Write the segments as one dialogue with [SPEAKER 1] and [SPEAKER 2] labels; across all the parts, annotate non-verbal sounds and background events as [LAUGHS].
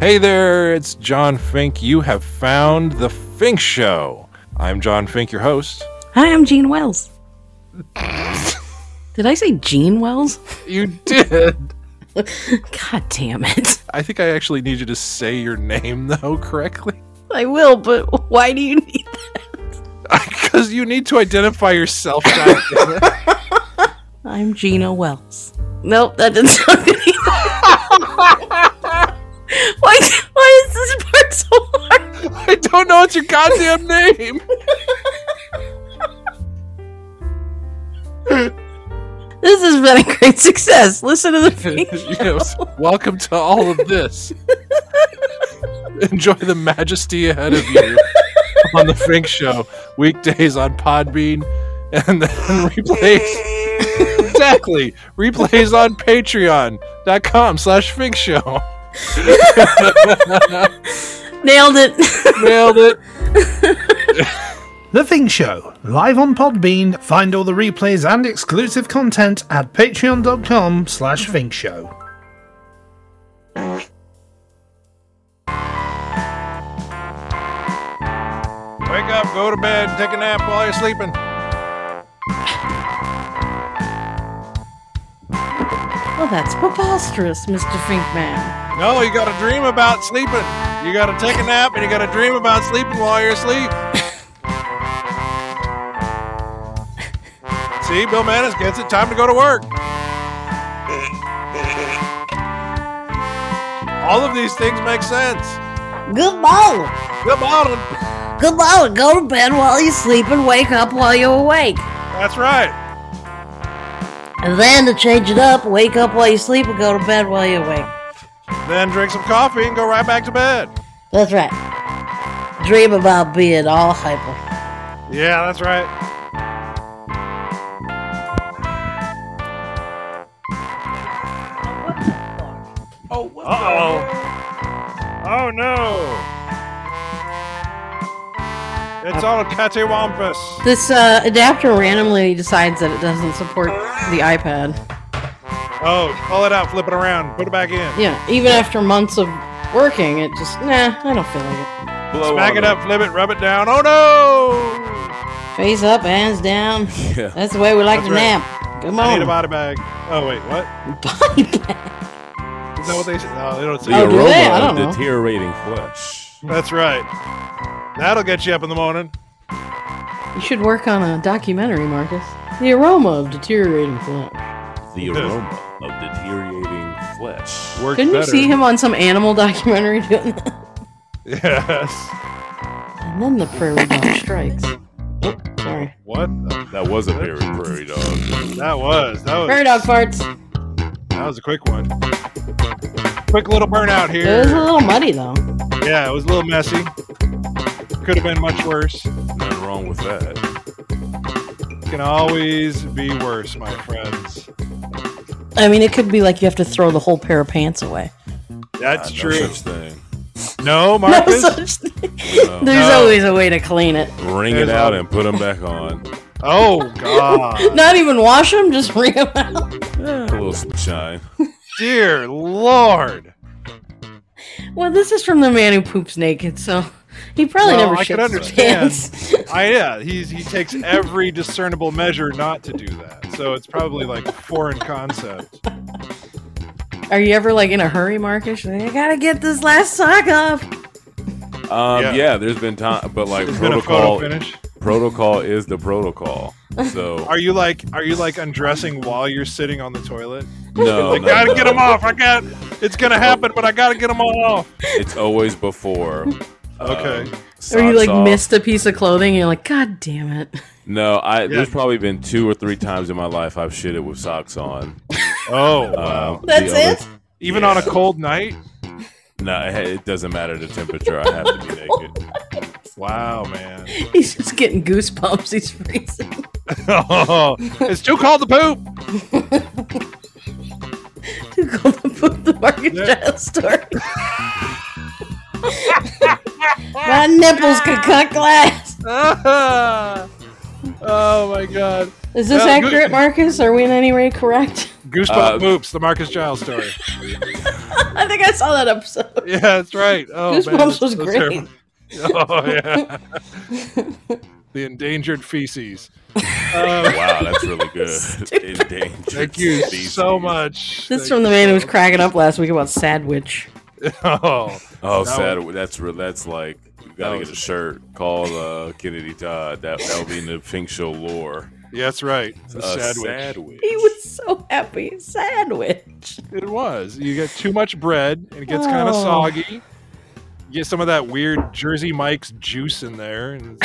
[SPEAKER 1] Hey there, it's John Fink. You have found The Fink Show. I'm John Fink, your host.
[SPEAKER 2] Hi, I'm Gene Wells. Did I say Gene Wells?
[SPEAKER 1] You did.
[SPEAKER 2] God damn it.
[SPEAKER 1] I think I actually need you to say your name, [LAUGHS] though, correctly.
[SPEAKER 2] I will, but why do you need that?
[SPEAKER 1] Because you need to identify yourself. [LAUGHS] goddammit.
[SPEAKER 2] I'm Gina Wells. Nope, that didn't sound good either. [LAUGHS] why, why is this part so hard?
[SPEAKER 1] I don't know it's your goddamn name.
[SPEAKER 2] This has been a great success. Listen to the [LAUGHS] Fink Show.
[SPEAKER 1] [LAUGHS] Yes, Welcome to all of this. Enjoy the majesty ahead of you on The Fink Show, weekdays on Podbean, and then [LAUGHS] replays. exactly. Replays on patreon.com slash Fink Show.
[SPEAKER 2] Nailed it. [LAUGHS]
[SPEAKER 1] Nailed it.
[SPEAKER 3] The Thing Show, live on Podbean. Find all the replays and exclusive content at patreon.com slash Show.
[SPEAKER 1] Wake up, go to bed, take a nap while you're sleeping.
[SPEAKER 2] well, that's preposterous, Mr. Finkman.
[SPEAKER 1] No, you gotta dream about sleeping. You gotta take a nap and you gotta dream about sleeping while you're asleep. See, Bill Manis gets it. Time to go to work. All of these things make sense.
[SPEAKER 2] Good morning.
[SPEAKER 1] Good morning.
[SPEAKER 2] Good morning. Go to bed while you sleep and wake up while you're awake.
[SPEAKER 1] That's right.
[SPEAKER 2] And then to change it up, wake up while you sleep and go to bed while you're awake.
[SPEAKER 1] Then drink some coffee and go right back to bed.
[SPEAKER 2] That's right. Dream about being all hyper.
[SPEAKER 1] Yeah, that's right. Uh oh. Oh no. It's all cattywampus.
[SPEAKER 2] This uh, adapter randomly decides that it doesn't support the iPad.
[SPEAKER 1] Oh, pull it out, flip it around, put it back in.
[SPEAKER 2] Yeah, even after months of working, it just, nah, I don't feel like
[SPEAKER 4] Blow
[SPEAKER 1] Smack
[SPEAKER 4] on
[SPEAKER 1] it up, flip it, rub it down. Oh no!
[SPEAKER 2] it. Face up, hands down.
[SPEAKER 1] [LAUGHS]
[SPEAKER 4] Yeah.
[SPEAKER 2] That's the way we like
[SPEAKER 1] That's
[SPEAKER 2] to
[SPEAKER 1] right.
[SPEAKER 2] nap. Come
[SPEAKER 1] I
[SPEAKER 2] on.
[SPEAKER 1] need a body bag. Oh wait, what?
[SPEAKER 2] Body bag.
[SPEAKER 1] Is that what they said? No, they don't say.
[SPEAKER 4] The
[SPEAKER 2] Oh, do
[SPEAKER 4] aroma
[SPEAKER 2] they? I don't
[SPEAKER 4] of
[SPEAKER 2] know.
[SPEAKER 4] deteriorating flesh.
[SPEAKER 1] That's right. That'll get you up in the morning.
[SPEAKER 2] [LAUGHS] You should work on a documentary, Marcus. The aroma of deteriorating flesh.
[SPEAKER 4] The
[SPEAKER 1] Yes.
[SPEAKER 4] aroma of deteriorating flesh.
[SPEAKER 1] Works
[SPEAKER 2] Couldn't you
[SPEAKER 1] better.
[SPEAKER 2] see him on some animal documentary doing that?
[SPEAKER 1] [LAUGHS] Yes.
[SPEAKER 2] And then the prairie dog strikes. Oh, sorry.
[SPEAKER 1] What? the-
[SPEAKER 4] That was a very prairie dog.
[SPEAKER 1] That was. That was.
[SPEAKER 2] Prairie dog farts.
[SPEAKER 1] That was a quick one. Quick little burnout
[SPEAKER 2] It was a
[SPEAKER 1] here.
[SPEAKER 2] little muddy though.
[SPEAKER 1] Yeah, it was a little messy. Could have been much worse.
[SPEAKER 4] Nothing wrong with that.
[SPEAKER 1] Can always be worse, my friends.
[SPEAKER 2] I mean, it could be like you have to throw the whole pair of pants away. [LAUGHS]
[SPEAKER 1] That's
[SPEAKER 4] Uh, no
[SPEAKER 1] true.
[SPEAKER 4] such thing.
[SPEAKER 1] No,
[SPEAKER 2] No
[SPEAKER 1] Marcus.
[SPEAKER 2] [LAUGHS]
[SPEAKER 1] Oh,
[SPEAKER 2] such thing.
[SPEAKER 4] No.
[SPEAKER 2] [LAUGHS] There's
[SPEAKER 1] No.
[SPEAKER 2] always a way to clean it.
[SPEAKER 4] Wring it
[SPEAKER 1] There's
[SPEAKER 4] out
[SPEAKER 1] a-
[SPEAKER 4] and put them back on.
[SPEAKER 1] oh God,
[SPEAKER 2] Not even wash them, just [LAUGHS] wring them out.
[SPEAKER 4] A little sunshine.
[SPEAKER 1] dear Lord.
[SPEAKER 2] Well, this is from the man who poops naked, so he probably
[SPEAKER 1] Well,
[SPEAKER 2] never
[SPEAKER 1] Oh, I could
[SPEAKER 2] shits his
[SPEAKER 1] understand.
[SPEAKER 2] pants. [LAUGHS]
[SPEAKER 1] I yeah, he's he takes every discernible measure not to do that. So it's probably like a foreign concept.
[SPEAKER 2] Are you ever like in a hurry, Marcus? You're Like, I gotta get this last sock off.
[SPEAKER 4] Um,
[SPEAKER 1] Yeah.
[SPEAKER 4] yeah. there's been time, but like
[SPEAKER 1] It's been a photo
[SPEAKER 4] protocol,
[SPEAKER 1] finish.
[SPEAKER 4] protocol is the protocol. So
[SPEAKER 1] [LAUGHS] Are you like are you like undressing while you're sitting on the toilet?
[SPEAKER 4] Oh, no, Oh.
[SPEAKER 1] I
[SPEAKER 4] no,
[SPEAKER 1] gotta
[SPEAKER 4] no.
[SPEAKER 1] get them off. I got. It's gonna happen, but I gotta get them all off.
[SPEAKER 4] It's always
[SPEAKER 1] [LAUGHS]
[SPEAKER 4] before.
[SPEAKER 1] Okay.
[SPEAKER 2] or you
[SPEAKER 4] socks
[SPEAKER 2] like
[SPEAKER 4] off.
[SPEAKER 2] missed a piece of clothing and you're like, God damn it.
[SPEAKER 4] No, I
[SPEAKER 1] Yeah.
[SPEAKER 4] there's probably been two or three times in my life I've shitted with socks on.
[SPEAKER 1] Oh
[SPEAKER 4] Um,
[SPEAKER 2] That's
[SPEAKER 4] the other-
[SPEAKER 2] it?
[SPEAKER 1] Even
[SPEAKER 4] yeah.
[SPEAKER 1] on a cold night.
[SPEAKER 4] No, [LAUGHS] it, it doesn't matter the temperature. I have to be naked.
[SPEAKER 1] Wow, Oh, man. [LAUGHS]
[SPEAKER 4] [LAUGHS]
[SPEAKER 2] [LAUGHS] He's just getting goosebumps. He's freezing.
[SPEAKER 1] it's too cold to poop. [LAUGHS]
[SPEAKER 2] [LAUGHS] Too cold to put the market child story. My nipples could cut glass.
[SPEAKER 1] oh my God.
[SPEAKER 2] Is this
[SPEAKER 1] Uh, good-
[SPEAKER 2] accurate, Marcus? Are we in any way correct? [LAUGHS]
[SPEAKER 1] Goosebump
[SPEAKER 4] Uh,
[SPEAKER 1] poops. The Marcus Giles story.
[SPEAKER 2] I think I saw that episode.
[SPEAKER 1] [LAUGHS] Yeah, that's right. Oh, man,
[SPEAKER 2] Goosebumps
[SPEAKER 1] that's-
[SPEAKER 2] was
[SPEAKER 1] that's
[SPEAKER 2] great.
[SPEAKER 1] terrible. Oh yeah, the endangered feces. Um,
[SPEAKER 4] Wow, that's really
[SPEAKER 2] [LAUGHS]
[SPEAKER 4] good. Endangered
[SPEAKER 1] thank you
[SPEAKER 4] species.
[SPEAKER 1] so much.
[SPEAKER 2] This is
[SPEAKER 1] Thank
[SPEAKER 2] from the
[SPEAKER 1] you
[SPEAKER 2] man who
[SPEAKER 1] so-
[SPEAKER 2] was cracking up last week about Sadwich.
[SPEAKER 1] [LAUGHS] Oh,
[SPEAKER 4] Oh,
[SPEAKER 1] That
[SPEAKER 4] sad. That's re- that's like you gotta get a shirt. Call uh, Kennedy Todd. That that'll be in the Fink Show lore.
[SPEAKER 1] yeah, that's right. The
[SPEAKER 4] Uh,
[SPEAKER 1] sad witch.
[SPEAKER 4] Sadwich.
[SPEAKER 2] He was so happy. Sadwich.
[SPEAKER 1] It was. You get too much bread, and it gets kind
[SPEAKER 2] Oh.
[SPEAKER 1] of soggy. You get some of that weird Jersey Mike's juice in there, and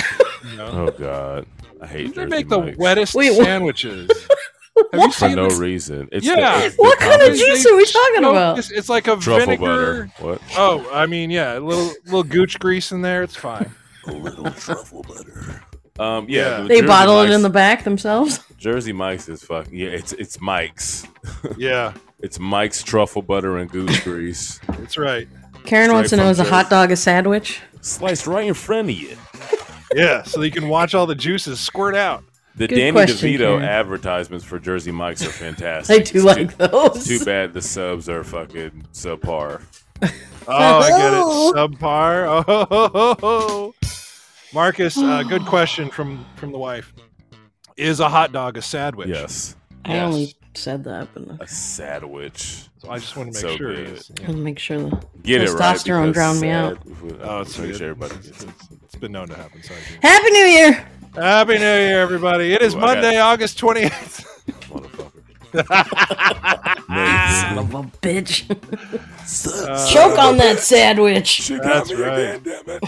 [SPEAKER 1] you know.
[SPEAKER 4] [LAUGHS] Oh God, I hate.
[SPEAKER 1] They
[SPEAKER 4] Jersey
[SPEAKER 1] make the
[SPEAKER 4] Mike's.
[SPEAKER 1] wettest
[SPEAKER 2] Wait, what? [LAUGHS]
[SPEAKER 1] sandwiches. Have you
[SPEAKER 4] for
[SPEAKER 1] seen
[SPEAKER 4] no
[SPEAKER 1] this?
[SPEAKER 4] reason. It's
[SPEAKER 1] Yeah.
[SPEAKER 4] the, it's
[SPEAKER 2] What
[SPEAKER 4] the
[SPEAKER 2] kind of
[SPEAKER 4] company-
[SPEAKER 1] They
[SPEAKER 2] juice are we talking
[SPEAKER 1] smoke
[SPEAKER 2] about?
[SPEAKER 1] this- It's like a
[SPEAKER 4] truffle
[SPEAKER 1] vinegar.
[SPEAKER 4] butter? What?
[SPEAKER 1] Oh, I mean, yeah, a little little gooch grease in there. It's fine.
[SPEAKER 4] [LAUGHS] A little truffle butter. Um, yeah,
[SPEAKER 1] Yeah.
[SPEAKER 4] the
[SPEAKER 2] They
[SPEAKER 4] Jersey
[SPEAKER 2] bottle it
[SPEAKER 4] Mike's-
[SPEAKER 2] in the back themselves.
[SPEAKER 4] Jersey Mike's is fucking yeah. It's it's Mike's.
[SPEAKER 1] Yeah,
[SPEAKER 4] It's Mike's truffle butter and [LAUGHS] goose grease
[SPEAKER 1] that's right.
[SPEAKER 2] Karen wants to know
[SPEAKER 4] Straight from
[SPEAKER 2] is a
[SPEAKER 4] Jersey.
[SPEAKER 2] hot dog a sandwich?
[SPEAKER 4] sliced right in front of you.
[SPEAKER 1] Yeah, so you can watch all the juices squirt out.
[SPEAKER 4] The
[SPEAKER 2] Good
[SPEAKER 4] Danny
[SPEAKER 2] question,
[SPEAKER 4] DeVito
[SPEAKER 2] Karen.
[SPEAKER 4] advertisements for Jersey Mike's are fantastic.
[SPEAKER 2] I do
[SPEAKER 4] It's
[SPEAKER 2] like
[SPEAKER 4] too,
[SPEAKER 2] those.
[SPEAKER 4] Too bad the subs are fucking subpar.
[SPEAKER 1] Oh, I get
[SPEAKER 2] Oh.
[SPEAKER 1] it. Subpar. [LAUGHS] Oh, ho, ho, ho. Marcus, uh, good question from from the wife. Is a hot dog a sandwich?
[SPEAKER 4] Yes,
[SPEAKER 2] I
[SPEAKER 1] Yes.
[SPEAKER 2] only said that, but
[SPEAKER 4] a sandwich.
[SPEAKER 1] So I just want to make
[SPEAKER 4] So
[SPEAKER 1] sure.
[SPEAKER 4] good.
[SPEAKER 1] it's-
[SPEAKER 2] I to make sure. The...
[SPEAKER 4] Get it right.
[SPEAKER 2] Testosterone
[SPEAKER 4] because
[SPEAKER 2] drowned me
[SPEAKER 4] sad-
[SPEAKER 2] out.
[SPEAKER 1] Oh, it's
[SPEAKER 4] make
[SPEAKER 1] good.
[SPEAKER 4] sure everybody gets it.
[SPEAKER 1] It's- it's been known to happen. Sorry. Jim.
[SPEAKER 2] Happy New Year!
[SPEAKER 1] Happy New Year, everybody. It is
[SPEAKER 4] Ooh, I got
[SPEAKER 1] Monday,
[SPEAKER 4] it.
[SPEAKER 1] August 28th.
[SPEAKER 4] Motherfucker.
[SPEAKER 2] Son of
[SPEAKER 4] Amazing.
[SPEAKER 2] a
[SPEAKER 1] [LAUGHS]
[SPEAKER 2] bitch.
[SPEAKER 1] Uh,
[SPEAKER 2] Choke on that sandwich.
[SPEAKER 4] She got
[SPEAKER 1] That's
[SPEAKER 4] me
[SPEAKER 1] right.
[SPEAKER 4] again, damn it.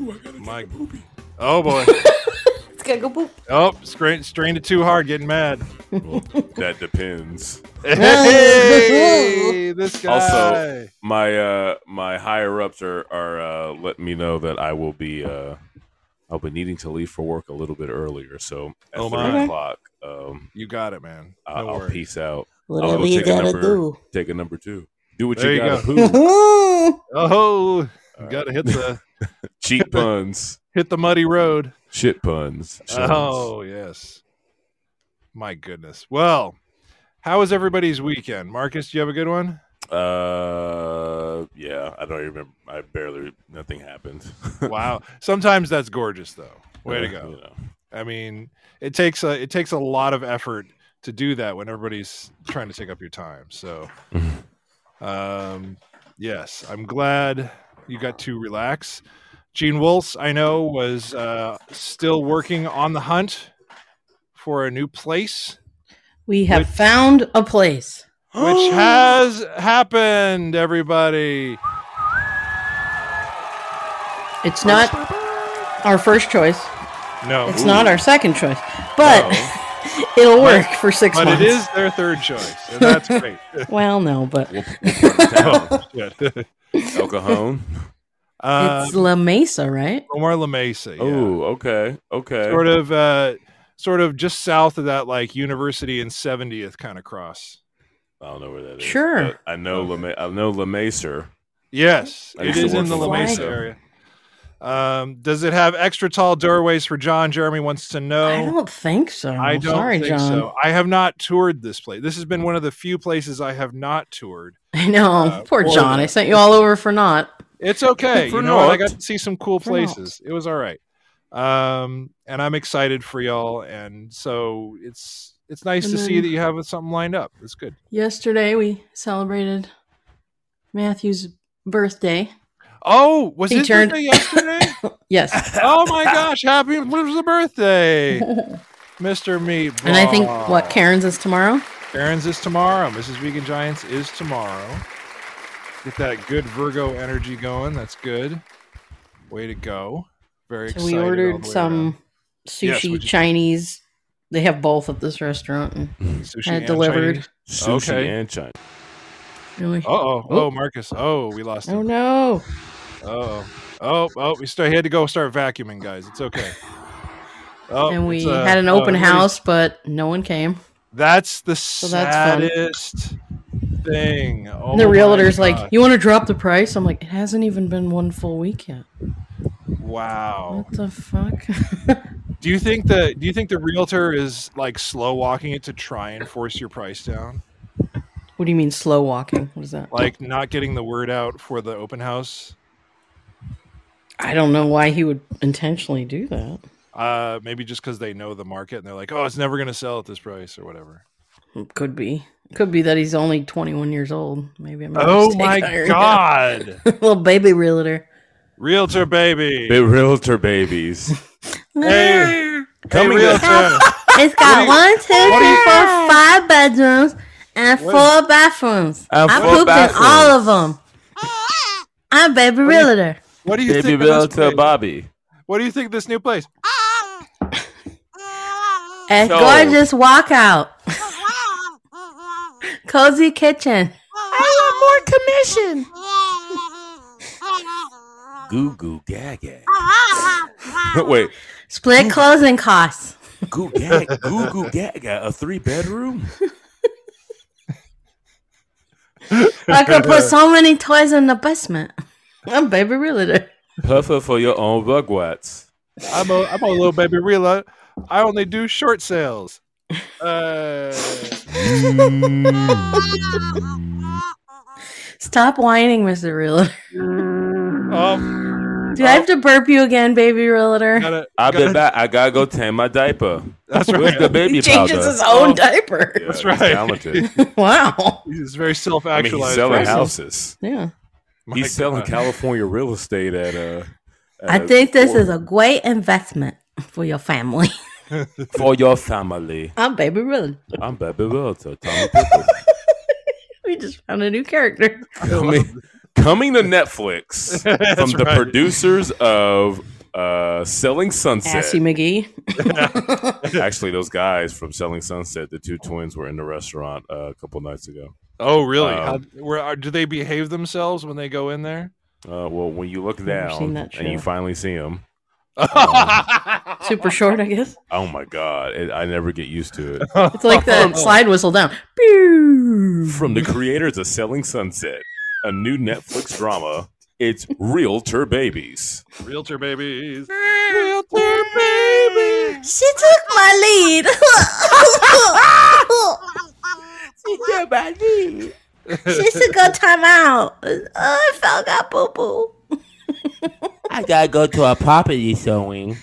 [SPEAKER 4] Ooh, I gotta
[SPEAKER 1] My-
[SPEAKER 4] take a poopy.
[SPEAKER 1] Oh, [LAUGHS] boy.
[SPEAKER 2] It's gonna go boop.
[SPEAKER 1] Oh, strain, strained it too hard, getting [LAUGHS] mad.
[SPEAKER 4] Well, that depends.
[SPEAKER 1] Hey, [LAUGHS] this guy.
[SPEAKER 4] Also- My uh my higher ups are are uh letting me know that I will be uh I'll be needing to leave for work a little bit earlier. So at
[SPEAKER 1] Oh,
[SPEAKER 4] three
[SPEAKER 1] my.
[SPEAKER 4] o'clock, um
[SPEAKER 1] you got it, man. No
[SPEAKER 4] I- I'll,
[SPEAKER 1] worries.
[SPEAKER 4] peace out.
[SPEAKER 2] What
[SPEAKER 4] I'll
[SPEAKER 2] do
[SPEAKER 4] go
[SPEAKER 2] we
[SPEAKER 4] take a
[SPEAKER 2] gotta
[SPEAKER 4] number.
[SPEAKER 2] do?
[SPEAKER 4] Take a number two. Do what
[SPEAKER 1] There
[SPEAKER 4] you
[SPEAKER 1] you
[SPEAKER 4] gotta poo.
[SPEAKER 1] [LAUGHS]
[SPEAKER 2] Woo-hoo.
[SPEAKER 1] Oh, you got to hit the
[SPEAKER 4] Cheap puns.
[SPEAKER 1] hit the muddy road.
[SPEAKER 4] Shit puns. Shins.
[SPEAKER 1] Oh, yes. My goodness. Well, how was everybody's weekend? Marcus, do you have a good one? Oh.
[SPEAKER 4] Uh yeah, I don't even remember I barely nothing happened.
[SPEAKER 1] Wow. Sometimes that's gorgeous, though. Way
[SPEAKER 4] [LAUGHS]
[SPEAKER 1] to
[SPEAKER 4] Uh,
[SPEAKER 1] go.
[SPEAKER 4] you know.
[SPEAKER 1] I mean, it takes a it takes a lot of effort to do that when everybody's trying to take up your time. So, um, yes, I'm glad you got to relax. Gene Wolse, I know, was uh, still working on the hunt for a new place,
[SPEAKER 2] [LAUGHS] We have found a place.
[SPEAKER 1] which
[SPEAKER 4] [GASPS]
[SPEAKER 1] has happened. Everybody,
[SPEAKER 2] It's not our first choice.
[SPEAKER 1] no,
[SPEAKER 2] It's not our second choice, but [LAUGHS] it'll work for six
[SPEAKER 1] but
[SPEAKER 2] months.
[SPEAKER 1] it is their third choice, and
[SPEAKER 4] [LAUGHS]
[SPEAKER 1] that's great.
[SPEAKER 2] Well, no, but
[SPEAKER 4] What- what part of
[SPEAKER 1] [LAUGHS]
[SPEAKER 4] town?
[SPEAKER 1] Shit.
[SPEAKER 4] El Cajon.
[SPEAKER 1] Uh,
[SPEAKER 2] it's La Mesa, right?
[SPEAKER 1] Omar La Mesa. yeah.
[SPEAKER 4] Oh, okay, okay.
[SPEAKER 1] sort of uh sort of just south of that like university and 70th kind of cross
[SPEAKER 4] I don't know where that is.
[SPEAKER 2] Sure.
[SPEAKER 4] but I know Lama- I know Lamaser.
[SPEAKER 1] yes
[SPEAKER 4] I
[SPEAKER 1] it
[SPEAKER 4] used to
[SPEAKER 1] is
[SPEAKER 4] work
[SPEAKER 1] in the
[SPEAKER 4] for
[SPEAKER 1] la mesa
[SPEAKER 4] Fly.
[SPEAKER 1] area um does it have extra tall doorways for john jeremy wants to know
[SPEAKER 2] I don't think so.
[SPEAKER 1] I don't
[SPEAKER 2] Sorry,
[SPEAKER 1] think
[SPEAKER 2] John.
[SPEAKER 1] so. I have not toured this place. This has been one of the few places I have not toured.
[SPEAKER 2] [LAUGHS] I know.
[SPEAKER 1] Uh,
[SPEAKER 2] Poor
[SPEAKER 1] or
[SPEAKER 2] John.
[SPEAKER 1] that.
[SPEAKER 2] I sent you all over for naught.
[SPEAKER 1] It's okay.
[SPEAKER 4] For
[SPEAKER 1] you know, what? I got
[SPEAKER 4] naught.
[SPEAKER 1] to see some cool
[SPEAKER 2] For naught.
[SPEAKER 1] places. It was all right. Um, and I'm excited for y'all. And so it's it's nice
[SPEAKER 2] And
[SPEAKER 1] to see
[SPEAKER 2] then-
[SPEAKER 1] that you have something lined up. It's good.
[SPEAKER 2] Yesterday we celebrated Matthew's birthday.
[SPEAKER 1] Oh, was
[SPEAKER 2] He
[SPEAKER 1] his
[SPEAKER 2] turned-
[SPEAKER 1] birthday yesterday?
[SPEAKER 2] [LAUGHS] Yes.
[SPEAKER 1] oh my gosh, happy the
[SPEAKER 2] [LAUGHS]
[SPEAKER 1] birthday, Mr. Meatball.
[SPEAKER 2] And I think what Karen's is tomorrow.
[SPEAKER 1] Karen's is tomorrow. Mrs. Vegan Giants is tomorrow. Get that good Virgo energy going. That's good. Way to go. Very
[SPEAKER 2] So
[SPEAKER 1] excited.
[SPEAKER 2] we
[SPEAKER 1] all
[SPEAKER 2] ordered
[SPEAKER 1] the way
[SPEAKER 2] some
[SPEAKER 1] Yes,
[SPEAKER 2] sushi
[SPEAKER 1] what'd you-
[SPEAKER 2] Chinese. They have both at this restaurant and
[SPEAKER 1] around. Sushi
[SPEAKER 2] had it
[SPEAKER 1] and
[SPEAKER 2] delivered.
[SPEAKER 1] Chinese.
[SPEAKER 4] Sushi
[SPEAKER 1] Okay.
[SPEAKER 4] and China.
[SPEAKER 2] Really?
[SPEAKER 1] Uh-oh. Oh, Marcus. Oh, we lost
[SPEAKER 2] Oh
[SPEAKER 1] him.
[SPEAKER 2] no.
[SPEAKER 1] Oh, oh, oh, we still he had to go start vacuuming, guys. It's okay. Oh,
[SPEAKER 2] and
[SPEAKER 1] it's,
[SPEAKER 2] we
[SPEAKER 1] uh,
[SPEAKER 2] had an
[SPEAKER 1] oh,
[SPEAKER 2] open
[SPEAKER 1] everybody's-
[SPEAKER 2] house, but no one came.
[SPEAKER 1] That's the
[SPEAKER 2] that's fun.
[SPEAKER 1] saddest thing. Oh
[SPEAKER 2] And the
[SPEAKER 1] my
[SPEAKER 2] realtor's
[SPEAKER 1] God.
[SPEAKER 2] like, "You want to drop the price?" I'm like, "It hasn't even been one full week yet.
[SPEAKER 1] Wow.
[SPEAKER 2] What the fuck?" [LAUGHS]
[SPEAKER 1] Do you think the do you think the realtor is like slow walking it to try and force your price down?
[SPEAKER 5] What do you mean slow walking? What is that?
[SPEAKER 1] Like not getting the word out for the open house.
[SPEAKER 5] I don't know why he would intentionally do that.
[SPEAKER 1] Uh, maybe just because they know the market and they're like, oh, it's never going to sell at this price or whatever.
[SPEAKER 5] Could be. Could be that he's only 21 years old. Maybe I'm.
[SPEAKER 1] Oh
[SPEAKER 5] mistaken.
[SPEAKER 1] my
[SPEAKER 5] There you go.
[SPEAKER 2] [LAUGHS]
[SPEAKER 1] god,
[SPEAKER 5] Little baby realtor.
[SPEAKER 1] realtor baby.
[SPEAKER 4] Big realtor babies.
[SPEAKER 1] Hey, hey
[SPEAKER 4] Coming
[SPEAKER 1] realtor.
[SPEAKER 2] It's
[SPEAKER 1] What do
[SPEAKER 2] got
[SPEAKER 1] you-
[SPEAKER 2] one, two,
[SPEAKER 1] what do
[SPEAKER 2] three,
[SPEAKER 1] you-
[SPEAKER 2] four, five bedrooms and four bathrooms.
[SPEAKER 4] And
[SPEAKER 2] I
[SPEAKER 4] four
[SPEAKER 2] pooped
[SPEAKER 4] bathrooms.
[SPEAKER 2] in all of them. I'm baby realtor.
[SPEAKER 1] What do [LAUGHS] you
[SPEAKER 4] Baby
[SPEAKER 1] think? of this
[SPEAKER 4] realtor
[SPEAKER 1] place?
[SPEAKER 4] Bobby.
[SPEAKER 1] What do you think of this new place?
[SPEAKER 2] A
[SPEAKER 4] So-
[SPEAKER 2] gorgeous walkout. Cozy kitchen.
[SPEAKER 4] Goo goo gaga. [LAUGHS] Wait,
[SPEAKER 1] [LAUGHS]
[SPEAKER 2] Split closing costs.
[SPEAKER 4] goo gaga, goo goo gaga. A three bedroom.
[SPEAKER 2] I could put so many toys in the basement. [LAUGHS]
[SPEAKER 5] I'm baby realtor.
[SPEAKER 4] Puffer for your own rugwats.
[SPEAKER 1] I'm a I'm a little baby realtor. I only do short sales. Uh, Mm.
[SPEAKER 2] Stop whining,
[SPEAKER 1] [LAUGHS]
[SPEAKER 2] Mr. Realtor.
[SPEAKER 1] um,
[SPEAKER 2] Do I have to burp you again, baby realtor?
[SPEAKER 1] gotta,
[SPEAKER 4] I'll
[SPEAKER 1] gotta-
[SPEAKER 4] be back. I gotta go change my diaper.
[SPEAKER 1] That's
[SPEAKER 4] Where's the
[SPEAKER 1] right.
[SPEAKER 4] baby
[SPEAKER 2] [LAUGHS]
[SPEAKER 5] He
[SPEAKER 4] powder?
[SPEAKER 5] changes his own
[SPEAKER 1] Oh.
[SPEAKER 5] diaper.
[SPEAKER 4] Yeah,
[SPEAKER 1] That's
[SPEAKER 4] he's
[SPEAKER 1] right.
[SPEAKER 4] Talented.
[SPEAKER 5] Wow.
[SPEAKER 1] He's very
[SPEAKER 4] I mean, he's
[SPEAKER 1] self-actualized.
[SPEAKER 4] selling
[SPEAKER 1] person.
[SPEAKER 4] houses.
[SPEAKER 5] Yeah.
[SPEAKER 1] My
[SPEAKER 4] He's selling
[SPEAKER 1] God.
[SPEAKER 4] California real estate at uh.
[SPEAKER 2] I
[SPEAKER 4] at
[SPEAKER 2] think this
[SPEAKER 4] for-
[SPEAKER 2] is a great investment for your family. [LAUGHS]
[SPEAKER 4] for your family.
[SPEAKER 5] I'm baby realtor.
[SPEAKER 4] I'm baby realtor. Tommy Pickles.
[SPEAKER 5] We just found a new character.
[SPEAKER 4] coming,
[SPEAKER 1] [LAUGHS]
[SPEAKER 4] coming to Netflix from
[SPEAKER 1] That's
[SPEAKER 4] the
[SPEAKER 1] right.
[SPEAKER 4] producers of uh, Selling Sunset.
[SPEAKER 5] Assy McGee.
[SPEAKER 4] [LAUGHS] Actually, those guys from Selling Sunset, the two twins, were in the restaurant uh, a couple nights ago.
[SPEAKER 1] Oh, really?
[SPEAKER 4] Um,
[SPEAKER 1] How, where are, do they behave themselves when they go in there?
[SPEAKER 4] Uh, well, when you look
[SPEAKER 5] never seen
[SPEAKER 4] down
[SPEAKER 5] that
[SPEAKER 4] and you
[SPEAKER 5] show.
[SPEAKER 4] finally see
[SPEAKER 1] [LAUGHS]
[SPEAKER 4] them,
[SPEAKER 5] Super short, I guess.
[SPEAKER 4] oh my god, it, I never get used to it.
[SPEAKER 5] It's like that slide whistle down. Pew.
[SPEAKER 4] from the creators of Selling Sunset, a new Netflix drama. It's Realtor Babies.
[SPEAKER 1] Realtor babies. Realtor babies.
[SPEAKER 2] She took my lead. she should go time out. Oh, I felt got boo boo.
[SPEAKER 6] I gotta go to a property
[SPEAKER 7] [LAUGHS]
[SPEAKER 6] showing.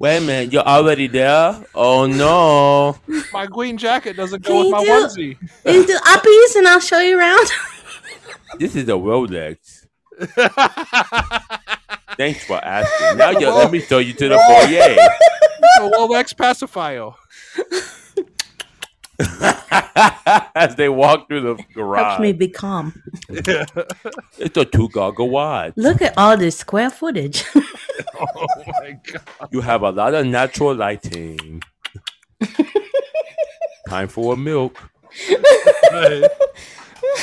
[SPEAKER 6] Wait a minute, you're already there? Oh no.
[SPEAKER 1] [LAUGHS] My green jacket doesn't
[SPEAKER 2] Can
[SPEAKER 1] go with
[SPEAKER 2] you
[SPEAKER 1] my
[SPEAKER 2] do-
[SPEAKER 1] onesie.
[SPEAKER 2] You do uppies and I'll show you around. [LAUGHS]
[SPEAKER 6] This is
[SPEAKER 1] [LAUGHS]
[SPEAKER 6] a Rolex.
[SPEAKER 4] Thanks for asking. Now you let me throw you to the foyer.
[SPEAKER 1] A Rolex pacifier.
[SPEAKER 4] [LAUGHS] as they walk through the
[SPEAKER 2] Helps me
[SPEAKER 4] garage.
[SPEAKER 2] be calm.
[SPEAKER 4] It's a two goggle wide.
[SPEAKER 2] Look at all this square footage. [LAUGHS]
[SPEAKER 1] Oh my god.
[SPEAKER 4] You have a lot of
[SPEAKER 2] [LAUGHS]
[SPEAKER 4] natural lighting. Time for a milk.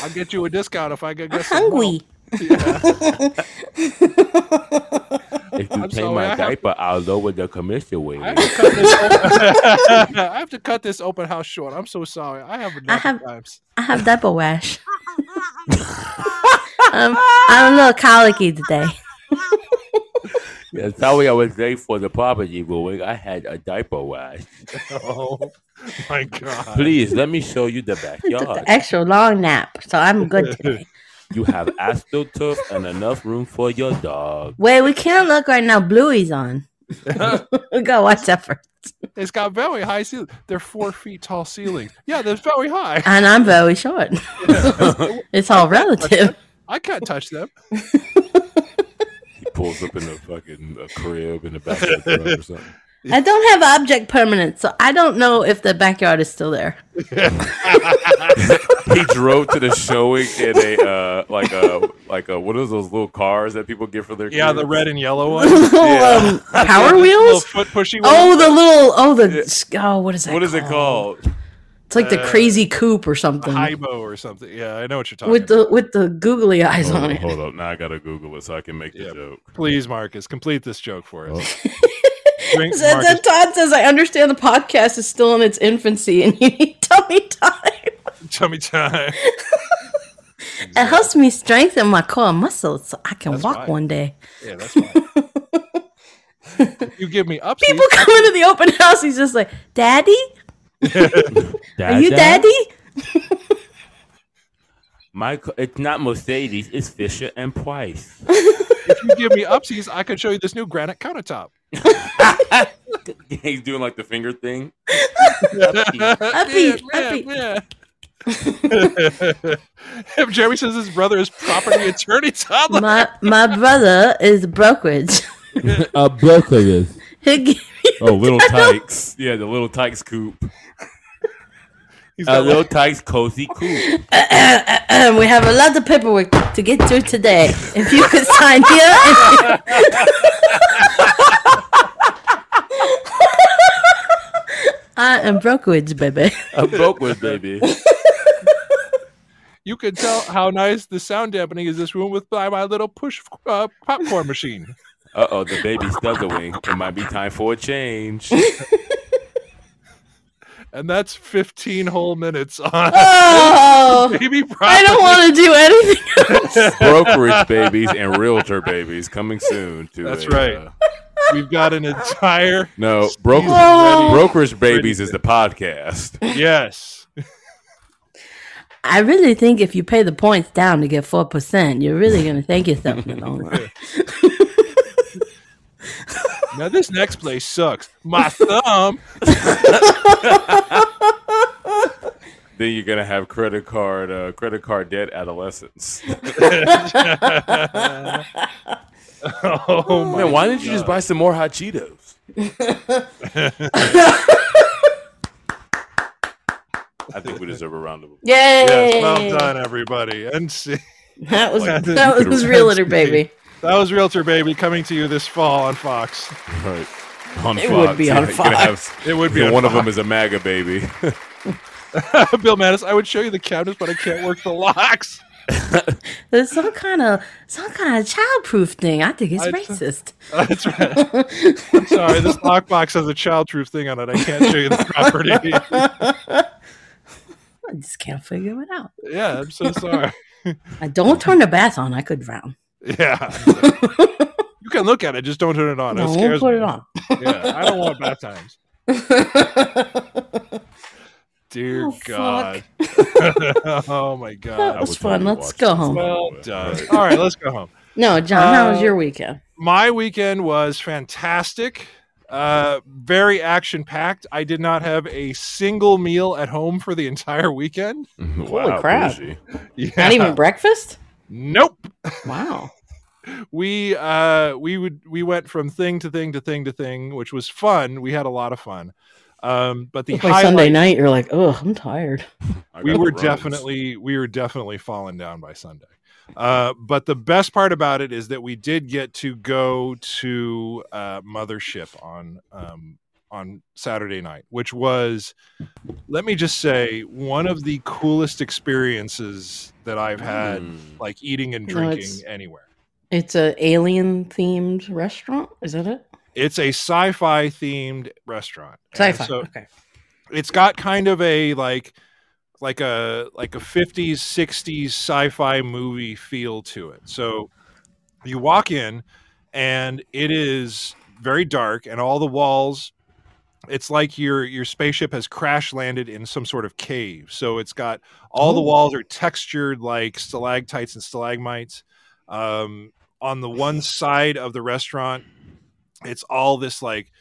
[SPEAKER 1] I'll get you a discount if I could get some milk.
[SPEAKER 2] Hungry.
[SPEAKER 4] If you
[SPEAKER 1] I'm
[SPEAKER 4] pay
[SPEAKER 1] sorry, I
[SPEAKER 4] my
[SPEAKER 1] have-
[SPEAKER 4] diaper, I'll lower the commission wage.
[SPEAKER 1] I have, to cut this open, [LAUGHS] I have to cut this open house short. I'm so sorry. I have enough
[SPEAKER 2] have-
[SPEAKER 1] times.
[SPEAKER 2] I have diaper rash. I'm, I'm a little colicky
[SPEAKER 4] [LAUGHS]
[SPEAKER 2] today.
[SPEAKER 4] Yeah, sorry I was late for the property ruling. I had a diaper wash.
[SPEAKER 1] Oh [LAUGHS] my god.
[SPEAKER 4] Please let me show
[SPEAKER 2] [LAUGHS]
[SPEAKER 4] you the
[SPEAKER 2] Took
[SPEAKER 4] backyard.
[SPEAKER 2] the extra long nap, so I'm good
[SPEAKER 4] [LAUGHS]
[SPEAKER 2] today.
[SPEAKER 4] You have astroturf and enough room for your dog.
[SPEAKER 2] Wait, we can't look right now. Bluey's
[SPEAKER 4] [LAUGHS]
[SPEAKER 2] on. we gotta watch that first.
[SPEAKER 1] It's got very high ceilings. They're four feet tall ceilings. Yeah, they're very high.
[SPEAKER 2] And I'm very
[SPEAKER 4] [LAUGHS]
[SPEAKER 2] short. it's all relative.
[SPEAKER 1] I can't touch them.
[SPEAKER 4] He pulls up in the fucking uh crib in the back of the truck or something.
[SPEAKER 2] I don't have object permanent, so I don't know if the backyard is still there.
[SPEAKER 4] he drove to the showing in a uh, like a like a what are those little cars that people get for their
[SPEAKER 1] Yeah,
[SPEAKER 4] kids?
[SPEAKER 1] the red and yellow one.
[SPEAKER 2] Little, um, power
[SPEAKER 1] Little
[SPEAKER 2] wheels?
[SPEAKER 1] foot pushy one.
[SPEAKER 2] Oh, the little, oh, the, oh, what is that
[SPEAKER 4] What is it called? [LAUGHS]
[SPEAKER 2] It's like the crazy coupe or something.
[SPEAKER 1] Hybo or something. Yeah, I know what you're talking
[SPEAKER 5] With
[SPEAKER 1] about.
[SPEAKER 5] the with the googly eyes on
[SPEAKER 4] Hold on,
[SPEAKER 5] it.
[SPEAKER 4] hold on. Now I gotta Google it so I can make the
[SPEAKER 1] Yeah.
[SPEAKER 4] joke.
[SPEAKER 1] Please, Marcus, complete this joke for us. Drink,
[SPEAKER 5] Says
[SPEAKER 1] Marcus,
[SPEAKER 5] that Todd says, I understand the podcast is still in its infancy and you need tummy time.
[SPEAKER 1] [LAUGHS] tummy time.
[SPEAKER 2] It helps me strengthen my core muscles so I can
[SPEAKER 1] That's
[SPEAKER 2] walk
[SPEAKER 1] right.
[SPEAKER 2] one day.
[SPEAKER 1] Yeah, that's fine. you give me up.
[SPEAKER 2] People come into the open house. He's just like, Daddy,
[SPEAKER 7] Are you
[SPEAKER 6] [LAUGHS]
[SPEAKER 7] daddy?
[SPEAKER 6] My, c- it's not Mercedes. It's Fisher
[SPEAKER 4] [LAUGHS]
[SPEAKER 6] and Price.
[SPEAKER 1] If you give me upsies, I can show you this new granite countertop.
[SPEAKER 6] He's doing like the finger thing.
[SPEAKER 7] Upbeat,
[SPEAKER 1] [LAUGHS] yeah, yeah. If Jeremy says his brother is property [LAUGHS] attorney, Todd, like,
[SPEAKER 7] My my brother is
[SPEAKER 1] [LAUGHS]
[SPEAKER 7] brokerage.
[SPEAKER 5] [LAUGHS]
[SPEAKER 6] A brokerage.
[SPEAKER 7] He'll give
[SPEAKER 4] Oh, little tykes. [LAUGHS] Uh, Yeah, the little tykes coop.
[SPEAKER 1] he's
[SPEAKER 6] A
[SPEAKER 1] got
[SPEAKER 4] [LAUGHS]
[SPEAKER 6] little Tyke's cozy coop.
[SPEAKER 7] Ahem, we have a lot of paperwork to get through today. If you could sign here. and- [LAUGHS] I am brokerage, baby.
[SPEAKER 6] A brokerage, baby.
[SPEAKER 1] you can tell how nice the sound dampening is this room with by my little push uh, popcorn machine.
[SPEAKER 6] Uh oh, the baby stubs a wing. It might be time for a change.
[SPEAKER 1] And that's 15 whole minutes on
[SPEAKER 7] Oh,
[SPEAKER 1] baby
[SPEAKER 7] [LAUGHS]
[SPEAKER 1] property.
[SPEAKER 7] I don't want to do anything. [LAUGHS]
[SPEAKER 4] Brokerage babies and realtor babies coming soon. To
[SPEAKER 1] That's
[SPEAKER 4] a,
[SPEAKER 1] right.
[SPEAKER 4] uh,
[SPEAKER 1] We've got an entire
[SPEAKER 4] no, broker,
[SPEAKER 7] Oh.
[SPEAKER 4] brokerage babies is the podcast.
[SPEAKER 1] yes.
[SPEAKER 7] I really think if you pay the points down to get four percent, you're really gonna thank yourself in the long run.
[SPEAKER 1] Now this next place sucks. My thumb.
[SPEAKER 4] Then you're gonna have credit card, uh, credit card debt adolescence.
[SPEAKER 1] Oh my.
[SPEAKER 4] Man, why didn't you just buy some more hot Cheetos? I think we deserve a round of applause.
[SPEAKER 7] Yay!
[SPEAKER 1] [LAUGHS] Yes, well done, everybody. And see,
[SPEAKER 7] That was
[SPEAKER 1] Like,
[SPEAKER 7] that
[SPEAKER 1] you
[SPEAKER 7] was
[SPEAKER 1] could
[SPEAKER 7] realtor
[SPEAKER 1] rent
[SPEAKER 7] baby.
[SPEAKER 1] that was Realtor Baby coming to you this fall on Fox.
[SPEAKER 4] Right. On
[SPEAKER 7] It would be on
[SPEAKER 4] You're gonna
[SPEAKER 7] Fox.
[SPEAKER 4] have-
[SPEAKER 1] It would be
[SPEAKER 4] you know,
[SPEAKER 1] on
[SPEAKER 4] one of
[SPEAKER 1] Fox.
[SPEAKER 4] them is a MAGA baby.
[SPEAKER 1] Bill Mattis, I would show you the cabinets, but I can't work the locks.
[SPEAKER 7] There's some kind of some kind of childproof thing. I think it's
[SPEAKER 1] I-
[SPEAKER 7] racist.
[SPEAKER 1] That's right. I'm [LAUGHS] sorry, this lockbox has a childproof thing on it. I can't show you the property.
[SPEAKER 7] I just can't figure it out.
[SPEAKER 1] [LAUGHS] yeah, I'm so sorry.
[SPEAKER 7] I don't turn the bath on. I could drown. [LAUGHS]
[SPEAKER 1] Yeah. You can look at it, just don't turn it on.
[SPEAKER 7] No,
[SPEAKER 1] it
[SPEAKER 7] I
[SPEAKER 1] scares
[SPEAKER 7] won't put it on.
[SPEAKER 1] me. Yeah, I don't want bath
[SPEAKER 7] [LAUGHS]
[SPEAKER 1] times. Dear
[SPEAKER 7] Oh, fuck.
[SPEAKER 1] God.
[SPEAKER 7] [LAUGHS]
[SPEAKER 1] oh my
[SPEAKER 7] That
[SPEAKER 1] God. [LAUGHS]
[SPEAKER 7] was
[SPEAKER 4] would
[SPEAKER 7] fun.
[SPEAKER 4] totally
[SPEAKER 7] Let's
[SPEAKER 4] watch
[SPEAKER 7] go
[SPEAKER 4] this.
[SPEAKER 7] home.
[SPEAKER 1] Well done. All right, let's go home.
[SPEAKER 7] No, John, how was
[SPEAKER 1] Uh,
[SPEAKER 7] your weekend?
[SPEAKER 1] My weekend was fantastic. Uh, very action packed. I did not have a single meal at home for the entire weekend.
[SPEAKER 4] Holy
[SPEAKER 7] crap.
[SPEAKER 1] Yeah.
[SPEAKER 7] Not
[SPEAKER 2] [LAUGHS]
[SPEAKER 7] even breakfast?
[SPEAKER 1] Nope.
[SPEAKER 7] Wow.
[SPEAKER 1] we uh we would we went from thing to thing to thing to thing which was fun we had a lot of fun um but the
[SPEAKER 2] By
[SPEAKER 1] highlight,
[SPEAKER 2] Sunday night, you're like, oh, I'm tired.
[SPEAKER 1] we were definitely we were definitely falling down by sunday uh but the best part about it is that we did get to go to uh mothership on um on saturday night which was let me just say one of the coolest experiences that i've had like eating and
[SPEAKER 2] No,
[SPEAKER 1] drinking
[SPEAKER 2] it's-
[SPEAKER 1] anywhere
[SPEAKER 2] It's a alien themed restaurant. Is that it?
[SPEAKER 1] it's a sci-fi themed restaurant And
[SPEAKER 2] Sci-fi.
[SPEAKER 1] so
[SPEAKER 2] okay.
[SPEAKER 1] it's got kind of a like like a like a 50s 60s sci-fi movie feel to it so you walk in and it is very dark and all the walls it's like your your spaceship has crash landed in some sort of cave so it's got all the walls are textured like stalactites and stalagmites um, on the one side of the restaurant it's all this like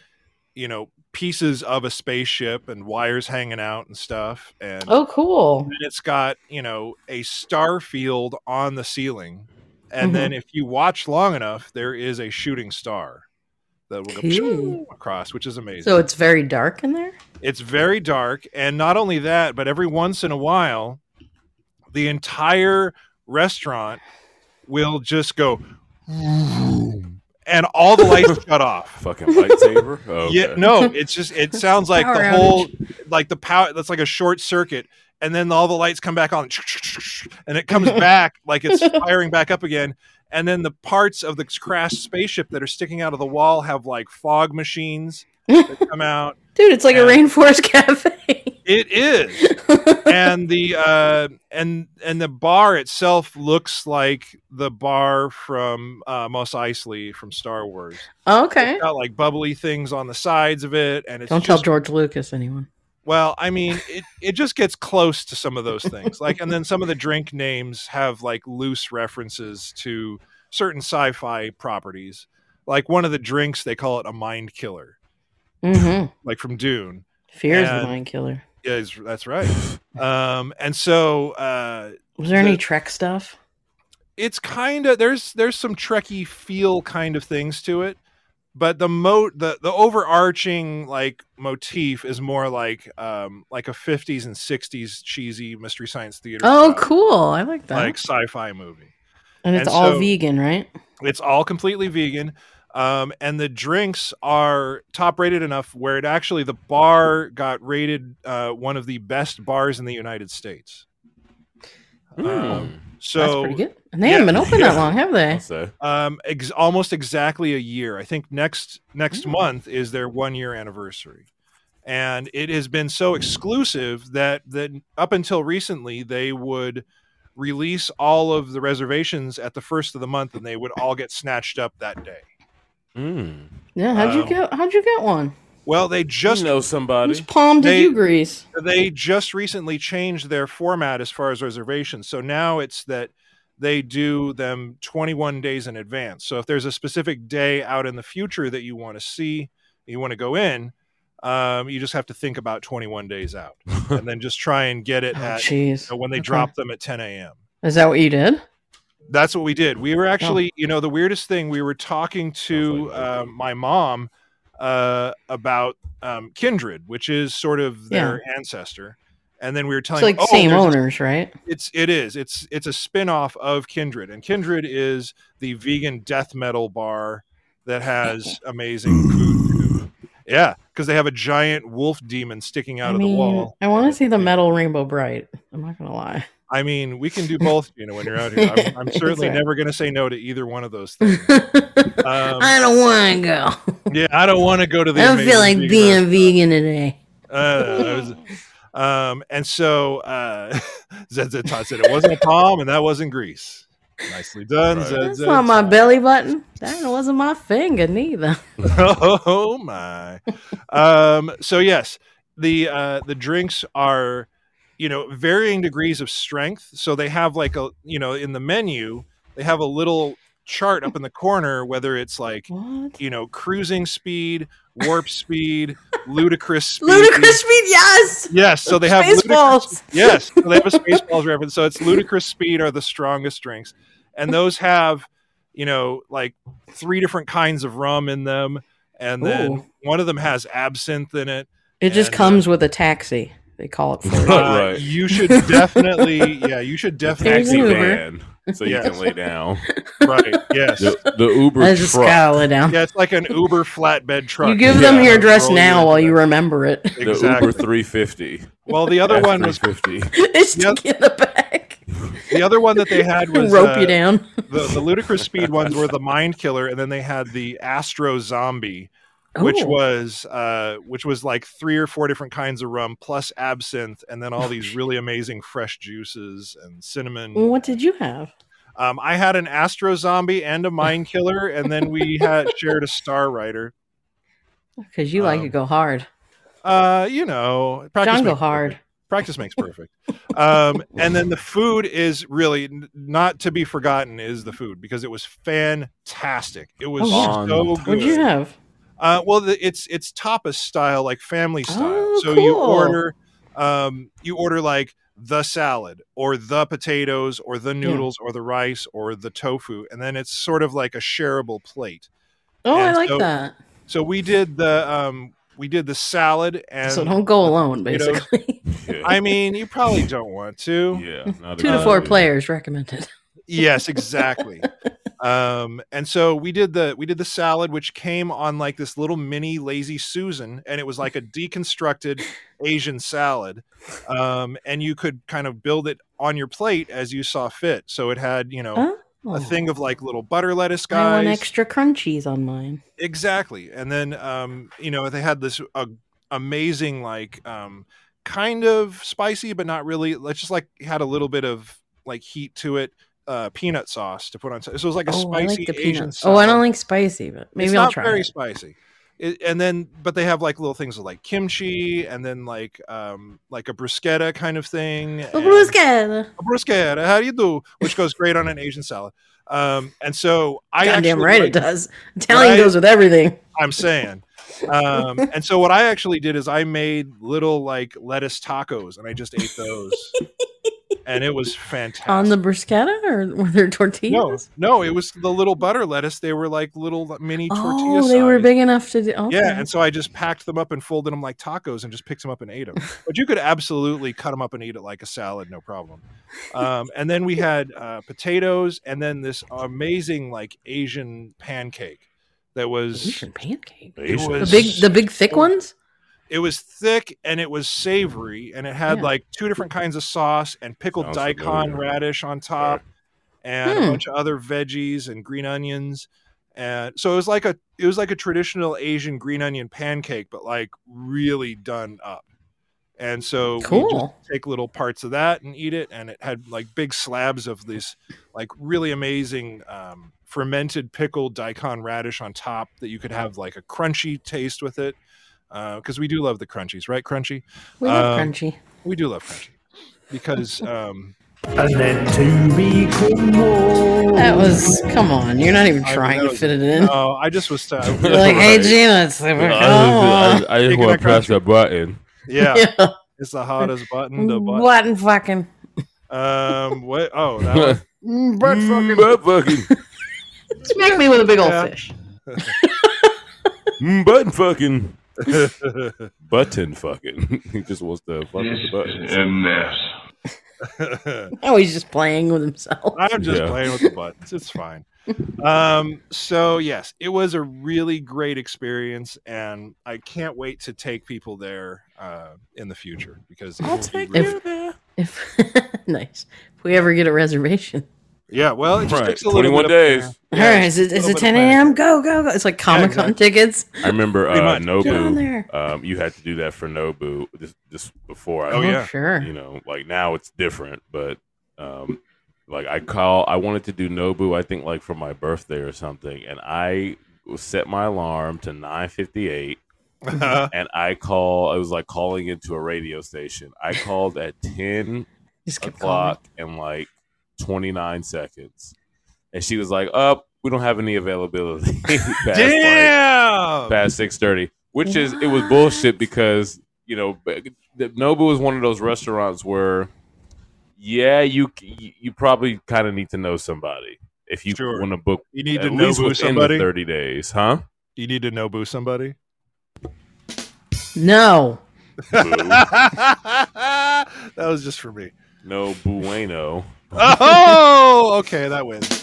[SPEAKER 1] you know pieces of a spaceship and wires hanging out and stuff and
[SPEAKER 2] Oh, cool.
[SPEAKER 1] and it's got you know a star field on the ceiling and then if you watch long enough there is a shooting star that will go
[SPEAKER 7] Cool.
[SPEAKER 1] shoo across which is amazing
[SPEAKER 2] So it's very dark in there.
[SPEAKER 1] it's very dark and not only that but every once in a while the entire restaurant will just go [LAUGHS] and all the lights shut off
[SPEAKER 4] [LAUGHS]
[SPEAKER 1] [LAUGHS]
[SPEAKER 4] Fucking lightsaber. Oh, okay.
[SPEAKER 1] yeah no it's just it sounds like
[SPEAKER 7] Power
[SPEAKER 1] the whole like the power that's like a short circuit and then all the lights come back on and it comes back like it's firing back up again and then the parts of the crashed spaceship that are sticking out of the wall have like fog machines that come out
[SPEAKER 2] Dude, it's like
[SPEAKER 1] Yeah.
[SPEAKER 2] a rainforest [LAUGHS] cafe.
[SPEAKER 1] it is, and the uh, and and the bar itself looks like the bar from uh, Mos Eisley from Star Wars.
[SPEAKER 2] okay.
[SPEAKER 1] It's got like bubbly things on the sides of it, and it's
[SPEAKER 2] Don't tell
[SPEAKER 1] just,
[SPEAKER 2] George Lucas, anyone.
[SPEAKER 1] Well, I mean, it, it just gets close to some of those things. Like, and then some of the drink names have like loose references to certain sci fi properties. Like, one of the drinks, they call it a mind killer,
[SPEAKER 2] Mm-hmm.
[SPEAKER 1] like from Dune.
[SPEAKER 2] Fear is
[SPEAKER 1] And-
[SPEAKER 2] the mind killer.
[SPEAKER 1] Yeah, it's- that's right. Um, and so uh,
[SPEAKER 2] Was there
[SPEAKER 1] The-
[SPEAKER 2] any Trek stuff?
[SPEAKER 1] it's kind of there's there's some trekkie feel kind of things to it but the mo the the overarching like motif is more like um like a 50s and 60s cheesy mystery science theater
[SPEAKER 7] Oh,
[SPEAKER 1] style,
[SPEAKER 7] cool. I like that.
[SPEAKER 1] like sci-fi movie
[SPEAKER 2] And it's
[SPEAKER 1] And
[SPEAKER 2] all
[SPEAKER 1] so-
[SPEAKER 2] vegan, right?
[SPEAKER 1] it's all completely vegan um and the drinks are top rated enough where it actually the bar got rated uh one of the best bars in the united states um, so
[SPEAKER 2] Hmm. That's pretty good. And they
[SPEAKER 1] yeah,
[SPEAKER 2] haven't been open that
[SPEAKER 1] yeah.
[SPEAKER 2] long, have they?
[SPEAKER 4] I'll say.
[SPEAKER 1] um ex- almost exactly a year i think next
[SPEAKER 2] Hmm.
[SPEAKER 1] next month is their one year anniversary and it has been so exclusive that that up until recently they would release all of the reservations at the first of the month and they would all get snatched up that day
[SPEAKER 7] Hmm.
[SPEAKER 4] Mm.
[SPEAKER 2] Yeah. How'd you
[SPEAKER 1] Um,
[SPEAKER 2] get? How'd you get one?
[SPEAKER 1] well they
[SPEAKER 4] Just
[SPEAKER 1] just
[SPEAKER 4] know
[SPEAKER 2] Whose
[SPEAKER 4] somebody.
[SPEAKER 2] palm did
[SPEAKER 1] they-
[SPEAKER 2] you grease?
[SPEAKER 1] they just recently changed their format as far as reservations. So now it's that they do them 21 days in advance. So if there's a specific day out in the future that you want to see, you want to go in, um, you just have to think about 21 days out and then just try and get it
[SPEAKER 2] Oh,
[SPEAKER 1] at you
[SPEAKER 2] jeez.
[SPEAKER 1] know, when they
[SPEAKER 2] Okay.
[SPEAKER 1] drop them at 10 a.m.
[SPEAKER 2] Is that what you did?
[SPEAKER 1] That's what we did. We
[SPEAKER 2] Oh.
[SPEAKER 1] were actually, you know, the weirdest thing, we were talking to
[SPEAKER 4] Sounds like a
[SPEAKER 1] uh,
[SPEAKER 4] good one.
[SPEAKER 1] my mom uh, about um, Kindred, which is sort of their ancestor. And then we were
[SPEAKER 2] It's
[SPEAKER 1] telling
[SPEAKER 2] like
[SPEAKER 1] "Oh,
[SPEAKER 2] same
[SPEAKER 1] there's a-
[SPEAKER 2] owners, right?
[SPEAKER 1] it's it is. It's it's a spin-off of Kindred. And Kindred is the vegan death metal bar that has amazing food. Yeah, because they have a giant wolf demon sticking out
[SPEAKER 2] I
[SPEAKER 1] of
[SPEAKER 2] mean,
[SPEAKER 1] the wall.
[SPEAKER 2] I want to see the metal Rainbow Bright. I'm not gonna lie. [LAUGHS]
[SPEAKER 1] I mean, we can do both, you know, when you're out here. I'm, I'm
[SPEAKER 2] It's
[SPEAKER 1] certainly
[SPEAKER 2] all right.
[SPEAKER 1] never going to say no to either one of those things. Um,
[SPEAKER 7] [LAUGHS] I don't want to go.
[SPEAKER 1] Yeah, I don't want to go to the.
[SPEAKER 7] I don't feel like being
[SPEAKER 1] amazing
[SPEAKER 7] vegan
[SPEAKER 1] vegan
[SPEAKER 7] today.
[SPEAKER 1] restaurant. Uh, I was- um, and so uh, [LAUGHS] ZZ Todd said it wasn't a palm, and that wasn't grease. Nicely done,
[SPEAKER 4] Right.
[SPEAKER 7] That's
[SPEAKER 1] ZZ.
[SPEAKER 7] not my
[SPEAKER 1] Todd.
[SPEAKER 7] belly button. That wasn't my finger
[SPEAKER 1] [LAUGHS]
[SPEAKER 7] neither.
[SPEAKER 1] oh my. um, so yes, the uh, the drinks are, you know, varying degrees of strength. So they have like a, you know, in the menu they have a little chart up in the corner whether it's like
[SPEAKER 2] What?
[SPEAKER 1] you know cruising speed warp speed ludicrous speed
[SPEAKER 7] Ludicrous speed, yes.
[SPEAKER 1] Yes, so they have ludicrous-
[SPEAKER 7] Spaceballs.
[SPEAKER 1] Yes, so they have a Spaceballs reference. So it's ludicrous speed are the strongest drinks, and those have, you know, like three different kinds of rum in them, and then
[SPEAKER 2] Ooh.
[SPEAKER 1] one of them has absinthe in it.
[SPEAKER 2] It just
[SPEAKER 1] And, uh,
[SPEAKER 2] comes with a taxi.
[SPEAKER 1] [LAUGHS]
[SPEAKER 2] They call it for
[SPEAKER 1] Uh,
[SPEAKER 2] you.
[SPEAKER 4] [LAUGHS] Right.
[SPEAKER 1] You should definitely, yeah, you should
[SPEAKER 2] There's
[SPEAKER 1] definitely,
[SPEAKER 4] Taxi
[SPEAKER 2] an Uber.
[SPEAKER 4] van, so you
[SPEAKER 1] Yes.
[SPEAKER 4] can
[SPEAKER 1] [LAUGHS]
[SPEAKER 4] lay down.
[SPEAKER 1] right? Yes,
[SPEAKER 4] The, the Uber
[SPEAKER 7] I just
[SPEAKER 4] truck.
[SPEAKER 7] scowl down.
[SPEAKER 1] yeah, it's like an Uber flatbed truck.
[SPEAKER 2] You give
[SPEAKER 1] Yeah,
[SPEAKER 2] them your
[SPEAKER 1] they'll
[SPEAKER 2] address
[SPEAKER 1] roll
[SPEAKER 2] now
[SPEAKER 1] into
[SPEAKER 2] while you
[SPEAKER 1] that.
[SPEAKER 2] remember it.
[SPEAKER 7] [LAUGHS]
[SPEAKER 4] The
[SPEAKER 1] Exactly.
[SPEAKER 4] Uber 350.
[SPEAKER 1] Well, the other one was [LAUGHS]
[SPEAKER 4] F350.
[SPEAKER 7] It's
[SPEAKER 1] Yep.
[SPEAKER 7] stick in the back.
[SPEAKER 1] the other one that they
[SPEAKER 2] [LAUGHS]
[SPEAKER 1] had was
[SPEAKER 7] Rope
[SPEAKER 1] uh,
[SPEAKER 7] you down.
[SPEAKER 1] the, the ludicrous speed ones were the mind killer and then they had the astro zombie which
[SPEAKER 2] Oh.
[SPEAKER 7] Ooh.
[SPEAKER 1] was uh which was like three or four different kinds of rum plus absinthe and then all these really amazing fresh juices and cinnamon
[SPEAKER 2] What did you have?
[SPEAKER 1] um i had an astro zombie and a mind killer and then we had shared a star rider
[SPEAKER 2] Because you like
[SPEAKER 1] Um,
[SPEAKER 2] to go hard.
[SPEAKER 1] uh you know practice
[SPEAKER 2] Jungle
[SPEAKER 1] makes
[SPEAKER 2] hard.
[SPEAKER 1] perfect. practice makes perfect um and
[SPEAKER 2] [LAUGHS]
[SPEAKER 1] then the food is really n- not to be forgotten is the food because it was fantastic it
[SPEAKER 2] Oh,
[SPEAKER 1] was
[SPEAKER 4] yeah.
[SPEAKER 1] so
[SPEAKER 4] Fantastic.
[SPEAKER 1] good
[SPEAKER 2] What'd you have?
[SPEAKER 1] Uh, well, the, it's it's tapas style, like family style.
[SPEAKER 2] Oh,
[SPEAKER 1] so you
[SPEAKER 2] cool.
[SPEAKER 1] order, um, you order like the salad or the potatoes or the noodles or the rice or the tofu, and then it's sort of like a shareable plate.
[SPEAKER 7] Oh, I
[SPEAKER 1] and
[SPEAKER 7] like
[SPEAKER 1] so-
[SPEAKER 7] that.
[SPEAKER 1] So we did the um, we did the salad, and
[SPEAKER 7] So don't go alone,
[SPEAKER 1] potatoes.
[SPEAKER 7] basically. [LAUGHS]
[SPEAKER 4] Yeah.
[SPEAKER 1] I mean, you probably don't want to.
[SPEAKER 4] yeah, not a
[SPEAKER 7] Two to
[SPEAKER 4] good
[SPEAKER 1] uh,
[SPEAKER 7] four
[SPEAKER 4] idea.
[SPEAKER 7] players recommended.
[SPEAKER 1] Yes, exactly. um, and so we did the we did the salad, which came on like this little mini lazy Susan, and it was like a deconstructed Asian salad. Um, and you could kind of build it on your plate as you saw fit. So it had, you know,
[SPEAKER 2] Oh,
[SPEAKER 1] a thing of like little butter lettuce
[SPEAKER 2] I want
[SPEAKER 1] guys.
[SPEAKER 2] extra crunchies on mine.
[SPEAKER 1] Exactly. And then um, you know, they had this uh, amazing like um kind of spicy but not really let's just like had a little bit of like heat to it uh peanut sauce to put on so it was like a
[SPEAKER 7] Oh, I like
[SPEAKER 1] spicy
[SPEAKER 7] the
[SPEAKER 1] Asian
[SPEAKER 7] peanuts.
[SPEAKER 1] salad.
[SPEAKER 7] Oh, I don't like spicy, but
[SPEAKER 1] it's
[SPEAKER 7] maybe
[SPEAKER 1] not
[SPEAKER 7] I'll try
[SPEAKER 1] very
[SPEAKER 7] it.
[SPEAKER 1] spicy it, and then but they have like little things with like kimchi and then like um like a bruschetta kind of thing. and-
[SPEAKER 7] Brusquera.
[SPEAKER 1] a bruschetta, how do you do? Which goes great on an Asian salad. Um, and so I
[SPEAKER 2] Goddamn
[SPEAKER 1] actually,
[SPEAKER 2] right it
[SPEAKER 1] like-
[SPEAKER 2] does. Italian
[SPEAKER 1] Right?
[SPEAKER 2] goes with everything.
[SPEAKER 1] I'm saying. Um, and so what I actually did is I made little like lettuce tacos and I just ate those. and it was fantastic.
[SPEAKER 7] On the bruschetta or were there
[SPEAKER 1] no,
[SPEAKER 7] tortillas?
[SPEAKER 1] no, it was the little butter lettuce. They were like little mini tortilla
[SPEAKER 7] oh, they were
[SPEAKER 1] size.
[SPEAKER 7] big enough to do. Okay.
[SPEAKER 1] Yeah, and so I just packed them up and folded them like tacos and just picked them up
[SPEAKER 7] [LAUGHS]
[SPEAKER 1] and ate them. But you could absolutely cut them up and eat it like a salad, no problem. Um, and then we had uh, potatoes and then this amazing like Asian pancake that was
[SPEAKER 7] Asian pancake.
[SPEAKER 1] it
[SPEAKER 7] The
[SPEAKER 1] was
[SPEAKER 7] big, the big
[SPEAKER 1] Oh,
[SPEAKER 7] thick ones.
[SPEAKER 1] it was thick and it was savory and it had
[SPEAKER 7] Yeah.
[SPEAKER 1] like two different kinds of sauce and pickled
[SPEAKER 4] Sounds
[SPEAKER 1] daikon
[SPEAKER 4] familiar.
[SPEAKER 1] radish on top and a
[SPEAKER 7] Hmm.
[SPEAKER 1] bunch of other veggies and green onions and so it was like a it was like a traditional asian green onion pancake but like really done up and so we just
[SPEAKER 7] Cool.
[SPEAKER 1] take little parts of that and eat it and it had like big slabs of this like really amazing um, fermented pickled daikon radish on top that you could have like a crunchy taste with it because we do love the crunchies right crunchy
[SPEAKER 7] We love
[SPEAKER 1] Um,
[SPEAKER 7] crunchy.
[SPEAKER 1] we do love crunchy because um,
[SPEAKER 3] And then to become more.
[SPEAKER 2] That was come on. You're not even
[SPEAKER 1] I
[SPEAKER 2] trying
[SPEAKER 1] know.
[SPEAKER 2] to fit it in.
[SPEAKER 7] [LAUGHS]
[SPEAKER 1] oh i just was t-
[SPEAKER 2] You're like,
[SPEAKER 1] [LAUGHS]
[SPEAKER 2] hey
[SPEAKER 6] Right.
[SPEAKER 2] Gina, it's like,
[SPEAKER 6] I,
[SPEAKER 2] come on.
[SPEAKER 6] just- I, I just
[SPEAKER 1] Speaking
[SPEAKER 6] want
[SPEAKER 1] of
[SPEAKER 6] to press the button.
[SPEAKER 1] yeah
[SPEAKER 2] Yeah.
[SPEAKER 1] it's the hottest button the button
[SPEAKER 7] What in fucking?
[SPEAKER 1] um what oh that
[SPEAKER 4] [LAUGHS]
[SPEAKER 1] was,
[SPEAKER 2] Bert
[SPEAKER 6] Mm,
[SPEAKER 2] fucking
[SPEAKER 6] Butt fucking.
[SPEAKER 2] smack me with a big old
[SPEAKER 1] Yeah.
[SPEAKER 2] fish.
[SPEAKER 6] Mm, Button fucking.
[SPEAKER 1] [LAUGHS]
[SPEAKER 4] Button fucking. [LAUGHS] he just wants to fuck with the buttons.
[SPEAKER 7] Oh, he's just playing with himself.
[SPEAKER 1] I'm just
[SPEAKER 4] Yeah.
[SPEAKER 1] playing with the buttons. It's fine. Um, so yes, it was a really great experience, and I can't wait to take people there uh, in the future because it will be really-
[SPEAKER 7] If, [LAUGHS] if [LAUGHS] nice. If we ever get a reservation.
[SPEAKER 1] yeah. Well, it just
[SPEAKER 4] Right,
[SPEAKER 1] takes a little
[SPEAKER 4] 21
[SPEAKER 1] bit
[SPEAKER 4] days.
[SPEAKER 1] Of,
[SPEAKER 7] All right, is it, is it
[SPEAKER 1] little bit of
[SPEAKER 7] 10
[SPEAKER 1] planning.
[SPEAKER 7] a.m.? Go, go, go. It's like Comic Con tickets.
[SPEAKER 4] I remember
[SPEAKER 1] Pretty
[SPEAKER 4] uh,
[SPEAKER 1] much.
[SPEAKER 7] Get on
[SPEAKER 4] Nobu.
[SPEAKER 7] there.
[SPEAKER 4] Um, you had to do that for Nobu just, just before I
[SPEAKER 1] Oh, yeah.
[SPEAKER 7] Sure.
[SPEAKER 4] you know like now it's different but um like i call i wanted to do nobu i think like for my birthday or something and i set my alarm to 958
[SPEAKER 1] [LAUGHS] yeah.
[SPEAKER 4] and i call i was like calling into a radio station i called
[SPEAKER 7] [LAUGHS]
[SPEAKER 4] at 10
[SPEAKER 7] Just keep calling.
[SPEAKER 4] o'clock in like 29 seconds and she was like up we don't have any availability [LAUGHS] past, like,
[SPEAKER 1] Damn.
[SPEAKER 4] past six thirty, which is it was bullshit because you know b- the- Nobu is one of those restaurants where, yeah, you c- you probably kind of need to know somebody if you
[SPEAKER 1] Sure.
[SPEAKER 4] want to book
[SPEAKER 1] you need
[SPEAKER 4] at
[SPEAKER 1] to
[SPEAKER 4] least
[SPEAKER 1] Nobu
[SPEAKER 4] within the
[SPEAKER 1] somebody.
[SPEAKER 4] thirty days, huh?
[SPEAKER 1] You need to Nobu somebody. [LAUGHS]
[SPEAKER 7] No.
[SPEAKER 4] Boo.
[SPEAKER 1] that was just for me.
[SPEAKER 4] no bueno.
[SPEAKER 1] Oh, okay, that
[SPEAKER 4] [LAUGHS]
[SPEAKER 1] wins.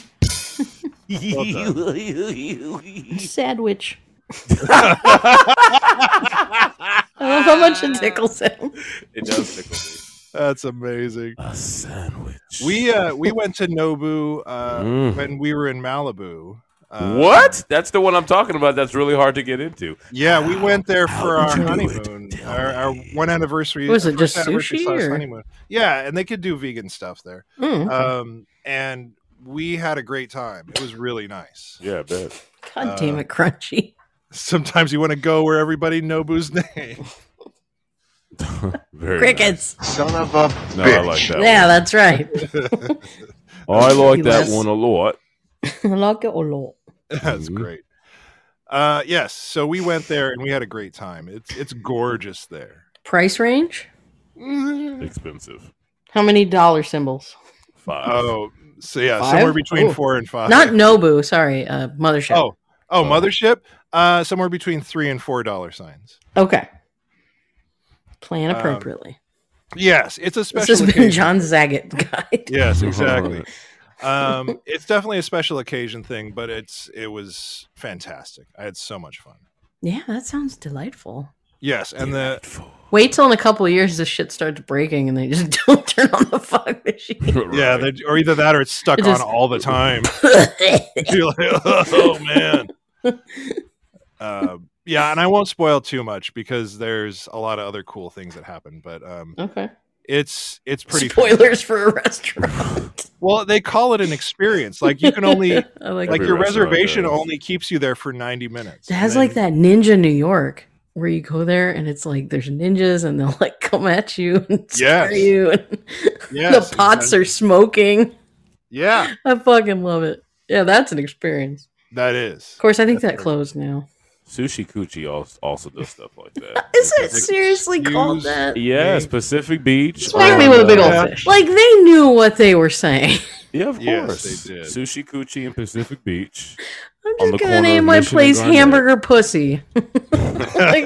[SPEAKER 1] [LAUGHS]
[SPEAKER 7] Sandwich. I love how much it tickles him.
[SPEAKER 4] It does tickle me.
[SPEAKER 1] That's amazing.
[SPEAKER 4] A sandwich.
[SPEAKER 1] We uh we went to Nobu uh
[SPEAKER 4] Mm.
[SPEAKER 1] when we were in Malibu. Uh,
[SPEAKER 4] what? That's the one I'm talking about. That's really hard to get into.
[SPEAKER 1] Yeah, we went there for our
[SPEAKER 4] How did you do it?
[SPEAKER 1] honeymoon,
[SPEAKER 4] Tell
[SPEAKER 1] our, our
[SPEAKER 4] me.
[SPEAKER 1] one anniversary.
[SPEAKER 7] Was
[SPEAKER 1] our
[SPEAKER 7] it just
[SPEAKER 1] first anniversary
[SPEAKER 7] sushi,
[SPEAKER 1] slash
[SPEAKER 7] or-
[SPEAKER 1] honeymoon. Yeah, and they could do vegan stuff there.
[SPEAKER 7] Mm.
[SPEAKER 1] Um, and we had a great time. It was really nice.
[SPEAKER 4] Yeah, I bet.
[SPEAKER 7] God damn it, crunchy.
[SPEAKER 1] Sometimes you want to go where everybody Nobu's [LAUGHS] name.
[SPEAKER 4] Very
[SPEAKER 7] Crickets.
[SPEAKER 8] Son of a
[SPEAKER 4] nice. No, I like that. one.
[SPEAKER 7] Yeah, that's
[SPEAKER 1] [LAUGHS]
[SPEAKER 7] right.
[SPEAKER 4] I like that
[SPEAKER 7] Yes.
[SPEAKER 4] one a lot.
[SPEAKER 7] Lock it or lock.
[SPEAKER 1] That's
[SPEAKER 4] Mhm.
[SPEAKER 1] great. Uh, yes, so we went there and we had a great time. It's it's gorgeous there.
[SPEAKER 7] Price range?
[SPEAKER 4] Expensive.
[SPEAKER 2] How many dollar symbols?
[SPEAKER 4] Five.
[SPEAKER 1] Oh, so yeah,
[SPEAKER 2] Five?
[SPEAKER 1] somewhere between
[SPEAKER 2] Ooh.
[SPEAKER 1] four and five.
[SPEAKER 7] Not Nobu, sorry, uh, Mothership.
[SPEAKER 1] Uh, Oh, oh,
[SPEAKER 4] Oh.
[SPEAKER 1] mothership. Uh, somewhere between three and four dollar signs.
[SPEAKER 2] Okay.
[SPEAKER 7] Plan
[SPEAKER 1] um,
[SPEAKER 7] appropriately.
[SPEAKER 1] Yes, it's a
[SPEAKER 7] this
[SPEAKER 1] special.
[SPEAKER 7] has been
[SPEAKER 1] occasion.
[SPEAKER 7] John Zagat guide.
[SPEAKER 1] [LAUGHS] Yes, exactly. um, it's definitely a special occasion thing, but it's it was fantastic. I had so much fun.
[SPEAKER 7] Yeah, that sounds delightful.
[SPEAKER 1] Yes, and the
[SPEAKER 7] Wait till in a couple of years this shit starts breaking and they just [LAUGHS] don't turn on the fog
[SPEAKER 1] [LAUGHS]
[SPEAKER 7] machine.
[SPEAKER 1] yeah,
[SPEAKER 4] [LAUGHS] Right.
[SPEAKER 1] they- or either that or it's stuck
[SPEAKER 7] It
[SPEAKER 1] on
[SPEAKER 7] just-
[SPEAKER 1] all the time. [LAUGHS] You're like, oh
[SPEAKER 7] [LAUGHS]
[SPEAKER 1] man. Um yeah, and I won't spoil too much because there's a lot of other cool things that happen. But um,
[SPEAKER 2] Okay.
[SPEAKER 1] It's it's
[SPEAKER 2] [LAUGHS]
[SPEAKER 1] pretty.
[SPEAKER 9] Spoilers for a restaurant.
[SPEAKER 1] Well, they call it an experience. Like you can only
[SPEAKER 2] I like,
[SPEAKER 1] like
[SPEAKER 4] Every
[SPEAKER 1] your
[SPEAKER 4] restaurant
[SPEAKER 1] reservation
[SPEAKER 4] does.
[SPEAKER 1] only keeps you there for ninety minutes.
[SPEAKER 2] it has
[SPEAKER 1] And
[SPEAKER 2] like that ninja New York where you go there and it's like there's ninjas and they'll like come at you [LAUGHS] and scare
[SPEAKER 1] Yes.
[SPEAKER 2] you and [LAUGHS]
[SPEAKER 1] Yes,
[SPEAKER 2] the pots
[SPEAKER 1] exactly.
[SPEAKER 2] are smoking.
[SPEAKER 1] Yeah,
[SPEAKER 2] I fucking love it. Yeah, that's an experience.
[SPEAKER 1] that is.
[SPEAKER 2] Of course, I think that closed now.
[SPEAKER 4] Sushi Coochie also, also does stuff
[SPEAKER 2] [LAUGHS]
[SPEAKER 4] like that.
[SPEAKER 2] Is it seriously called
[SPEAKER 1] Excuse
[SPEAKER 2] that?
[SPEAKER 4] Yes, Pacific Beach.
[SPEAKER 2] Smack me
[SPEAKER 4] on,
[SPEAKER 2] with a big
[SPEAKER 4] uh,
[SPEAKER 2] old
[SPEAKER 1] Yeah.
[SPEAKER 2] fish. Like they knew what they were saying. [LAUGHS]
[SPEAKER 4] Yeah, of
[SPEAKER 1] Yes,
[SPEAKER 4] course.
[SPEAKER 1] they did.
[SPEAKER 4] Sushi Coochie in Pacific Beach.
[SPEAKER 2] I'm just
[SPEAKER 4] On the
[SPEAKER 2] gonna
[SPEAKER 4] corner
[SPEAKER 2] name
[SPEAKER 4] of
[SPEAKER 2] my
[SPEAKER 4] Mission
[SPEAKER 2] place
[SPEAKER 4] and Garnet.
[SPEAKER 2] Hamburger Pussy. [LAUGHS]
[SPEAKER 4] [LAUGHS]
[SPEAKER 2] like, [LAUGHS] [LAUGHS]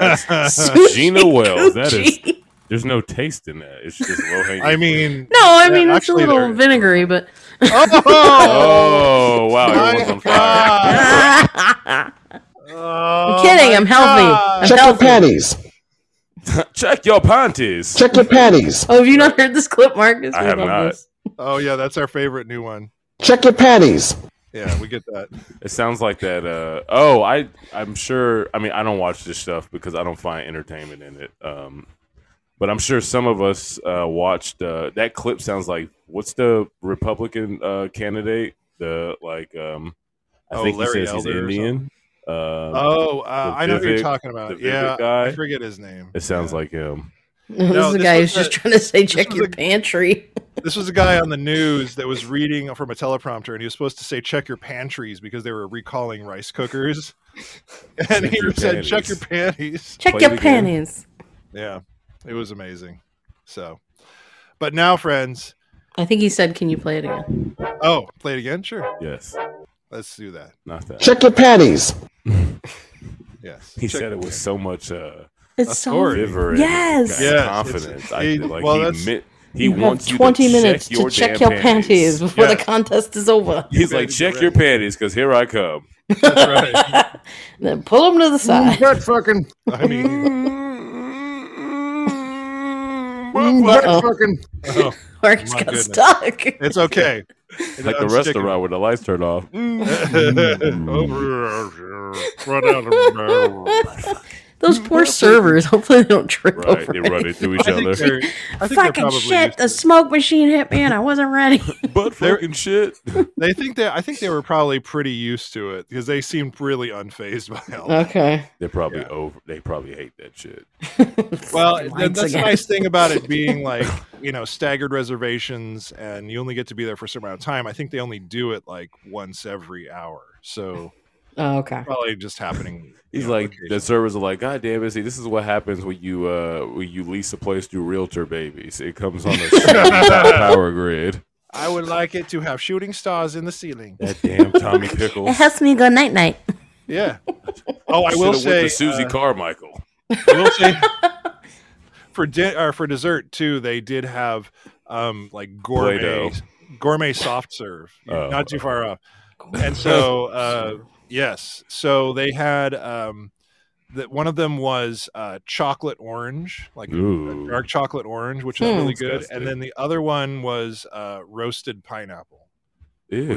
[SPEAKER 2] sushi
[SPEAKER 4] Gina Wells, that is-
[SPEAKER 2] Gucci.
[SPEAKER 4] There's no taste in that. It's just low hanging.
[SPEAKER 1] I mean,
[SPEAKER 2] No, I
[SPEAKER 1] Yeah,
[SPEAKER 2] mean it's a
[SPEAKER 1] actually,
[SPEAKER 2] little
[SPEAKER 1] there-
[SPEAKER 2] vinegary, but
[SPEAKER 1] [LAUGHS]
[SPEAKER 2] [LAUGHS]
[SPEAKER 1] oh,
[SPEAKER 4] Oh wow! Everyone's on fire.
[SPEAKER 1] God.
[SPEAKER 2] Ah.
[SPEAKER 1] Oh
[SPEAKER 2] I'm kidding. I'm healthy. I'm
[SPEAKER 10] Check your
[SPEAKER 2] healthy.
[SPEAKER 10] panties.
[SPEAKER 4] [LAUGHS] Check your panties.
[SPEAKER 10] Check your panties.
[SPEAKER 2] Oh, have you not heard this clip, Marcus?
[SPEAKER 4] I
[SPEAKER 2] We
[SPEAKER 4] have
[SPEAKER 2] love
[SPEAKER 4] not.
[SPEAKER 2] this.
[SPEAKER 1] oh yeah, that's our favorite new one.
[SPEAKER 10] Check your panties.
[SPEAKER 1] Yeah, we get
[SPEAKER 4] [LAUGHS]
[SPEAKER 1] that.
[SPEAKER 4] It sounds like that. Uh, oh, I I'm sure. I mean, I don't watch this stuff because I don't find entertainment in it. Um, but I'm sure some of us uh, watched uh, that clip. Sounds like what's the Republican uh, candidate? The like, um, I
[SPEAKER 1] Oh,
[SPEAKER 4] think
[SPEAKER 1] Larry
[SPEAKER 4] he says he's
[SPEAKER 1] Elder or
[SPEAKER 4] Indian. Uh,
[SPEAKER 1] Oh, uh, I know what you're
[SPEAKER 4] Vivek-
[SPEAKER 1] talking
[SPEAKER 4] the
[SPEAKER 1] about.
[SPEAKER 4] Vivek
[SPEAKER 1] Yeah,
[SPEAKER 4] guy.
[SPEAKER 1] I forget his name.
[SPEAKER 4] It sounds
[SPEAKER 1] Yeah.
[SPEAKER 4] like him.
[SPEAKER 1] No,
[SPEAKER 2] No, this is the
[SPEAKER 1] this
[SPEAKER 2] guy
[SPEAKER 1] was
[SPEAKER 2] who's just
[SPEAKER 1] a-
[SPEAKER 2] trying to say check
[SPEAKER 1] was
[SPEAKER 2] your
[SPEAKER 1] a-
[SPEAKER 2] pantry.
[SPEAKER 1] This was a guy on the news that was reading from a teleprompter, and he was supposed to say "check your pantries" because they were recalling rice cookers, [LAUGHS] and
[SPEAKER 4] Check
[SPEAKER 1] he
[SPEAKER 4] your
[SPEAKER 1] said "check
[SPEAKER 4] panties."
[SPEAKER 1] your panties."
[SPEAKER 2] Check
[SPEAKER 4] Play
[SPEAKER 2] your
[SPEAKER 4] the game.
[SPEAKER 2] panties.
[SPEAKER 1] Yeah, it was amazing. So, but now, friends,
[SPEAKER 2] I think he said, "Can you play it again?"
[SPEAKER 1] oh, play it again. Sure,
[SPEAKER 4] Yes,
[SPEAKER 1] let's do that.
[SPEAKER 4] not that.
[SPEAKER 10] Check your panties.
[SPEAKER 1] Yes,
[SPEAKER 4] He
[SPEAKER 1] Check
[SPEAKER 4] said it
[SPEAKER 1] your
[SPEAKER 4] with so much uh,
[SPEAKER 2] It's so.
[SPEAKER 1] Authority.
[SPEAKER 4] vigor and
[SPEAKER 2] Yes.
[SPEAKER 4] kind of
[SPEAKER 1] Yes,
[SPEAKER 4] confidence.
[SPEAKER 1] it's-
[SPEAKER 4] I
[SPEAKER 1] he-
[SPEAKER 4] feel like
[SPEAKER 1] well,
[SPEAKER 4] he,
[SPEAKER 1] that's-
[SPEAKER 4] admit- he
[SPEAKER 2] you
[SPEAKER 4] wants
[SPEAKER 2] have
[SPEAKER 4] you
[SPEAKER 2] 20 minutes
[SPEAKER 4] check your
[SPEAKER 2] to check
[SPEAKER 4] damn
[SPEAKER 2] your panties, before
[SPEAKER 1] Yeah.
[SPEAKER 2] the contest is over.
[SPEAKER 4] He's
[SPEAKER 1] Ready
[SPEAKER 4] like,
[SPEAKER 1] to
[SPEAKER 4] check
[SPEAKER 1] get
[SPEAKER 4] your
[SPEAKER 1] ready."
[SPEAKER 4] panties because here I come.
[SPEAKER 1] That's right.
[SPEAKER 2] then pull him to the side.
[SPEAKER 10] That fucking.
[SPEAKER 1] I [LAUGHS] mean,
[SPEAKER 2] Uh-oh. [LAUGHS]
[SPEAKER 10] fucking.
[SPEAKER 2] Marcus
[SPEAKER 1] My
[SPEAKER 2] Oh. got
[SPEAKER 1] goodness.
[SPEAKER 2] stuck.
[SPEAKER 1] it's okay.
[SPEAKER 4] like the
[SPEAKER 1] I'm sticking-
[SPEAKER 4] restaurant where the lights turned [LAUGHS] off. Mm.
[SPEAKER 1] [LAUGHS]
[SPEAKER 2] Those poor servers. Hopefully they don't trip
[SPEAKER 4] Right,
[SPEAKER 2] over.
[SPEAKER 4] they
[SPEAKER 2] it.
[SPEAKER 4] run into each
[SPEAKER 1] I think
[SPEAKER 4] other.
[SPEAKER 1] they're, I think they're
[SPEAKER 2] Fucking
[SPEAKER 1] probably
[SPEAKER 2] shit!
[SPEAKER 1] used
[SPEAKER 2] The
[SPEAKER 1] to it.
[SPEAKER 2] smoke machine hit me, and I wasn't ready.
[SPEAKER 4] Butt fucking shit. [LAUGHS]
[SPEAKER 1] They think that I think they were probably pretty used to it because they seemed really unfazed by all.
[SPEAKER 2] okay.
[SPEAKER 4] They're probably over. They probably hate that shit.
[SPEAKER 1] Well, th-
[SPEAKER 2] Once
[SPEAKER 1] that's the
[SPEAKER 2] again.
[SPEAKER 1] nice thing about it
[SPEAKER 4] [LAUGHS]
[SPEAKER 1] being like you know staggered reservations, and you only get to be there for a certain amount of time. I think they only do it like once every hour,
[SPEAKER 4] [LAUGHS]
[SPEAKER 1] so
[SPEAKER 2] Oh, okay.
[SPEAKER 1] probably just happening.
[SPEAKER 4] He's
[SPEAKER 1] you know,
[SPEAKER 4] like, the
[SPEAKER 1] occasionally.
[SPEAKER 4] servers are like, God damn it! See, this is what happens when you uh when you lease a place through realtor babies. It comes on [LAUGHS] the power grid.
[SPEAKER 1] I would like it to have shooting stars in the ceiling.
[SPEAKER 4] That damn Tommy Pickles.
[SPEAKER 2] It helps me go night night.
[SPEAKER 4] [LAUGHS]
[SPEAKER 1] Yeah. Oh, I will
[SPEAKER 4] Should've went
[SPEAKER 1] say,
[SPEAKER 4] to Susie
[SPEAKER 1] uh,
[SPEAKER 4] Carmichael.
[SPEAKER 1] I will
[SPEAKER 2] [LAUGHS]
[SPEAKER 1] say for di- or for dessert too, they did have um like gourmet
[SPEAKER 4] Play-Doh.
[SPEAKER 1] gourmet soft serve,
[SPEAKER 4] Oh.
[SPEAKER 1] not too far off. And so, uh, yes, so they had um, that one of them was uh, chocolate orange, like a
[SPEAKER 4] Ooh.
[SPEAKER 1] dark chocolate orange, which was
[SPEAKER 2] Hmm.
[SPEAKER 1] really good.
[SPEAKER 4] Disgusting.
[SPEAKER 1] And then the other one was uh, roasted pineapple.
[SPEAKER 4] Ew.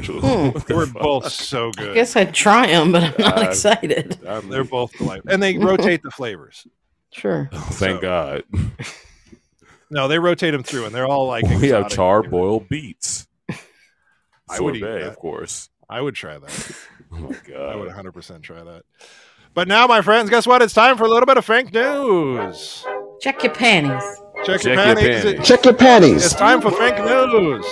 [SPEAKER 2] [LAUGHS] Hmm.
[SPEAKER 4] What
[SPEAKER 1] They
[SPEAKER 4] the
[SPEAKER 1] were
[SPEAKER 4] fuck?
[SPEAKER 1] both so good.
[SPEAKER 2] I guess I'd try them, but I'm not
[SPEAKER 4] Uh,
[SPEAKER 2] excited.
[SPEAKER 4] I'm-
[SPEAKER 1] They're both delightful, and they rotate the flavors.
[SPEAKER 2] Sure.
[SPEAKER 1] so-
[SPEAKER 4] Thank God.
[SPEAKER 1] No, they rotate them through, and they're all like
[SPEAKER 4] [LAUGHS] we have
[SPEAKER 1] exotic flavors.
[SPEAKER 4] charboiled [LAUGHS] beets.
[SPEAKER 1] I would eat
[SPEAKER 4] Sorbet,
[SPEAKER 1] that.
[SPEAKER 4] of course.
[SPEAKER 1] I would try that.
[SPEAKER 4] Oh my
[SPEAKER 1] I would
[SPEAKER 4] god.
[SPEAKER 1] 100% try that. But now, my friends, guess what? It's time for a little bit of Frank News.
[SPEAKER 2] Check your panties.
[SPEAKER 1] Check,
[SPEAKER 4] Check your
[SPEAKER 1] your panties.
[SPEAKER 4] panties.
[SPEAKER 10] Check your
[SPEAKER 1] It's
[SPEAKER 10] panties.
[SPEAKER 1] time for Frank News.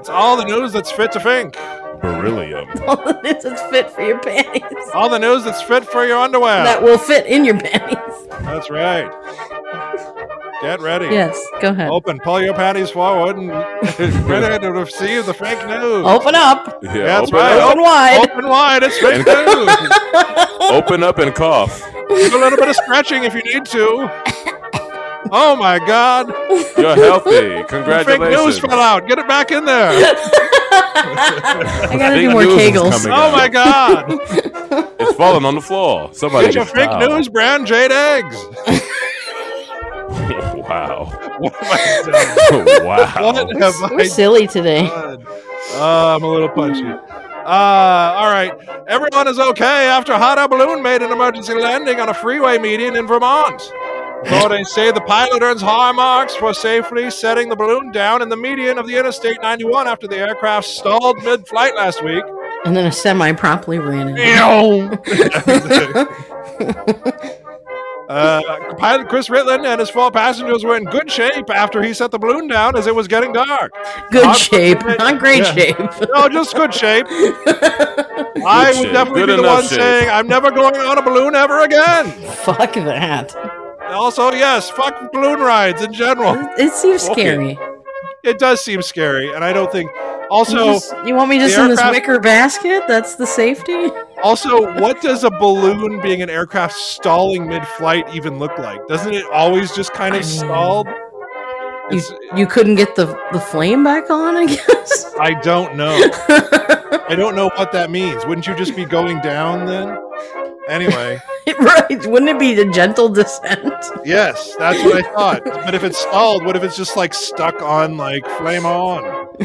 [SPEAKER 1] It's all the news that's fit to Frank.
[SPEAKER 4] Beryllium.
[SPEAKER 2] [LAUGHS] All of this is fit for your panties.
[SPEAKER 1] All the news that's fit for your underwear.
[SPEAKER 2] That will fit in your panties.
[SPEAKER 1] That's right. Get ready.
[SPEAKER 2] Yes. Go ahead.
[SPEAKER 1] Open, pull your panties forward, and [LAUGHS] ready to receive the Frank News.
[SPEAKER 2] Open up.
[SPEAKER 4] Yeah,
[SPEAKER 1] That's
[SPEAKER 4] open
[SPEAKER 1] right.
[SPEAKER 4] up.
[SPEAKER 2] Open wide.
[SPEAKER 1] Open wide, it's
[SPEAKER 4] [LAUGHS]
[SPEAKER 1] Frank News.
[SPEAKER 4] Open up and cough.
[SPEAKER 1] Do a little bit of stretching if you need to. Oh my God! [LAUGHS]
[SPEAKER 4] You're healthy.
[SPEAKER 1] Fake news
[SPEAKER 4] Congratulations.
[SPEAKER 1] fell out. Get it back in
[SPEAKER 2] [LAUGHS]
[SPEAKER 1] there.
[SPEAKER 2] I gotta
[SPEAKER 4] Big
[SPEAKER 2] do more
[SPEAKER 4] news is
[SPEAKER 2] kegels.
[SPEAKER 4] coming
[SPEAKER 1] Oh
[SPEAKER 4] out.
[SPEAKER 1] my God!
[SPEAKER 2] [LAUGHS]
[SPEAKER 4] It's falling on the floor. Somebody
[SPEAKER 1] Get your
[SPEAKER 4] just
[SPEAKER 1] fake
[SPEAKER 4] dialed.
[SPEAKER 1] news brand jade eggs.
[SPEAKER 4] wow.
[SPEAKER 1] [LAUGHS] What have I done?
[SPEAKER 4] [LAUGHS] wow.
[SPEAKER 1] What have
[SPEAKER 2] We're
[SPEAKER 1] I
[SPEAKER 2] silly today.
[SPEAKER 1] done? Uh, I'm a little punchy. Uh, all right. Everyone is okay after hot air balloon made an emergency landing on a freeway median in Vermont. So they say the pilot earns high marks for safely setting the balloon down in the median of the Interstate 91 after the aircraft stalled mid flight last week.
[SPEAKER 2] And then a semi promptly ran in.
[SPEAKER 1] [LAUGHS] Uh, pilot Chris Ritland and his four passengers were in good shape after he set the balloon down as it was getting dark.
[SPEAKER 2] Good
[SPEAKER 1] Not-
[SPEAKER 2] shape, not great
[SPEAKER 1] Yeah.
[SPEAKER 2] shape. [LAUGHS]
[SPEAKER 1] No, just good shape. I would
[SPEAKER 4] shape.
[SPEAKER 1] definitely
[SPEAKER 4] Good
[SPEAKER 1] be the
[SPEAKER 4] enough
[SPEAKER 1] one
[SPEAKER 4] shape.
[SPEAKER 1] saying, I'm never going on a balloon ever again.
[SPEAKER 2] Fuck that.
[SPEAKER 1] Also, yes, fuck balloon rides in general.
[SPEAKER 11] It seems
[SPEAKER 1] Okay.
[SPEAKER 11] scary.
[SPEAKER 1] It does seem scary, and I don't think.
[SPEAKER 2] You
[SPEAKER 1] Also,
[SPEAKER 2] just- you want me just
[SPEAKER 1] the
[SPEAKER 2] in this
[SPEAKER 1] aircraft-
[SPEAKER 2] wicker basket? That's the safety?
[SPEAKER 1] Also, what does a balloon being an aircraft stalling mid-flight even look like? Doesn't it always just kind
[SPEAKER 2] I
[SPEAKER 1] of
[SPEAKER 2] mean,
[SPEAKER 1] stalled?
[SPEAKER 2] You,
[SPEAKER 1] It's-
[SPEAKER 2] you couldn't get the, the flame back on, I [LAUGHS] guess?
[SPEAKER 1] I don't know. I don't know what that means. Wouldn't you just be going down then? Anyway,
[SPEAKER 2] [LAUGHS]
[SPEAKER 11] right. Wouldn't it be the gentle descent?
[SPEAKER 1] yes, that's what I thought. But if it's stalled, what if it's just like stuck on like flame on?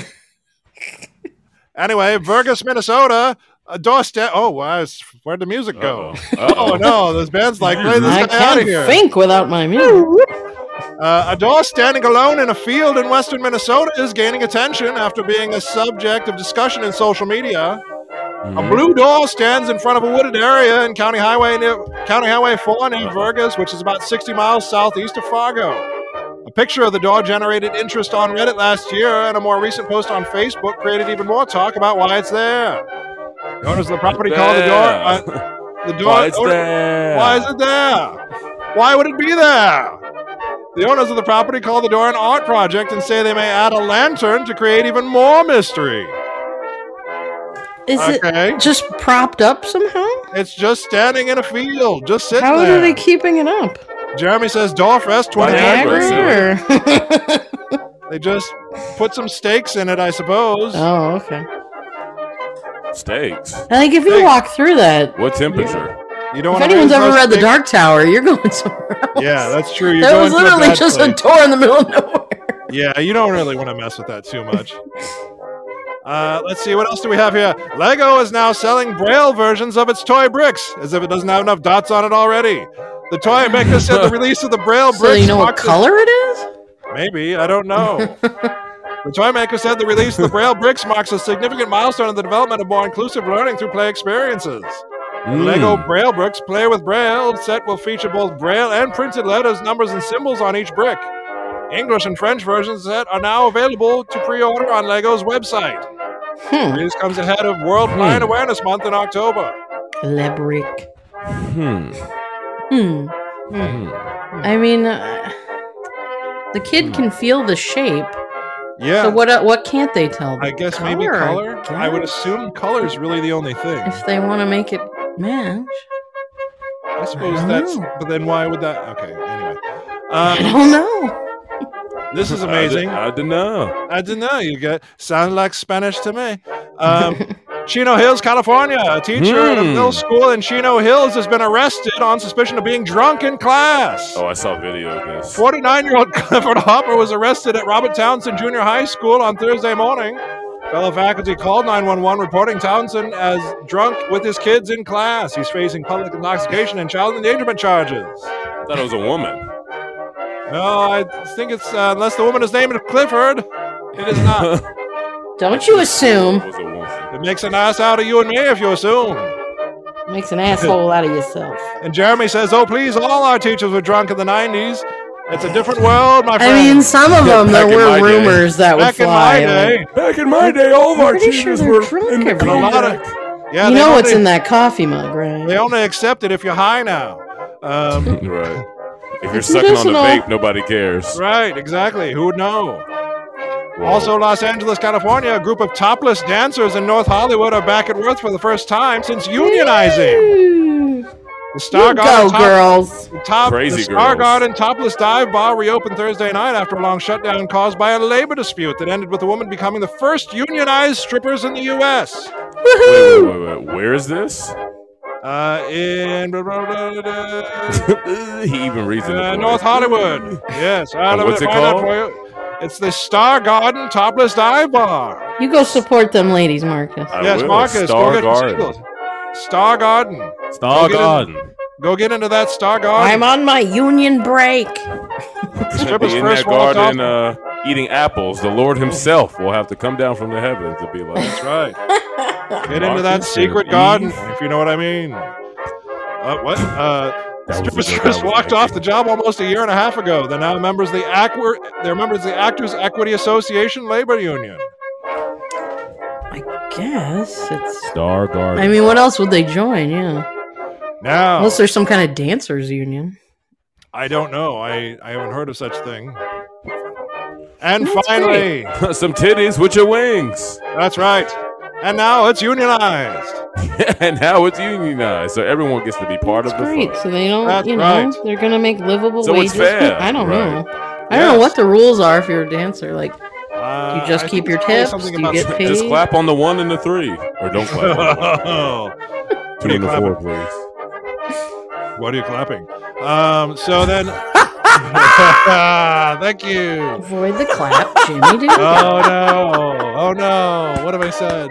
[SPEAKER 1] Anyway, Burgess, Minnesota, a doorstep. Oh, wow, it's- where'd the music go? Oh
[SPEAKER 4] Uh-oh.
[SPEAKER 1] no, this band's like play
[SPEAKER 2] I
[SPEAKER 1] this guy out of here.
[SPEAKER 2] can't think without my music.
[SPEAKER 1] Uh, a dog standing alone in a field in western Minnesota is gaining attention after being a subject of discussion in social media.
[SPEAKER 4] Hmm.
[SPEAKER 1] A blue door stands in front of a wooded area in County Highway near, County Highway 4 near Vergas, which is about 60 miles southeast of Fargo. A picture of the door generated interest on Reddit last year, and a more recent post on Facebook created even more talk about why it's there. The owners of the property called the door.
[SPEAKER 4] There. [LAUGHS]
[SPEAKER 1] Uh, the door.
[SPEAKER 4] Why it's
[SPEAKER 1] owner-
[SPEAKER 4] there?
[SPEAKER 1] why is it there? Why would it be there? The owners of the property call the door an art project and say they may add a lantern to create even more mystery.
[SPEAKER 2] Is it
[SPEAKER 1] Okay,
[SPEAKER 2] just propped up somehow?
[SPEAKER 1] it's just standing in a field, just sitting
[SPEAKER 2] How
[SPEAKER 1] there.
[SPEAKER 2] are they keeping it up?
[SPEAKER 1] Jeremy says Dorfest
[SPEAKER 4] Why
[SPEAKER 1] 20.
[SPEAKER 4] not?
[SPEAKER 2] Niagara? or-
[SPEAKER 1] They just put some stakes in it, I suppose.
[SPEAKER 2] [LAUGHS] oh, okay.
[SPEAKER 4] Steaks.
[SPEAKER 2] I think if you
[SPEAKER 1] Thanks.
[SPEAKER 2] walk through that,
[SPEAKER 4] What temperature?
[SPEAKER 1] you don't
[SPEAKER 2] if
[SPEAKER 1] wanna raise
[SPEAKER 2] anyone's ever
[SPEAKER 1] those
[SPEAKER 2] read The
[SPEAKER 1] stakes-
[SPEAKER 2] Dark Tower, you're going [LAUGHS] somewhere else.
[SPEAKER 1] Yeah, that's true. You're
[SPEAKER 2] that
[SPEAKER 1] going
[SPEAKER 2] was
[SPEAKER 1] to a
[SPEAKER 2] literally
[SPEAKER 1] bad
[SPEAKER 2] just
[SPEAKER 1] place.
[SPEAKER 2] a door in the middle of nowhere.
[SPEAKER 1] Yeah, you don't really want to mess with that too much. Uh, let's see, what else do we have here? Lego is now selling Braille versions of its toy bricks, as if it doesn't have enough dots on it already. The toy maker said
[SPEAKER 2] [LAUGHS]
[SPEAKER 1] the release of the Braille
[SPEAKER 2] [LAUGHS] So
[SPEAKER 1] bricks.
[SPEAKER 2] you know what
[SPEAKER 1] marked the-
[SPEAKER 2] color it is?
[SPEAKER 1] Maybe I don't know. the toy maker said the release of the Braille bricks marks a significant milestone in the development of more inclusive learning through play experiences. The Lego Braille bricks play with Braille set will feature both Braille and printed letters, numbers, and symbols on each brick. English and French versions of the set are now available to pre-order on Lego's website.
[SPEAKER 2] Hmm.
[SPEAKER 1] This comes ahead of World Blind Awareness Month in October.
[SPEAKER 2] Lebrick.
[SPEAKER 4] Hmm.
[SPEAKER 11] Hmm.
[SPEAKER 4] Hmm.
[SPEAKER 2] I mean, uh, the
[SPEAKER 1] Hmm.
[SPEAKER 2] kid can feel the shape.
[SPEAKER 1] Yeah.
[SPEAKER 2] So what? Uh, what can't they tell?
[SPEAKER 1] I
[SPEAKER 2] them?
[SPEAKER 1] guess maybe
[SPEAKER 2] Color, I
[SPEAKER 1] color. I would
[SPEAKER 2] guess.
[SPEAKER 1] assume color is really the only thing.
[SPEAKER 2] If they want to make it match,
[SPEAKER 1] I suppose
[SPEAKER 2] don't
[SPEAKER 1] that's.
[SPEAKER 2] know.
[SPEAKER 1] But then why would that? Okay. Anyway.
[SPEAKER 2] I [LAUGHS]
[SPEAKER 1] Um,
[SPEAKER 2] don't know.
[SPEAKER 1] this is amazing.
[SPEAKER 4] I, don't know.
[SPEAKER 1] I don't know. You get sound like Spanish to me. Um, Chino Hills, California. A teacher at a
[SPEAKER 4] Hmm.
[SPEAKER 1] middle school in Chino Hills has been arrested on suspicion of being drunk in class.
[SPEAKER 4] Oh, I saw a video of this.
[SPEAKER 1] 49 year old [LAUGHS] Clifford Hopper was arrested at Robert Townsend Junior High School on Thursday morning. Fellow faculty called 911 reporting Townsend as drunk with his kids in class. He's facing public intoxication and child endangerment charges.
[SPEAKER 4] I thought it was a woman.
[SPEAKER 1] No, I think it's, uh, unless the woman is named Clifford, it is not.
[SPEAKER 2] Don't you
[SPEAKER 4] It
[SPEAKER 2] assume?
[SPEAKER 4] was a woman.
[SPEAKER 1] It makes an ass out of you and me if you assume.
[SPEAKER 11] Makes
[SPEAKER 1] [LAUGHS]
[SPEAKER 11] an asshole out of yourself.
[SPEAKER 1] And Jeremy says, oh, please, all our teachers were drunk in the 90s. It's a different world, my
[SPEAKER 2] I
[SPEAKER 1] friend.
[SPEAKER 2] mean, some of them there
[SPEAKER 4] back in my
[SPEAKER 2] were
[SPEAKER 4] day.
[SPEAKER 2] rumors that would
[SPEAKER 1] Back in my
[SPEAKER 2] fly. like-
[SPEAKER 1] day.
[SPEAKER 4] Back in my day, all of our
[SPEAKER 2] pretty sure
[SPEAKER 4] teachers
[SPEAKER 2] they're
[SPEAKER 4] were
[SPEAKER 2] drunk
[SPEAKER 4] in the
[SPEAKER 2] every
[SPEAKER 1] A lot
[SPEAKER 4] closet.
[SPEAKER 1] of, yeah,
[SPEAKER 2] you
[SPEAKER 1] they
[SPEAKER 2] know what's
[SPEAKER 1] only-
[SPEAKER 2] in that coffee mug, right?
[SPEAKER 1] They only accept it if you're high now.
[SPEAKER 2] [LAUGHS]
[SPEAKER 1] [LAUGHS] Um,
[SPEAKER 4] Right. If you're
[SPEAKER 2] It's
[SPEAKER 4] sucking on the
[SPEAKER 2] medicinal.
[SPEAKER 4] vape, nobody cares.
[SPEAKER 1] right, exactly. Who would know?
[SPEAKER 4] Whoa.
[SPEAKER 1] Also, Los Angeles, California, a group of topless dancers in North Hollywood are back at work for the first time since unionizing. The Star
[SPEAKER 2] You go,
[SPEAKER 1] Garden top,
[SPEAKER 2] girls.
[SPEAKER 1] top
[SPEAKER 4] Crazy
[SPEAKER 1] the Star
[SPEAKER 4] girls.
[SPEAKER 1] Garden topless dive bar reopened Thursday night after a long shutdown caused by a labor dispute that ended with the woman becoming the first unionized strippers in the U.S.
[SPEAKER 4] wait, wait, wait, wait. Where is this? [LAUGHS]
[SPEAKER 1] Uh, in [LAUGHS] blah, blah, blah, blah, blah.
[SPEAKER 4] he even reads it.
[SPEAKER 1] Uh, North Hollywood. Yes. I
[SPEAKER 4] Uh, what's it called?
[SPEAKER 1] It's the Star Garden Topless Dive Bar.
[SPEAKER 2] You go support them, ladies, Marcus.
[SPEAKER 4] I
[SPEAKER 1] yes,
[SPEAKER 4] will.
[SPEAKER 1] Marcus.
[SPEAKER 4] Star
[SPEAKER 1] go get
[SPEAKER 4] Garden.
[SPEAKER 1] your singles. Star Garden.
[SPEAKER 4] Star
[SPEAKER 1] Go get in-
[SPEAKER 4] Garden.
[SPEAKER 1] Go get into that star garden.
[SPEAKER 2] I'm on my union break.
[SPEAKER 1] Stripper's
[SPEAKER 4] in
[SPEAKER 1] first
[SPEAKER 4] that
[SPEAKER 1] wall
[SPEAKER 4] garden uh, eating apples, the Lord Himself will have to come down from the heavens to be like,
[SPEAKER 1] That's right. Get into
[SPEAKER 4] Marcus
[SPEAKER 1] that
[SPEAKER 4] and
[SPEAKER 1] secret
[SPEAKER 4] Eve.
[SPEAKER 1] garden, if you know what I mean. Uh, what? Uh,
[SPEAKER 4] That was a
[SPEAKER 1] strippers
[SPEAKER 4] joke I
[SPEAKER 1] first
[SPEAKER 4] was
[SPEAKER 1] walked
[SPEAKER 4] making.
[SPEAKER 1] off the job almost a year and a half ago. They're now members of the Acwer- They're members of the Actors Equity Association labor union.
[SPEAKER 2] Guess it's.
[SPEAKER 4] "Star Garden."
[SPEAKER 12] I mean, what else would they join? Yeah.
[SPEAKER 1] Now,
[SPEAKER 12] Unless there's some kind of dancers union.
[SPEAKER 1] I don't know. I, I haven't heard of such thing. And
[SPEAKER 12] That's
[SPEAKER 1] finally,
[SPEAKER 4] [LAUGHS] Some titties with your wings, [LAUGHS]
[SPEAKER 1] that's right. And now it's unionized.
[SPEAKER 4] and now it's unionized, so everyone gets to be part
[SPEAKER 12] That's
[SPEAKER 4] of the
[SPEAKER 12] great.
[SPEAKER 4] fun.
[SPEAKER 12] So they don't,
[SPEAKER 1] That's
[SPEAKER 12] you know,
[SPEAKER 1] right.
[SPEAKER 12] they're going to make livable
[SPEAKER 4] So
[SPEAKER 12] wages.
[SPEAKER 4] it's fair,
[SPEAKER 12] I don't
[SPEAKER 4] right.
[SPEAKER 12] know. I don't know
[SPEAKER 1] Yes.
[SPEAKER 12] what the rules are if you're a dancer. Like,
[SPEAKER 1] Uh,
[SPEAKER 12] you just
[SPEAKER 1] I
[SPEAKER 12] keep
[SPEAKER 1] think
[SPEAKER 12] your
[SPEAKER 1] it's probably
[SPEAKER 12] tips?
[SPEAKER 1] something
[SPEAKER 12] Do you
[SPEAKER 1] about- [LAUGHS]
[SPEAKER 12] get paid?
[SPEAKER 4] Just clap on the one and the three, or don't clap. on
[SPEAKER 1] Oh,
[SPEAKER 4] the two and the four, please.
[SPEAKER 1] What are you clapping? Um,
[SPEAKER 12] [LAUGHS]
[SPEAKER 1] so then, [LAUGHS] thank you.
[SPEAKER 12] Avoid the
[SPEAKER 4] [LAUGHS]
[SPEAKER 12] clap, Jimmy. Dude.
[SPEAKER 2] Uh,
[SPEAKER 1] Oh no! Oh no! What have I said?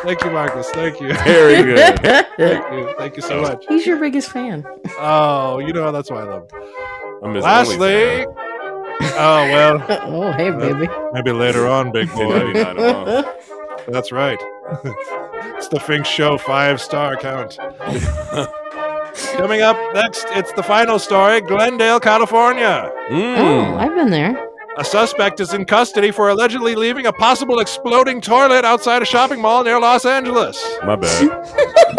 [SPEAKER 1] Thank you, Marcus. Thank you.
[SPEAKER 12] [LAUGHS]
[SPEAKER 4] Very good.
[SPEAKER 1] Thank you. Thank you so much.
[SPEAKER 12] He's your biggest fan.
[SPEAKER 1] Oh, you know that's why I love. him.
[SPEAKER 4] I'm his
[SPEAKER 1] Lastly,
[SPEAKER 4] only fan.
[SPEAKER 1] oh well,
[SPEAKER 12] Oh, hey, baby.
[SPEAKER 1] maybe later on, big boy.
[SPEAKER 4] $2.99 a month.
[SPEAKER 1] [LAUGHS] That's right. it's the Fink Show five star count. Coming up next, it's the final story Glendale, California.
[SPEAKER 12] Oh,
[SPEAKER 4] Mm.
[SPEAKER 12] I've been there.
[SPEAKER 1] A suspect is in custody for allegedly leaving a possible exploding toilet outside a shopping mall near Los Angeles.
[SPEAKER 4] My bad.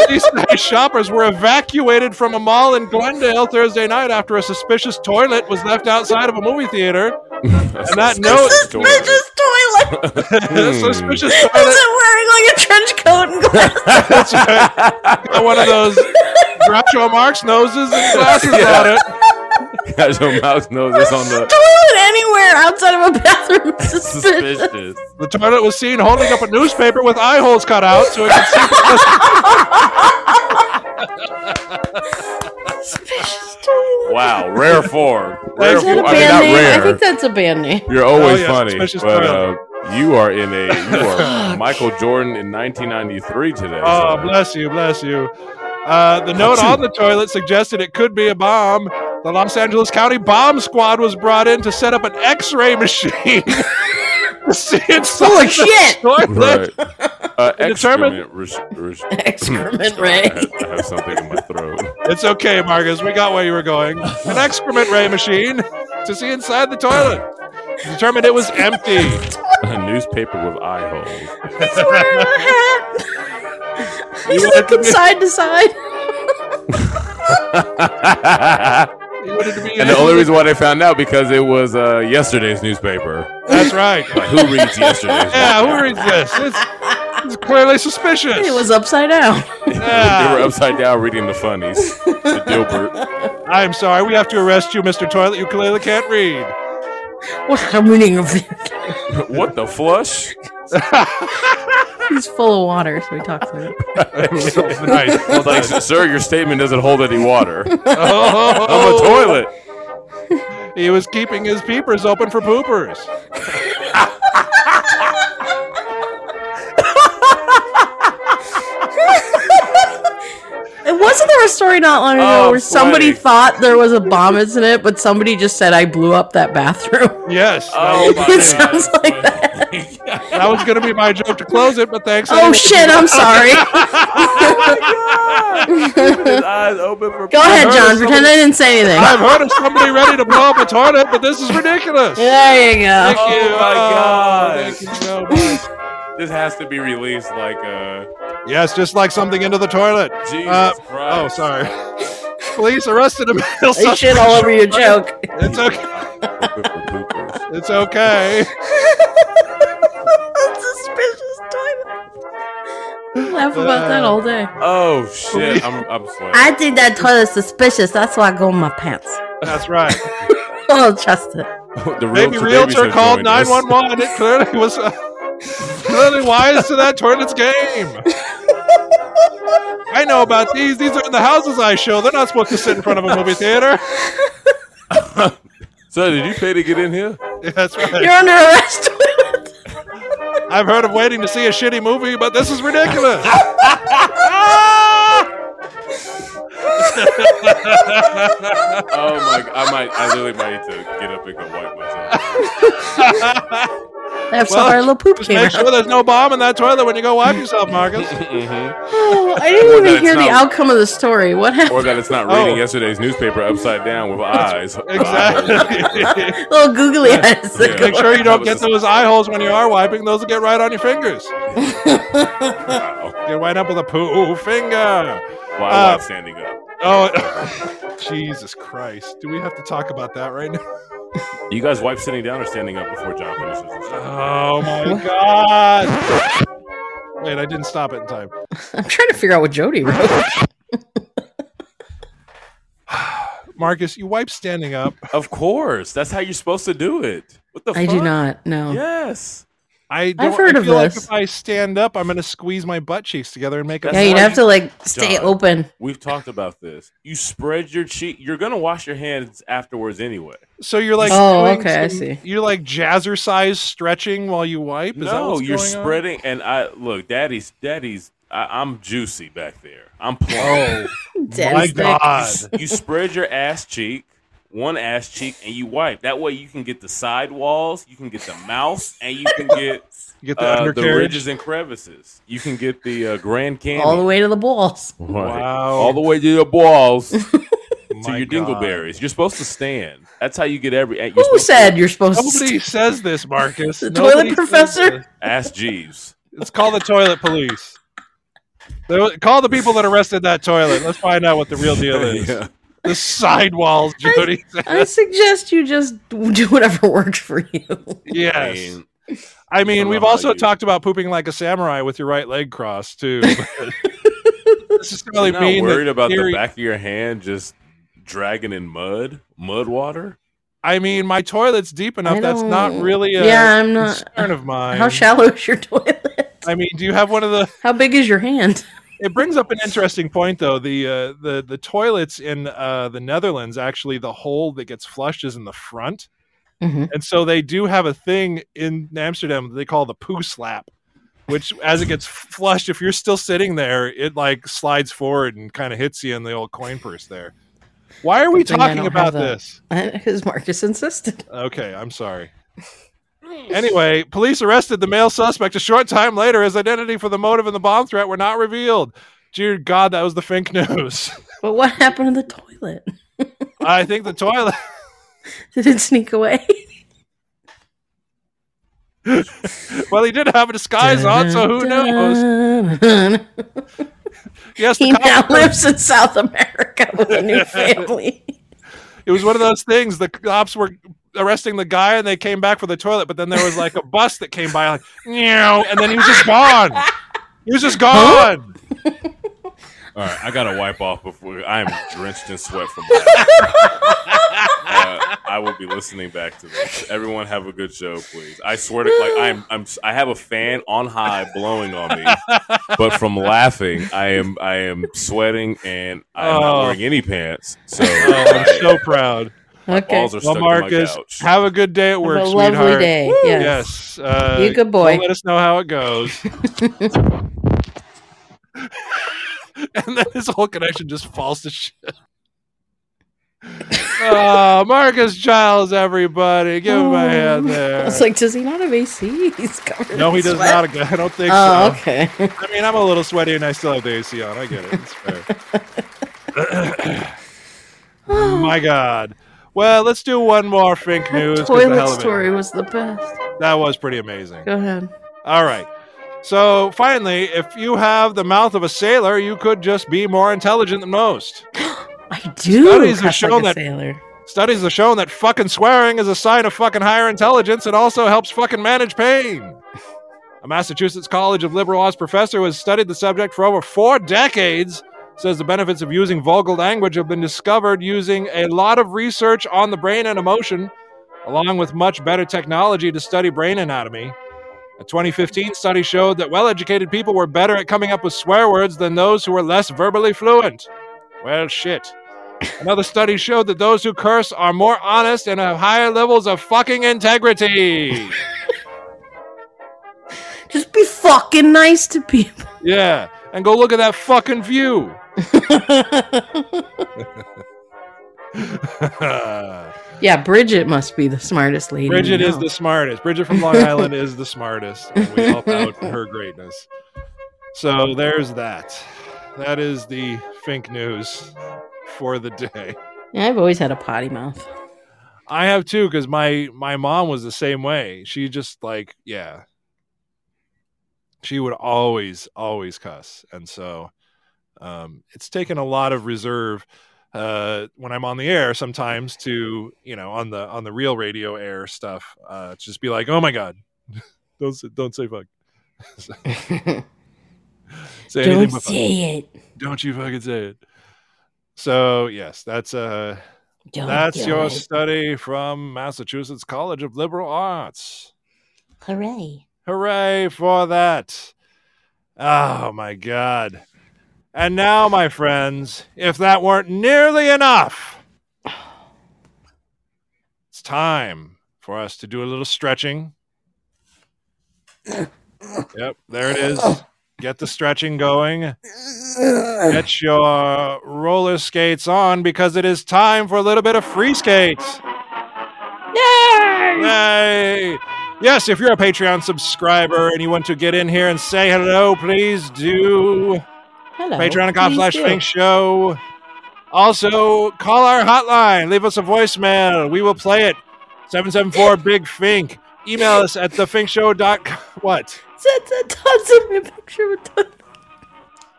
[SPEAKER 1] Police say shoppers were evacuated from a mall in Glendale Thursday night after a suspicious toilet was left outside of a movie theater.
[SPEAKER 4] [LAUGHS] and
[SPEAKER 1] that note-
[SPEAKER 2] Suspicious [LAUGHS]
[SPEAKER 4] [LAUGHS]
[SPEAKER 2] toilet.
[SPEAKER 1] A [LAUGHS] suspicious
[SPEAKER 2] Is
[SPEAKER 1] toilet
[SPEAKER 2] it wearing like a trench coat and
[SPEAKER 4] [LAUGHS]
[SPEAKER 2] glasses?
[SPEAKER 1] got one of those Groucho Marx noses and glasses on it.
[SPEAKER 4] Got your mouse nose is on
[SPEAKER 1] [LAUGHS]
[SPEAKER 4] the
[SPEAKER 2] toilet anywhere outside of a bathroom. is Suspicious.
[SPEAKER 4] [LAUGHS] suspicious.
[SPEAKER 1] The toilet was seen holding up a newspaper with eye holes cut out so it could see.
[SPEAKER 2] Suspicious toilet.
[SPEAKER 4] Wow, rare form. Rare
[SPEAKER 12] Is that a
[SPEAKER 4] form. I mean,
[SPEAKER 12] band
[SPEAKER 4] not
[SPEAKER 12] name? I
[SPEAKER 4] rare.
[SPEAKER 12] think that's a band name. [LAUGHS]
[SPEAKER 4] You're always
[SPEAKER 1] Oh, yeah,
[SPEAKER 4] funny,
[SPEAKER 1] suspicious
[SPEAKER 4] but uh,
[SPEAKER 1] toilet.
[SPEAKER 4] you are in a
[SPEAKER 1] [LAUGHS]
[SPEAKER 4] you are Michael Jordan in 1993 today.
[SPEAKER 1] Oh,
[SPEAKER 4] son.
[SPEAKER 1] bless you, bless you. Uh, the note on the toilet suggested it could be a bomb. The Los Angeles County Bomb Squad was brought in to set up an X-ray [LAUGHS] machine. to see inside
[SPEAKER 2] Full of
[SPEAKER 1] the
[SPEAKER 2] shit.
[SPEAKER 1] toilet.
[SPEAKER 4] right.
[SPEAKER 1] [LAUGHS]
[SPEAKER 4] Uh,
[SPEAKER 1] You determined-
[SPEAKER 4] excrement. Res- res-
[SPEAKER 2] Excrement
[SPEAKER 4] I,
[SPEAKER 2] ray.
[SPEAKER 4] have, I have something in my throat. [LAUGHS]
[SPEAKER 1] It's okay, Marcus. We got where you were going. An excrement ray machine to see inside the toilet. Determined it was empty.
[SPEAKER 4] A newspaper with eye holes. [LAUGHS]
[SPEAKER 1] [LAUGHS]
[SPEAKER 2] He's wearing a hat. He's
[SPEAKER 1] You wanted to
[SPEAKER 2] looking
[SPEAKER 1] be-
[SPEAKER 2] side to side.
[SPEAKER 1] You wanted to be
[SPEAKER 4] and the only reason why they found out because it was uh, yesterday's newspaper.
[SPEAKER 1] That's right.
[SPEAKER 4] Like, who reads
[SPEAKER 1] [LAUGHS]
[SPEAKER 4] yesterday's?
[SPEAKER 1] Yeah, who reads this? It's, it's clearly suspicious.
[SPEAKER 2] It was upside down.
[SPEAKER 1] Yeah.
[SPEAKER 4] they were upside down reading the funnies. The Dilbert.
[SPEAKER 1] I'm sorry. We have to arrest you, Mr. Toilet. You clearly can't read.
[SPEAKER 2] What's happening of it?
[SPEAKER 4] What the flush?
[SPEAKER 2] [LAUGHS] He's full of water, so he talks like it.
[SPEAKER 1] nice.
[SPEAKER 4] I was like, sir, your statement doesn't hold any
[SPEAKER 1] [LAUGHS]
[SPEAKER 4] water. I'm a
[SPEAKER 1] Oh, [LAUGHS]
[SPEAKER 4] toilet.
[SPEAKER 1] he was keeping his peepers open for poopers.
[SPEAKER 2] And wasn't there a story not long ago
[SPEAKER 4] Oh,
[SPEAKER 2] where somebody
[SPEAKER 4] sweaty.
[SPEAKER 2] thought there was a bomb incident, but somebody just said, I blew up that bathroom? [LAUGHS]
[SPEAKER 1] Yes.
[SPEAKER 4] Oh my
[SPEAKER 2] it sounds like that.
[SPEAKER 1] That was going to be my joke to close it, but thanks.
[SPEAKER 2] Oh, shit, I'm sorry.
[SPEAKER 4] His eyes open for.
[SPEAKER 1] [LAUGHS]
[SPEAKER 2] Go ahead, John. Pretend I didn't say anything.
[SPEAKER 1] I've heard of somebody ready to blow up a toilet, but this is ridiculous.
[SPEAKER 2] There you go.
[SPEAKER 1] Thank you.
[SPEAKER 4] Oh my God.
[SPEAKER 1] thank you so much.
[SPEAKER 4] This has to be released like uh
[SPEAKER 1] yes, just like something into the toilet.
[SPEAKER 4] Jesus
[SPEAKER 1] Uh, Oh,
[SPEAKER 4] Christ.
[SPEAKER 1] sorry. Police arrested a male
[SPEAKER 2] They shit
[SPEAKER 1] suspect.
[SPEAKER 2] all over your joke.
[SPEAKER 1] [LAUGHS] It's okay. It's
[SPEAKER 4] [LAUGHS] Open for poopers.
[SPEAKER 1] okay.
[SPEAKER 2] Suspicious toilet. I laugh about that all day.
[SPEAKER 4] Oh shit! I'm I'm sweating.
[SPEAKER 2] I think that toilet's suspicious. That's why I go in my pants.
[SPEAKER 1] That's right.
[SPEAKER 2] Oh, trust it.
[SPEAKER 4] [LAUGHS] The
[SPEAKER 1] Maybe realtor called 911. It clearly was uh, [LAUGHS] clearly wise to that toilet's game. I know about these. These are in the houses I show. They're not supposed to sit in front of a movie theater. [LAUGHS]
[SPEAKER 4] So did you pay to get in here?
[SPEAKER 1] That's right.
[SPEAKER 2] You're under arrest. [LAUGHS]
[SPEAKER 1] I've heard of waiting to see a shitty movie, but this is ridiculous.
[SPEAKER 4] Oh my! I might. I literally might need to get up and go wipe myself.
[SPEAKER 2] That's
[SPEAKER 1] Well,
[SPEAKER 2] how our little poop
[SPEAKER 1] Just
[SPEAKER 2] came
[SPEAKER 1] make
[SPEAKER 2] out.
[SPEAKER 1] sure there's no bomb in that toilet when you go wipe yourself, Marcus.
[SPEAKER 4] Mhm.
[SPEAKER 2] Oh, I
[SPEAKER 4] Or
[SPEAKER 2] didn't
[SPEAKER 4] that
[SPEAKER 2] even
[SPEAKER 4] it's
[SPEAKER 2] hear the
[SPEAKER 4] not-
[SPEAKER 2] outcome of the story. What happened?
[SPEAKER 4] Or that it's not reading
[SPEAKER 1] Oh.
[SPEAKER 4] yesterday's newspaper upside down
[SPEAKER 1] [LAUGHS]
[SPEAKER 4] with eyes. [LAUGHS]
[SPEAKER 1] exactly.
[SPEAKER 2] Little googly eyes.
[SPEAKER 4] Yeah.
[SPEAKER 2] [LAUGHS]
[SPEAKER 1] Make sure you don't get those eye holes when you are wiping. Those will get right on your fingers.
[SPEAKER 4] Wow.
[SPEAKER 1] Get right up with a poo finger.
[SPEAKER 4] Why
[SPEAKER 1] Uh,
[SPEAKER 4] am I standing up?
[SPEAKER 1] Oh, [LAUGHS] Jesus Christ. Do we have to talk about that right
[SPEAKER 4] [LAUGHS]
[SPEAKER 1] now?
[SPEAKER 4] You guys wipe sitting down or standing up before John finishes his stuff?
[SPEAKER 1] Oh, my God. Wait, I didn't stop it in time.
[SPEAKER 13] I'm trying to figure out what Jody wrote.
[SPEAKER 1] Marcus, you wipe standing up.
[SPEAKER 4] Of course. That's how you're supposed to do it. What the
[SPEAKER 2] I
[SPEAKER 4] fuck?
[SPEAKER 2] do not. No.
[SPEAKER 4] Yes.
[SPEAKER 1] I don't,
[SPEAKER 13] heard
[SPEAKER 1] I
[SPEAKER 13] of
[SPEAKER 1] feel
[SPEAKER 13] this.
[SPEAKER 1] Like if I stand up, I'm going to squeeze my butt cheeks together and make a
[SPEAKER 4] That's
[SPEAKER 2] Yeah, you'd
[SPEAKER 4] why
[SPEAKER 2] have
[SPEAKER 4] you-
[SPEAKER 2] to like stay
[SPEAKER 4] John.
[SPEAKER 2] open.
[SPEAKER 4] We've talked about this. You spread your cheek. You're going to wash your hands afterwards anyway.
[SPEAKER 1] So you're like,
[SPEAKER 13] Oh,
[SPEAKER 1] doing
[SPEAKER 13] okay, I
[SPEAKER 1] some-
[SPEAKER 13] see.
[SPEAKER 1] You're like jazzercise stretching while you wipe. Is that
[SPEAKER 4] No,
[SPEAKER 1] what's
[SPEAKER 4] you're
[SPEAKER 1] going on?
[SPEAKER 4] spreading. And I look, daddy's, daddy's, I, I'm juicy back there. I'm
[SPEAKER 1] Oh.
[SPEAKER 4] plump.
[SPEAKER 1] My
[SPEAKER 2] Daddy's back.
[SPEAKER 1] God,
[SPEAKER 4] you spread your ass cheek, one ass cheek, and you wipe. That way you can get the side walls, you can get the mouth, and you can get
[SPEAKER 1] you [LAUGHS] get the
[SPEAKER 4] uh, the
[SPEAKER 1] undercarriage.
[SPEAKER 4] ridges and crevices. You can get the uh, Grand Canyon.
[SPEAKER 2] All the way to the balls.
[SPEAKER 4] Right.
[SPEAKER 1] Wow.
[SPEAKER 4] All the way to the [LAUGHS] balls to
[SPEAKER 1] My
[SPEAKER 4] your
[SPEAKER 1] God.
[SPEAKER 4] dingleberries. You're supposed to stand. That's how you get every. You're
[SPEAKER 2] Who
[SPEAKER 4] supposed to-
[SPEAKER 2] said you're supposed
[SPEAKER 1] Nobody says this,
[SPEAKER 13] [LAUGHS]
[SPEAKER 1] Marcus.
[SPEAKER 2] The
[SPEAKER 1] Nobody
[SPEAKER 2] toilet
[SPEAKER 1] says
[SPEAKER 2] professor?
[SPEAKER 1] this.
[SPEAKER 4] Ask
[SPEAKER 1] [LAUGHS]
[SPEAKER 4] Jeeves.
[SPEAKER 1] It's called the toilet police. They wa- Call the people that arrested that toilet. Let's find out what the real deal is.
[SPEAKER 4] [LAUGHS] Yeah.
[SPEAKER 1] The sidewalls, Jody. [LAUGHS]
[SPEAKER 2] to? I suggest you just do whatever works for you.
[SPEAKER 4] I
[SPEAKER 1] yes.
[SPEAKER 4] mean,
[SPEAKER 1] I
[SPEAKER 4] I
[SPEAKER 1] mean,
[SPEAKER 4] don't
[SPEAKER 1] we've
[SPEAKER 4] know how
[SPEAKER 1] also
[SPEAKER 4] you-
[SPEAKER 1] talked about pooping like a samurai with your right leg crossed too.
[SPEAKER 4] [LAUGHS]
[SPEAKER 1] but- This is really
[SPEAKER 4] you're not
[SPEAKER 1] mean. that
[SPEAKER 4] worried about
[SPEAKER 1] here-
[SPEAKER 4] the back of your hand just dragging in mud, mud water.
[SPEAKER 1] I mean, my toilet's deep enough.
[SPEAKER 2] I
[SPEAKER 1] That's not
[SPEAKER 2] don't-
[SPEAKER 1] really a
[SPEAKER 2] Yeah, I'm not-
[SPEAKER 1] concern of mine.
[SPEAKER 2] How shallow is your toilet?
[SPEAKER 1] I mean, do you have one of the?
[SPEAKER 2] How big is your hand?
[SPEAKER 1] It brings up an interesting point, though. The uh, the the toilets in uh, the Netherlands actually the hole that gets flushed is in the front,
[SPEAKER 13] Mhm.
[SPEAKER 1] and so they do have a thing in Amsterdam that they call the poo slap, which as it gets flushed, if you're still sitting there, it like slides forward and kind of hits you in the old coin purse there. Why are we
[SPEAKER 13] Good thing I
[SPEAKER 1] talking
[SPEAKER 13] don't
[SPEAKER 1] about
[SPEAKER 13] have that.
[SPEAKER 1] this?
[SPEAKER 13] Because Marcus insisted.
[SPEAKER 1] Okay, I'm sorry. Anyway, police arrested the male suspect a short time later. His identity for the motive and the bomb threat were not revealed. Dear God, that was the fake news. [LAUGHS]
[SPEAKER 2] But what happened to the toilet?
[SPEAKER 1] I think the toilet. [LAUGHS]
[SPEAKER 2] Did it sneak away?
[SPEAKER 1] Well, he did have a disguise on, so who knows?
[SPEAKER 2] knows?
[SPEAKER 1] Yes, the
[SPEAKER 2] [LAUGHS] He
[SPEAKER 1] cops-
[SPEAKER 2] now lives in South America with a new family.
[SPEAKER 1] it was one of those things. The cops were arresting the guy, and they came back for the toilet. But then there was like a bus that came by, like meow, and then he was just gone. He was just gone.
[SPEAKER 4] All right, I gotta wipe off before I am drenched in sweat from. that. uh, I will be listening back to this. Everyone, have a good show, please. I swear to like I'm I'm I have a fan on high blowing on me, but from laughing, I am I am sweating and I'm
[SPEAKER 1] Oh.
[SPEAKER 4] not wearing any pants. So
[SPEAKER 1] Oh, I'm
[SPEAKER 4] my
[SPEAKER 1] so proud.
[SPEAKER 13] Okay.
[SPEAKER 4] balls are stuck
[SPEAKER 1] Well,
[SPEAKER 4] to
[SPEAKER 1] Marcus,
[SPEAKER 4] my couch.
[SPEAKER 1] have a good day at
[SPEAKER 2] Have
[SPEAKER 1] work,
[SPEAKER 2] a lovely
[SPEAKER 1] sweetheart.
[SPEAKER 2] day.
[SPEAKER 1] Yes.
[SPEAKER 2] Yes.
[SPEAKER 1] Uh,
[SPEAKER 2] You good boy.
[SPEAKER 1] don't Let us know how it
[SPEAKER 2] [LAUGHS]
[SPEAKER 1] goes. [LAUGHS] and then his whole connection just falls to shit. Uh, Marcus Giles, everybody, give him a
[SPEAKER 2] Oh.
[SPEAKER 1] hand
[SPEAKER 13] I
[SPEAKER 2] [LAUGHS]
[SPEAKER 1] there.
[SPEAKER 13] was like, does he not have AC? [LAUGHS] He's covered.
[SPEAKER 1] no,
[SPEAKER 13] in
[SPEAKER 1] he does
[SPEAKER 13] sweat.
[SPEAKER 1] not. again. I don't think
[SPEAKER 13] Oh,
[SPEAKER 1] so.
[SPEAKER 13] okay.
[SPEAKER 1] I mean, I'm a little sweaty and I still have the AC on. I get it. It's fair.
[SPEAKER 2] [LAUGHS]
[SPEAKER 1] My God. Well, let's do one more Fink
[SPEAKER 2] [LAUGHS]
[SPEAKER 1] news. 'cause the
[SPEAKER 2] Toilet
[SPEAKER 1] hell of it.
[SPEAKER 2] story was the best.
[SPEAKER 1] That was pretty amazing.
[SPEAKER 2] Go ahead.
[SPEAKER 1] All right. So finally, if you have the mouth of a sailor, you could just be more intelligent than most.
[SPEAKER 2] I do.
[SPEAKER 1] Studies have
[SPEAKER 2] cuss
[SPEAKER 1] shown
[SPEAKER 2] like a
[SPEAKER 1] that-
[SPEAKER 2] sailor.
[SPEAKER 1] Studies have shown that fucking swearing is a sign of fucking higher intelligence and also helps fucking manage pain. A Massachusetts College of Liberal Arts professor who has studied the subject for over four decades says the benefits of using vulgar language have been discovered using a lot of research on the brain and emotion, along with much better technology to study brain anatomy. A 2015 study showed that well educated people were better at coming up with swear words than those who were less verbally fluent. Well, shit. Another study showed that those who curse are more honest and have higher levels of fucking integrity.
[SPEAKER 2] Just be fucking nice to people.
[SPEAKER 1] yeah. And go look at that fucking view.
[SPEAKER 2] [LAUGHS] yeah, Bridget must be the smartest lady. we
[SPEAKER 1] Bridget is
[SPEAKER 2] know.
[SPEAKER 1] the smartest. Bridget from Long Island is the smartest. And we help out her greatness. So there's that. That is the Fink news for the day.
[SPEAKER 2] Yeah, I've always had a
[SPEAKER 1] [LAUGHS]
[SPEAKER 2] potty mouth.
[SPEAKER 1] I have too, because my my mom was the same way. She just like, yeah. She would always, always cuss. And so um it's taken a lot of reserve uh when I'm on the air sometimes to, you know, on the on the real radio air stuff, uh to just be like, oh my God. [LAUGHS] don't say don't say fuck. say anything
[SPEAKER 14] Don't
[SPEAKER 1] but fuck.
[SPEAKER 14] say it.
[SPEAKER 1] Don't you fucking say it. So yes, that's uh
[SPEAKER 14] Don't
[SPEAKER 1] that's
[SPEAKER 14] do
[SPEAKER 1] your
[SPEAKER 14] it.
[SPEAKER 1] study from Massachusetts College of Liberal Arts.
[SPEAKER 14] Hooray.
[SPEAKER 1] Hooray for that. Oh my God. And now, my friends, if that weren't nearly enough, it's time for us to do a little stretching. Yep, there it is. Get the stretching going. Get your roller skates on because it is time for a little bit of free skates. Yay! Yes, if you're a Patreon subscriber and you want to get in here and say hello, please do.
[SPEAKER 2] Hello.
[SPEAKER 1] Patreon.com
[SPEAKER 2] please
[SPEAKER 1] slash
[SPEAKER 2] do.
[SPEAKER 1] Fink Show. Also, call our hotline. Leave us a voicemail. We will play it.
[SPEAKER 2] [LAUGHS]
[SPEAKER 1] 774 Big Fink. Email us at thefinkshow.com. What?
[SPEAKER 14] Send- send- Tom sent me a picture of a, to-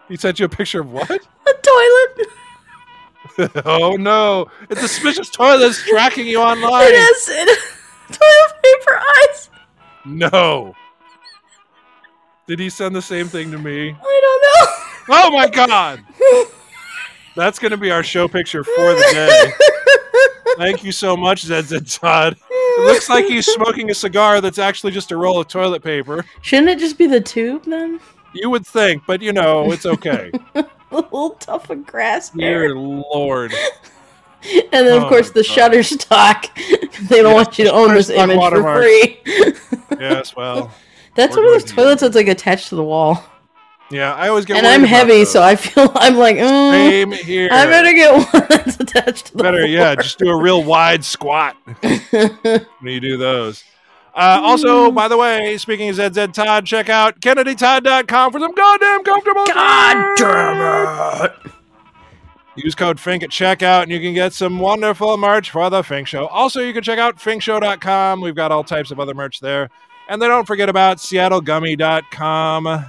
[SPEAKER 15] He sent you a picture of what?
[SPEAKER 14] a toilet.
[SPEAKER 1] Oh no. It's suspicious toilets tracking
[SPEAKER 2] [LAUGHS]
[SPEAKER 1] you online.
[SPEAKER 14] It has it, toilet paper eyes.
[SPEAKER 1] No.
[SPEAKER 15] Did he send the same thing to me?
[SPEAKER 14] I
[SPEAKER 1] Oh my god. That's going to be our show picture for the day. Thank you so much, Zed Zed Todd. It looks like he's smoking a cigar that's actually just a roll of toilet paper.
[SPEAKER 2] [LAUGHS] Shouldn't it just be the tube then? [LAUGHS]
[SPEAKER 1] You would think, but you know, it's okay.
[SPEAKER 2] A little tough of grass there.
[SPEAKER 1] Dear Lord.
[SPEAKER 2] [LAUGHS] And then,
[SPEAKER 1] Oh
[SPEAKER 2] of course,
[SPEAKER 1] my
[SPEAKER 2] the Shutterstock. [LAUGHS] They don't want you to own this
[SPEAKER 1] Shutterstock
[SPEAKER 2] image for
[SPEAKER 1] watermark.
[SPEAKER 2] free. [LAUGHS]
[SPEAKER 1] Yes, well.
[SPEAKER 2] That's
[SPEAKER 1] Or
[SPEAKER 2] one of those
[SPEAKER 1] do you-
[SPEAKER 2] toilets that's like attached to the wall.
[SPEAKER 1] Yeah, I always get
[SPEAKER 2] and
[SPEAKER 1] worried
[SPEAKER 2] I'm
[SPEAKER 1] about
[SPEAKER 2] heavy,
[SPEAKER 1] those.
[SPEAKER 2] so I feel [LAUGHS] I'm like, mm,
[SPEAKER 1] Same here.
[SPEAKER 2] I better get [LAUGHS] one that's
[SPEAKER 1] [LAUGHS]
[SPEAKER 2] attached to the
[SPEAKER 1] Better,
[SPEAKER 2] floor.
[SPEAKER 1] yeah, just do a real wide [LAUGHS] squat when you do those. Uh, also, by the way, speaking of ZZ Todd, check out KennedyTodd.com for some goddamn comfortable God damn it! Use code FINK at checkout and you can get some wonderful merch for the Fink Show. Also, you can check out finkshow.com. We've got all types of other merch there. And then don't forget about seattlegummy.com.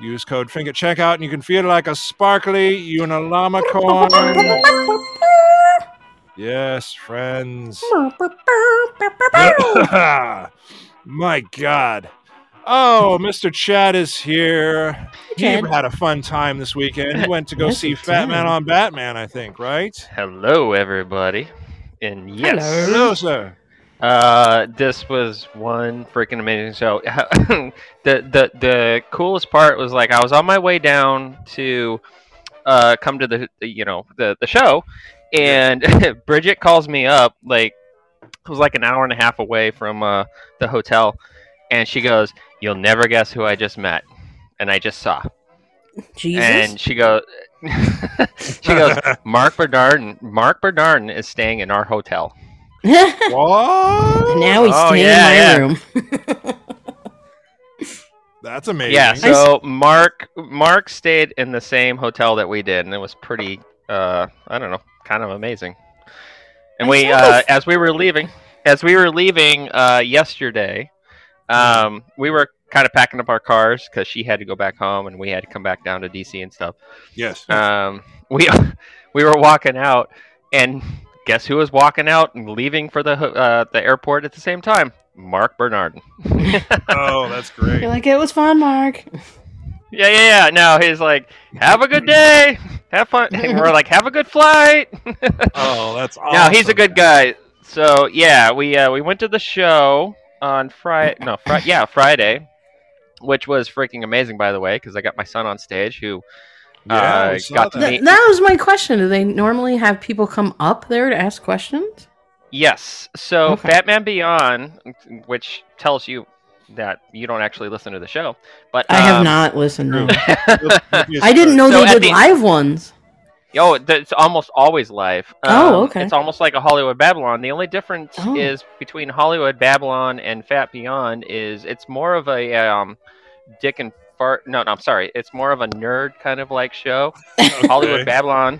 [SPEAKER 1] Use code FINK at checkout and you can feel like a sparkly unalama [LAUGHS] corn. Yes, friends. [LAUGHS] My God. Oh, Mr. Chad is here. He
[SPEAKER 2] Chad.
[SPEAKER 1] had a fun time this weekend. He went to go
[SPEAKER 2] Yes,
[SPEAKER 1] see
[SPEAKER 2] he
[SPEAKER 1] Fat
[SPEAKER 2] did.
[SPEAKER 1] Man on Batman, I think, right?
[SPEAKER 16] Hello, everybody. And yes,
[SPEAKER 1] Hello, sir.
[SPEAKER 16] uh, this was one freaking amazing show. [LAUGHS] the the the coolest part was like I was on my way down to uh, come to the the, you know the the show, and [LAUGHS] Bridget calls me up like it was like an hour and a half away from uh, the hotel, and she goes, "You'll never guess who I just met." And I just saw,
[SPEAKER 14] don't know. Jesus.
[SPEAKER 16] and she goes, [LAUGHS] she goes, Mark Bernardin. Mark Bernardin is staying in our hotel.
[SPEAKER 1] [LAUGHS] What?
[SPEAKER 2] [LAUGHS] now he's
[SPEAKER 16] Oh,
[SPEAKER 2] staying
[SPEAKER 16] yeah, yeah.
[SPEAKER 2] in my room.
[SPEAKER 1] That's amazing.
[SPEAKER 16] Yeah,
[SPEAKER 2] I
[SPEAKER 16] so Mark Mark stayed in the same hotel that we did, and it was pretty. Uh, I don't know, kind of amazing. And
[SPEAKER 14] I
[SPEAKER 16] we,
[SPEAKER 14] saw
[SPEAKER 16] uh,
[SPEAKER 14] the-
[SPEAKER 16] as we were leaving, as we were leaving uh, yesterday, um, we were kind of packing up our cars because she had to go back home, and we had to come back down to DC and stuff.
[SPEAKER 1] Yes.
[SPEAKER 16] Um, we [LAUGHS] we were walking out, and guess who was walking out and leaving for the ho- uh, the airport at the same time? Mark Bernardin.
[SPEAKER 1] Oh, that's
[SPEAKER 2] You're [LAUGHS]
[SPEAKER 1] great.
[SPEAKER 2] like, it was fun, Mark.
[SPEAKER 16] [LAUGHS] Yeah, yeah, yeah. No, he's like, "Have a good day, have fun." And we're like, "Have a good flight."
[SPEAKER 1] Oh, that's awesome.
[SPEAKER 16] no, he's a good uh, guy. So yeah, we uh, we went to the show on Friday. No, fri- yeah, Friday, which was freaking amazing, by the way, because I got my son on stage who
[SPEAKER 1] Yeah,
[SPEAKER 16] uh,
[SPEAKER 1] we saw
[SPEAKER 16] got to
[SPEAKER 1] that.
[SPEAKER 2] [LAUGHS]
[SPEAKER 16] meet.
[SPEAKER 2] Th- that was my question. Do they normally have people come up there to ask questions?
[SPEAKER 16] Yes. So
[SPEAKER 2] Okay.
[SPEAKER 16] Batman Beyond, which tells you that you don't actually listen to the show. But
[SPEAKER 2] I have
[SPEAKER 16] um,
[SPEAKER 2] not listened. no.
[SPEAKER 16] I
[SPEAKER 2] I didn't know
[SPEAKER 16] So
[SPEAKER 2] they
[SPEAKER 16] at
[SPEAKER 2] did
[SPEAKER 16] the-
[SPEAKER 2] live ones.
[SPEAKER 16] Oh, th- it's almost always live. Um,
[SPEAKER 2] Oh, okay.
[SPEAKER 16] It's almost like a Hollywood Babylon. The only difference
[SPEAKER 2] Oh.
[SPEAKER 16] is between Hollywood Babylon and Fat Beyond is it's more of a um, Dick and Fart. No, no, I'm sorry. It's more of a nerd kind of like show. Hollywood Babylon.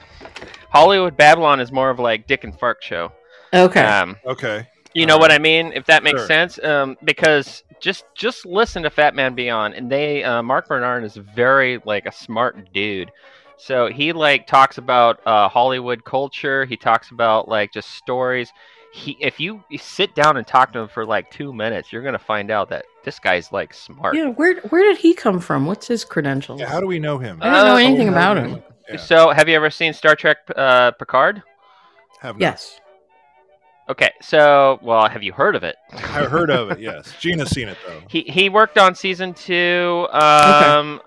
[SPEAKER 16] Hollywood Babylon is more of like Dick and Fart show.
[SPEAKER 2] Okay.
[SPEAKER 16] Um,
[SPEAKER 8] Okay.
[SPEAKER 16] you know what I mean? If that makes
[SPEAKER 8] Sure.
[SPEAKER 16] sense, um, because just just listen to Fat Man Beyond, and they uh, Mark Bernard is very like a smart dude. So he like talks about uh, Hollywood culture. He talks about like just stories. He if you you sit down and talk to him for like two minutes, you're gonna find out that this guy's like smart.
[SPEAKER 2] Yeah, where where did he come from? What's his credentials?
[SPEAKER 8] Yeah, how do we Oh, know him?
[SPEAKER 2] I don't know
[SPEAKER 16] Uh,
[SPEAKER 2] anything about him.
[SPEAKER 8] Yeah.
[SPEAKER 16] So have you ever seen Star Trek uh, Picard?
[SPEAKER 8] Have not.
[SPEAKER 2] Yes.
[SPEAKER 16] Okay, so well, have you heard of it?
[SPEAKER 8] I heard of it. Yes, Gina's seen it though.
[SPEAKER 16] He he worked on season two. Um,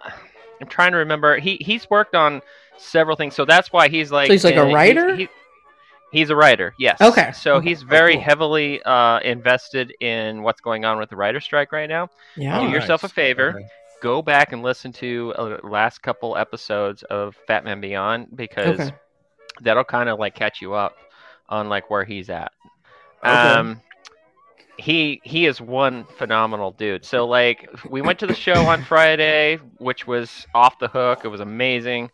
[SPEAKER 16] I'm trying to remember. He he's worked on several things, so that's why he's like
[SPEAKER 2] So he's like a
[SPEAKER 16] uh, he's-
[SPEAKER 2] writer?
[SPEAKER 16] he- he's a writer, yes.
[SPEAKER 2] Okay,
[SPEAKER 16] So
[SPEAKER 2] okay,
[SPEAKER 16] he's very
[SPEAKER 2] cool.
[SPEAKER 16] heavily uh, invested in what's going on with the writer strike right now.
[SPEAKER 2] Yeah.
[SPEAKER 1] Oh,
[SPEAKER 2] [GASPS]
[SPEAKER 16] Do yourself
[SPEAKER 8] nice.
[SPEAKER 16] a favor.
[SPEAKER 8] Okay.
[SPEAKER 16] Go back and listen to uh, last couple episodes of Fat Man Beyond because
[SPEAKER 2] Okay.
[SPEAKER 16] that'll kind of like catch you up on like where he's at.
[SPEAKER 8] Okay.
[SPEAKER 16] Um, he he is one phenomenal dude. So like we went to the show on Friday, which was off the hook. It was amazing.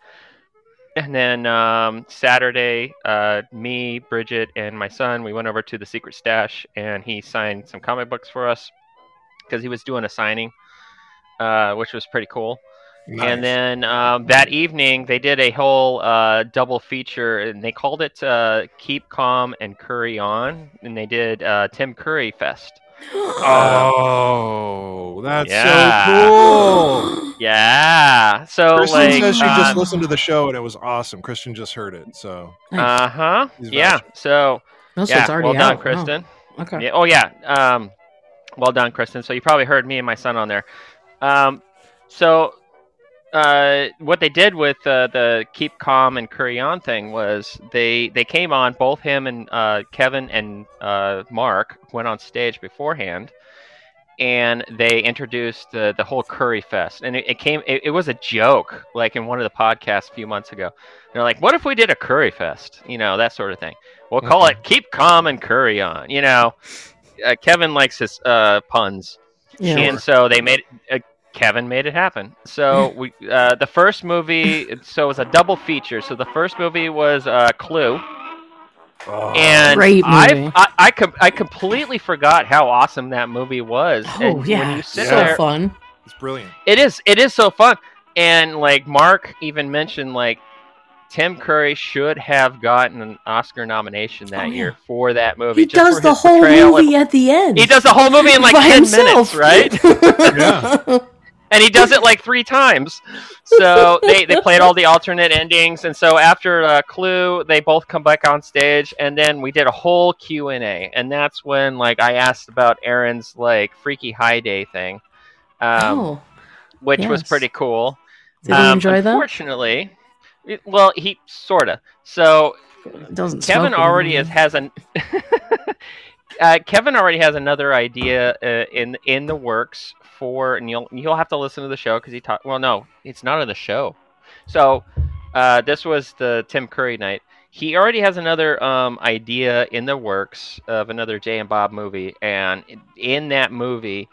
[SPEAKER 16] And then um, Saturday, uh, me, Bridget, and my son, we went over to the Secret Stash, and he signed some comic books for us because he was doing a signing, uh, which was pretty cool. And then um, that evening, they did a whole uh, double feature, and they called it uh, "Keep Calm" and "Curry On," and they did uh, Tim Curry Fest.
[SPEAKER 8] Oh, that's so
[SPEAKER 16] Yeah.
[SPEAKER 8] cool.
[SPEAKER 16] Oh. Yeah, so
[SPEAKER 8] Kristen
[SPEAKER 16] like,
[SPEAKER 8] says she
[SPEAKER 16] uh,
[SPEAKER 8] just listened to the show and it was awesome. Christian just heard it, so
[SPEAKER 16] uh huh,
[SPEAKER 8] He's
[SPEAKER 16] yeah.
[SPEAKER 8] vouching.
[SPEAKER 16] So
[SPEAKER 2] No, so
[SPEAKER 16] yeah,
[SPEAKER 2] it's already
[SPEAKER 16] well done,
[SPEAKER 2] out.
[SPEAKER 16] Kristen.
[SPEAKER 2] Oh, okay.
[SPEAKER 16] Yeah. Oh yeah. Um, well done, Kristen. So you probably heard me and my son on there. Um, so uh, what they did with uh, the keep calm and curry on thing was they they came on both him and uh, Kevin and uh, Mark went on stage beforehand. And they introduced the, the whole Curry Fest, and it, it came. It, it was a joke, like in one of the podcasts a few months ago. They're like, "What if we did a Curry Fest?" You know, that sort of thing. We'll call it "Keep Calm and Curry On." You know, uh, Kevin likes his uh, puns,
[SPEAKER 2] Yeah.
[SPEAKER 16] and so they made uh, Kevin made it happen. So
[SPEAKER 2] [LAUGHS]
[SPEAKER 16] we uh, the first movie, so it was a double feature. So the first movie was uh, Clue, and
[SPEAKER 2] Great
[SPEAKER 16] I
[SPEAKER 2] movie.
[SPEAKER 16] I I, com- I completely forgot how awesome that movie was. And
[SPEAKER 2] Oh
[SPEAKER 16] when
[SPEAKER 2] yeah.
[SPEAKER 16] you
[SPEAKER 2] So
[SPEAKER 16] sit there-
[SPEAKER 2] fun.
[SPEAKER 8] it's brilliant.
[SPEAKER 16] it is it is so fun and like mark even mentioned like tim curry should have gotten an oscar nomination that
[SPEAKER 2] Oh, yeah.
[SPEAKER 16] year for that movie
[SPEAKER 7] He
[SPEAKER 16] just
[SPEAKER 7] does
[SPEAKER 16] for
[SPEAKER 7] the
[SPEAKER 16] his
[SPEAKER 7] whole
[SPEAKER 16] portrayal of-
[SPEAKER 7] movie at the end.
[SPEAKER 16] he does the whole movie in like
[SPEAKER 2] By
[SPEAKER 16] 10
[SPEAKER 2] himself.
[SPEAKER 16] minutes right
[SPEAKER 2] [LAUGHS]
[SPEAKER 8] Yeah.
[SPEAKER 16] and he does it like three times so they, they played all the alternate endings and so after uh, clue they both come back on stage and then we did a whole q&a and that's when like i asked about aaron's like freaky high day thing um,
[SPEAKER 2] oh.
[SPEAKER 16] which was
[SPEAKER 2] yes.
[SPEAKER 16] pretty cool Um,
[SPEAKER 2] Did he enjoy that?
[SPEAKER 16] unfortunately, it- well, he sorta. So
[SPEAKER 2] It Doesn't smoke
[SPEAKER 16] Kevin
[SPEAKER 2] with
[SPEAKER 16] already
[SPEAKER 2] him.
[SPEAKER 16] is, has an [LAUGHS] uh, Kevin already has another idea uh, in in the works for, and you'll you'll have to listen to the show because he talked. Well, no, it's not on the show. So uh, this was the Tim Curry night. He already has another um, idea in the works of another Jay and Bob movie, and in that movie,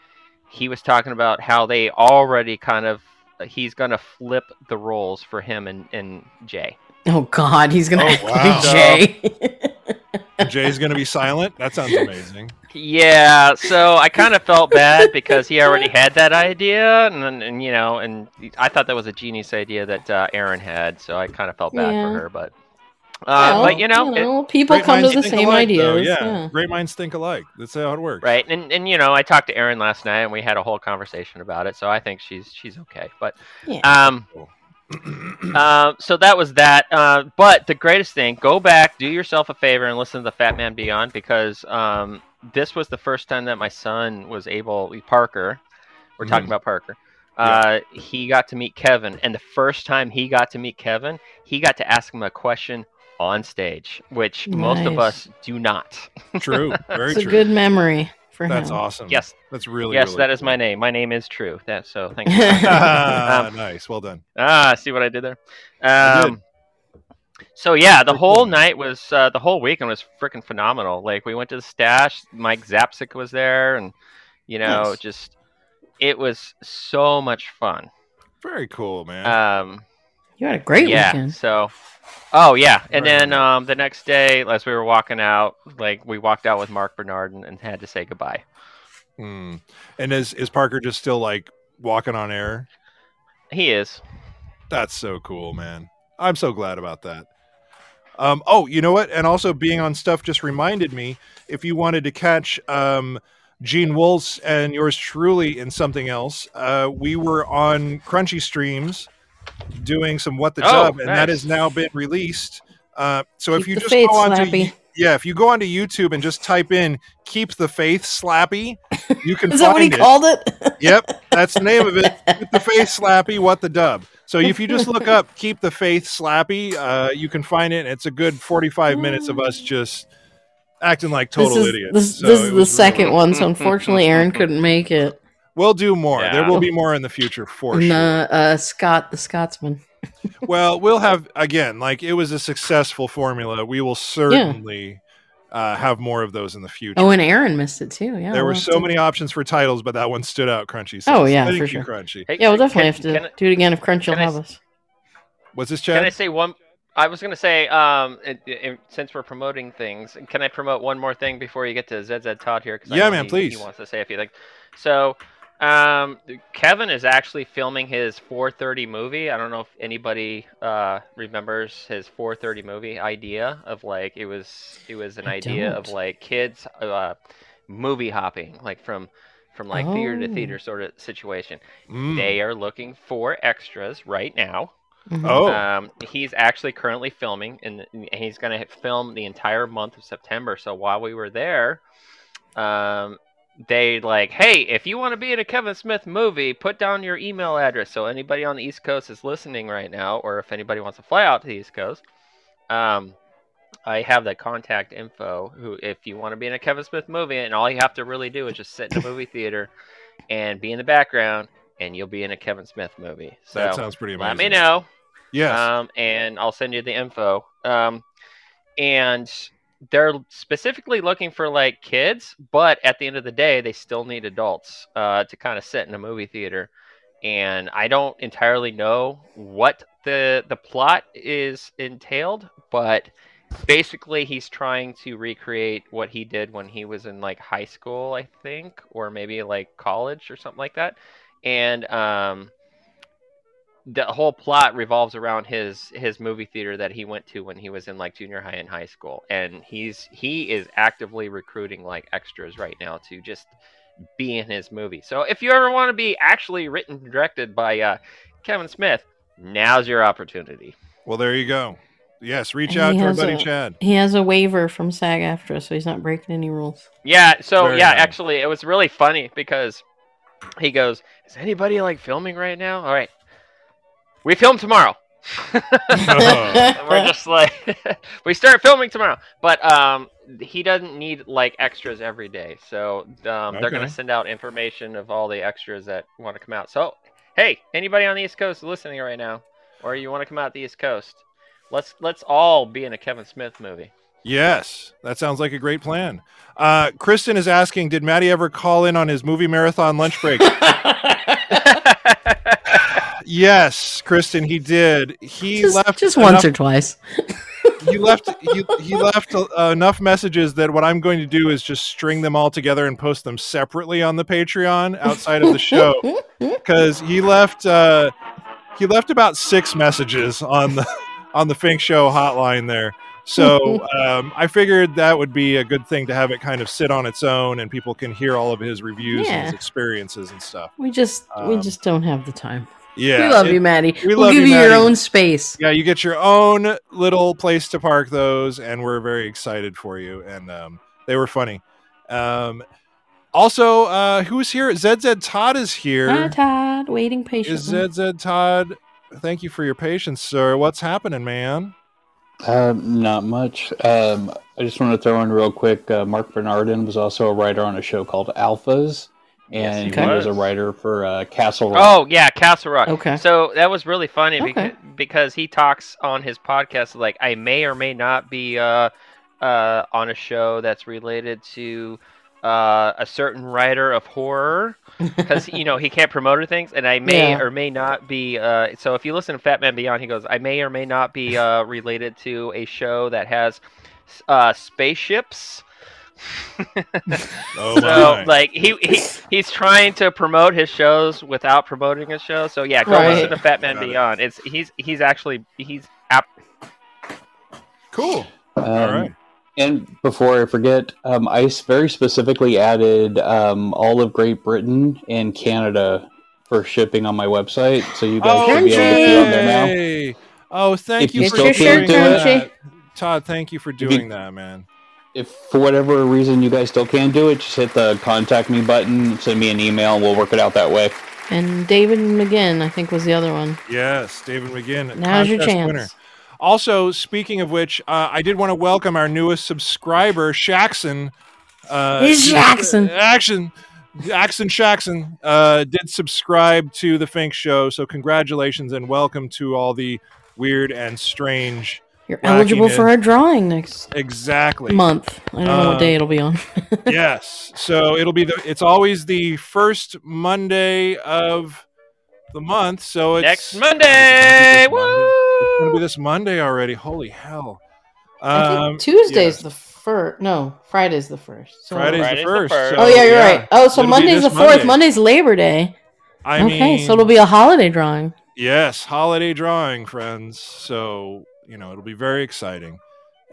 [SPEAKER 16] he was talking about how they already kind of uh, he's gonna flip the roles for him and, and Jay.
[SPEAKER 2] Oh God, he's gonna [LAUGHS]
[SPEAKER 8] Oh,
[SPEAKER 2] act
[SPEAKER 8] wow.
[SPEAKER 2] like Jay. [LAUGHS]
[SPEAKER 8] Jay's gonna be silent. That sounds amazing.
[SPEAKER 16] Yeah, so I kind of
[SPEAKER 2] [LAUGHS]
[SPEAKER 16] felt bad because he already had that idea, and, then- and you know, and I thought that was a genius idea that uh, Aaron had, so I kind of felt bad
[SPEAKER 2] Yeah.
[SPEAKER 16] for her, but. Uh,
[SPEAKER 2] Well,
[SPEAKER 16] but you know,
[SPEAKER 2] [LAUGHS]
[SPEAKER 16] it-
[SPEAKER 2] people
[SPEAKER 8] Great
[SPEAKER 2] come to
[SPEAKER 8] minds
[SPEAKER 2] the
[SPEAKER 8] think
[SPEAKER 2] same
[SPEAKER 8] alike,
[SPEAKER 2] ideas.
[SPEAKER 8] though.
[SPEAKER 2] yeah.
[SPEAKER 8] great minds think alike. That's how it works.
[SPEAKER 16] right? And and you know, I talked to Erin last night, and we had a whole conversation about it. So I think she's she's okay. But
[SPEAKER 2] Yeah.
[SPEAKER 16] um, [CLEARS THROAT] uh, so that was that. Uh, but the greatest thing, go back, do yourself a favor, and listen to the Fat Man Beyond because um, this was the first time that my son was able. Parker, we're talking about Parker. Uh, He got to meet Kevin, and the first time he got to meet Kevin, he got to ask him a question on stage, which most of
[SPEAKER 2] Nice.
[SPEAKER 16] us do not.
[SPEAKER 8] True. Very
[SPEAKER 16] [LAUGHS]
[SPEAKER 2] It's a
[SPEAKER 8] true.
[SPEAKER 2] good memory for
[SPEAKER 1] That's
[SPEAKER 2] him.
[SPEAKER 1] awesome.
[SPEAKER 16] Yes,
[SPEAKER 1] That's really
[SPEAKER 16] yes,
[SPEAKER 1] really
[SPEAKER 16] that is my name. My name is true. That so
[SPEAKER 2] [LAUGHS]
[SPEAKER 16] thank you.
[SPEAKER 8] [LAUGHS]
[SPEAKER 1] Ah, [LAUGHS]
[SPEAKER 16] Um,
[SPEAKER 1] nice. Well done.
[SPEAKER 16] Ah, see what I did there.
[SPEAKER 1] You did.
[SPEAKER 16] Um, so yeah, the
[SPEAKER 1] Very
[SPEAKER 16] whole
[SPEAKER 1] cool.
[SPEAKER 16] night was uh, the whole weekend was freaking phenomenal. Like we went to the stash. Mike Zapsik was there, and you know,
[SPEAKER 1] Nice.
[SPEAKER 16] just it was so much fun.
[SPEAKER 1] Very cool, man.
[SPEAKER 16] Um,
[SPEAKER 2] You had a great
[SPEAKER 16] yeah.
[SPEAKER 2] weekend.
[SPEAKER 16] So, oh yeah, and
[SPEAKER 1] Right
[SPEAKER 16] then um, the next day, as we were walking out, like we walked out with Mark Bernard and, and had to say goodbye.
[SPEAKER 1] Hmm. And is is Parker just still like walking on air?
[SPEAKER 16] He is.
[SPEAKER 1] That's so cool, man. I'm so glad about that. Um, oh, you know what? And also being on stuff just reminded me if you wanted to catch um, Gene Woltz and yours truly in something else, uh, we were on Crunchy Streams doing some What the
[SPEAKER 16] Oh,
[SPEAKER 1] Dub, and that
[SPEAKER 16] nice.
[SPEAKER 1] has now been released. Uh, so if
[SPEAKER 2] Keep
[SPEAKER 1] you
[SPEAKER 2] the
[SPEAKER 1] just
[SPEAKER 2] faith,
[SPEAKER 1] go on
[SPEAKER 2] Slappy.
[SPEAKER 1] to yeah, if you go onto YouTube and just type in "Keep the Faith Slappy," you can
[SPEAKER 2] [LAUGHS] Is
[SPEAKER 1] find
[SPEAKER 2] that what he
[SPEAKER 1] it.
[SPEAKER 2] called it?
[SPEAKER 1] Yep, that's the name of it. Keep the faith slappy, what the dub. So if you just look up "Keep the Faith Slappy," uh, you can find it. It's a good forty-five minutes of us just acting like [LAUGHS] total
[SPEAKER 2] this is,
[SPEAKER 1] idiots.
[SPEAKER 2] This,
[SPEAKER 1] So
[SPEAKER 2] this
[SPEAKER 1] it
[SPEAKER 2] is the
[SPEAKER 1] was really-
[SPEAKER 2] second
[SPEAKER 1] [LAUGHS]
[SPEAKER 2] one, so unfortunately, Aaron couldn't make it.
[SPEAKER 1] We'll do more. There
[SPEAKER 16] Yeah.
[SPEAKER 1] will be more in the future [LAUGHS] for
[SPEAKER 2] And,
[SPEAKER 1] sure.
[SPEAKER 2] uh, uh, Scott, the Scotsman.
[SPEAKER 1] Well, we'll have again. Like it was a successful formula. We will certainly uh, have more of those in the future.
[SPEAKER 2] Oh, and Aaron missed it too. Yeah,
[SPEAKER 1] there were
[SPEAKER 2] we'll
[SPEAKER 1] so
[SPEAKER 2] have to-
[SPEAKER 1] many options for titles, but that one stood out. Crunchy.
[SPEAKER 2] Oh,
[SPEAKER 1] says.
[SPEAKER 2] yeah,
[SPEAKER 1] thank
[SPEAKER 2] for
[SPEAKER 1] you,
[SPEAKER 2] sure.
[SPEAKER 1] Crunchy.
[SPEAKER 16] Hey,
[SPEAKER 2] Yeah, we'll
[SPEAKER 16] can-
[SPEAKER 2] definitely
[SPEAKER 16] can-
[SPEAKER 2] have
[SPEAKER 16] can-
[SPEAKER 2] to do it again if Crunch will
[SPEAKER 16] can I
[SPEAKER 2] have
[SPEAKER 16] s-
[SPEAKER 2] us.
[SPEAKER 1] What's this
[SPEAKER 16] Can I
[SPEAKER 1] chat?
[SPEAKER 16] say one? I was gonna say, um, it, it- since we're promoting things, can I promote one more thing before you get to ZZ Todd here? 'Cause I
[SPEAKER 1] Yeah,
[SPEAKER 16] know
[SPEAKER 1] man,
[SPEAKER 16] he-
[SPEAKER 1] please.
[SPEAKER 16] He wants to say a few things. So, um, Kevin is actually filming his 4:30 movie. I don't know if anybody uh, remembers his 4:30 movie idea of like it was it was an
[SPEAKER 2] I
[SPEAKER 16] idea of
[SPEAKER 2] don't.
[SPEAKER 16] like kids uh, movie hopping, like from from like theater to
[SPEAKER 2] Oh.
[SPEAKER 16] theater sort of situation.
[SPEAKER 1] Mm.
[SPEAKER 16] They are looking for extras right now.
[SPEAKER 2] Mhm.
[SPEAKER 1] Oh,
[SPEAKER 16] Um, he's actually currently filming, and and he's going to film the entire month of September. So while we were there, um, they like, hey, if you want to be in a Kevin Smith movie, put down your email address. So anybody on the East Coast is listening right now, or if anybody wants to fly out to the East Coast, um, I have the contact info. Who, if you want to be in a Kevin Smith movie, and all you have to really do is just sit in a movie theater and be in the background, and you'll be in a Kevin Smith movie. So
[SPEAKER 1] that sounds pretty amazing.
[SPEAKER 16] let me know.
[SPEAKER 1] Yes.
[SPEAKER 16] Um, and I'll send you the info. Um, and they're specifically looking for like kids, but at the end of the day, they still need adults uh, to kind of sit in a movie theater. And I don't entirely know what the the plot is entailed, but basically he's trying to recreate what he did when he was in like high school, I think, or maybe like college or something like that. And um, the whole plot revolves around his his movie theater that he went to when he was in like junior high and high school and he's he is actively recruiting like extras right now to just be in his movie so if you ever want to be actually written and directed by uh, kevin smith now's your opportunity
[SPEAKER 1] Well, there you go. Yes, reach
[SPEAKER 2] And
[SPEAKER 1] out
[SPEAKER 2] he
[SPEAKER 1] to our
[SPEAKER 2] has
[SPEAKER 1] buddy
[SPEAKER 2] a-
[SPEAKER 1] Chad.
[SPEAKER 2] He has a waiver from SAG after, so he's not breaking any rules.
[SPEAKER 16] Yeah, so
[SPEAKER 1] Very
[SPEAKER 16] yeah,
[SPEAKER 1] nice.
[SPEAKER 16] actually it was really funny because he goes, Is anybody like filming right now? All right. We film tomorrow.
[SPEAKER 2] [LAUGHS]
[SPEAKER 16] and we're just like [LAUGHS] we start filming tomorrow. But um he doesn't need like extras every day. So um, they're
[SPEAKER 1] Okay.
[SPEAKER 16] gonna send out information of all the extras that wanna come out. So hey, anybody on the East Coast listening right now, or you wanna come out the East Coast, let's let's all be in a Kevin Smith movie. [LAUGHS]
[SPEAKER 1] Yes, that sounds like a great plan. Uh, Kristen is asking, did Maddie ever call in on his movie marathon lunch
[SPEAKER 2] [LAUGHS]
[SPEAKER 1] break? yes, Kristen, he did. He
[SPEAKER 2] just
[SPEAKER 1] left
[SPEAKER 2] just once or
[SPEAKER 1] enough-
[SPEAKER 2] twice.
[SPEAKER 1] he left. He, he left uh, enough messages that what I'm going to do is just string them all together and post them separately on the Patreon outside
[SPEAKER 2] [LAUGHS]
[SPEAKER 1] of the show. because he left uh, he left about six messages on the [LAUGHS] on the Fink Show hotline there.
[SPEAKER 2] [LAUGHS]
[SPEAKER 1] So um, I figured that would be a good thing to have it kind of sit on its own, and people can hear all of his reviews and his
[SPEAKER 2] Yeah.
[SPEAKER 1] experiences and stuff.
[SPEAKER 2] We just we
[SPEAKER 1] Um,
[SPEAKER 2] just don't have the time.
[SPEAKER 1] Yeah,
[SPEAKER 2] we love
[SPEAKER 1] it-
[SPEAKER 2] you, Maddie.
[SPEAKER 1] we
[SPEAKER 2] We
[SPEAKER 1] love
[SPEAKER 2] will give
[SPEAKER 1] you,
[SPEAKER 2] you, your
[SPEAKER 1] Maddie.
[SPEAKER 2] own space.
[SPEAKER 1] Yeah, you get your own little place to park those, and we're very excited for you. And um, they were funny. Um, also, uh, who's here? ZZ Todd is here.
[SPEAKER 2] Hi, Todd, waiting
[SPEAKER 1] Is
[SPEAKER 2] patiently.
[SPEAKER 1] ZZ Todd? Thank you for your patience, sir. What's happening, man?
[SPEAKER 17] Um, not much. Um, I just want to throw in real quick. Uh, Mark Bernardin was also a writer on a show called Alphas, and
[SPEAKER 16] he
[SPEAKER 17] he
[SPEAKER 16] was.
[SPEAKER 17] was a writer for uh, Castle Rock.
[SPEAKER 16] Oh yeah, Castle Rock.
[SPEAKER 17] Okay.
[SPEAKER 16] So that was really funny
[SPEAKER 17] Okay.
[SPEAKER 16] beca- because he talks on his podcast like I may or may not be uh, uh, on a show that's related to uh, a certain writer of
[SPEAKER 17] [LAUGHS]
[SPEAKER 16] horror because you know he can't promote things, and I may
[SPEAKER 2] Yeah.
[SPEAKER 16] or may not be. Uh, so if you listen to Fat Man Beyond, he goes, I may or may not be uh, related to a show that has uh, spaceships.
[SPEAKER 4] Oh,
[SPEAKER 16] so
[SPEAKER 4] my.
[SPEAKER 16] like he, he he's trying to promote his shows without promoting his show. So yeah, go
[SPEAKER 2] Right.
[SPEAKER 16] listen to Fat Man
[SPEAKER 2] Got it.
[SPEAKER 16] Beyond. It's he's he's actually he's ap-
[SPEAKER 8] cool.
[SPEAKER 16] Oh,
[SPEAKER 17] Um, And before I forget, um, ICE very specifically added um, all of Great Britain and Canada for shipping on my website, so you
[SPEAKER 16] Oh,
[SPEAKER 17] guys should be able to see on there now.
[SPEAKER 1] Hey. Oh, thank
[SPEAKER 17] If
[SPEAKER 1] you,
[SPEAKER 17] you
[SPEAKER 1] for
[SPEAKER 17] still
[SPEAKER 1] doing
[SPEAKER 17] can't do it-
[SPEAKER 1] that. Todd, thank you for
[SPEAKER 17] you-
[SPEAKER 1] doing that, man.
[SPEAKER 17] If for whatever reason you guys still can do it, just hit the contact me button, send me an email, and we'll work it out that way.
[SPEAKER 2] And David McGinn, I think, was the other one.
[SPEAKER 1] Yes, David McGinn.
[SPEAKER 2] Now's your
[SPEAKER 1] contest
[SPEAKER 2] chance.
[SPEAKER 1] Also, speaking of which, uh, I did want to welcome our newest subscriber, Shaxon. Uh,
[SPEAKER 2] Hey, Shaxon.
[SPEAKER 1] Action. Jackson Shaxon uh, did subscribe to the Fink Show, so congratulations and welcome to all the weird and strange.
[SPEAKER 2] You're eligible for our
[SPEAKER 1] wackiness.
[SPEAKER 2] drawing next
[SPEAKER 1] exactly
[SPEAKER 2] month. I don't know what day
[SPEAKER 1] Um,
[SPEAKER 2] it'll be on.
[SPEAKER 1] [LAUGHS] yes. So it'll be the. It's always the first Monday of the month. So it's
[SPEAKER 16] next [LAUGHS] Monday. Woo!
[SPEAKER 2] Oh,
[SPEAKER 1] It's gonna be this Monday already. Holy hell!
[SPEAKER 2] I
[SPEAKER 1] Um,
[SPEAKER 2] think Tuesday's the first. No, Friday's the first. So
[SPEAKER 1] Friday's,
[SPEAKER 16] Friday's
[SPEAKER 1] the
[SPEAKER 16] the
[SPEAKER 1] first.
[SPEAKER 16] first.
[SPEAKER 2] oh yeah, you're
[SPEAKER 1] yeah.
[SPEAKER 2] right. Oh, so
[SPEAKER 1] It'll be
[SPEAKER 2] Monday's the
[SPEAKER 1] this
[SPEAKER 2] fourth.
[SPEAKER 1] Monday.
[SPEAKER 2] Monday's Labor Day.
[SPEAKER 1] I
[SPEAKER 2] okay,
[SPEAKER 1] mean-
[SPEAKER 2] so it'll be a holiday drawing.
[SPEAKER 1] Yes, holiday drawing, friends. So you know it'll be very exciting.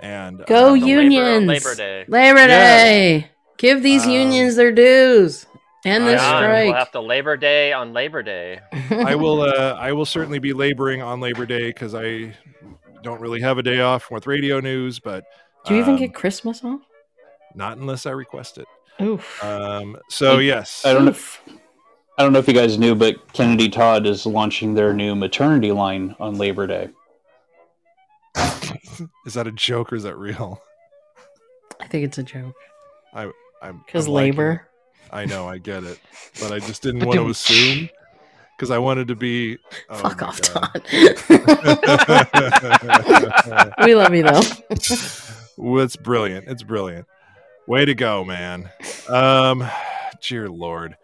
[SPEAKER 1] And
[SPEAKER 2] Go
[SPEAKER 1] um,
[SPEAKER 2] unions!
[SPEAKER 16] Labor Day.
[SPEAKER 2] Labor
[SPEAKER 1] Yeah. Um,
[SPEAKER 2] Day. Give these unions their dues. End the
[SPEAKER 16] Yeah,
[SPEAKER 2] strike.
[SPEAKER 16] We'll have to Labor Day on Labor Day.
[SPEAKER 1] [LAUGHS] I will. Uh, I will certainly be laboring on Labor Day because I don't really have a day off with radio news. But
[SPEAKER 2] Do you even
[SPEAKER 1] um,
[SPEAKER 2] get Christmas off?
[SPEAKER 1] not unless I request it?
[SPEAKER 2] Oof.
[SPEAKER 1] Um, so
[SPEAKER 17] I-
[SPEAKER 1] yes,
[SPEAKER 17] I don't know. I don't know if you guys knew, but Kennedy Todd is launching their new maternity line on Labor Day.
[SPEAKER 1] [LAUGHS] Is that a joke or is that real? [LAUGHS]
[SPEAKER 2] I think it's a joke.
[SPEAKER 1] I I'm
[SPEAKER 2] 'Cause
[SPEAKER 1] I'm liking
[SPEAKER 2] labor.
[SPEAKER 1] it. I know, I get it, but I
[SPEAKER 2] [LAUGHS]
[SPEAKER 1] just didn't want to assume because I wanted to be. oh
[SPEAKER 2] Fuck
[SPEAKER 1] my [LAUGHS]
[SPEAKER 2] off,
[SPEAKER 1] God.
[SPEAKER 2] Todd. [LAUGHS] we love you though.
[SPEAKER 1] Well, it's brilliant. It's brilliant. Way to go, man. Um, dear lord.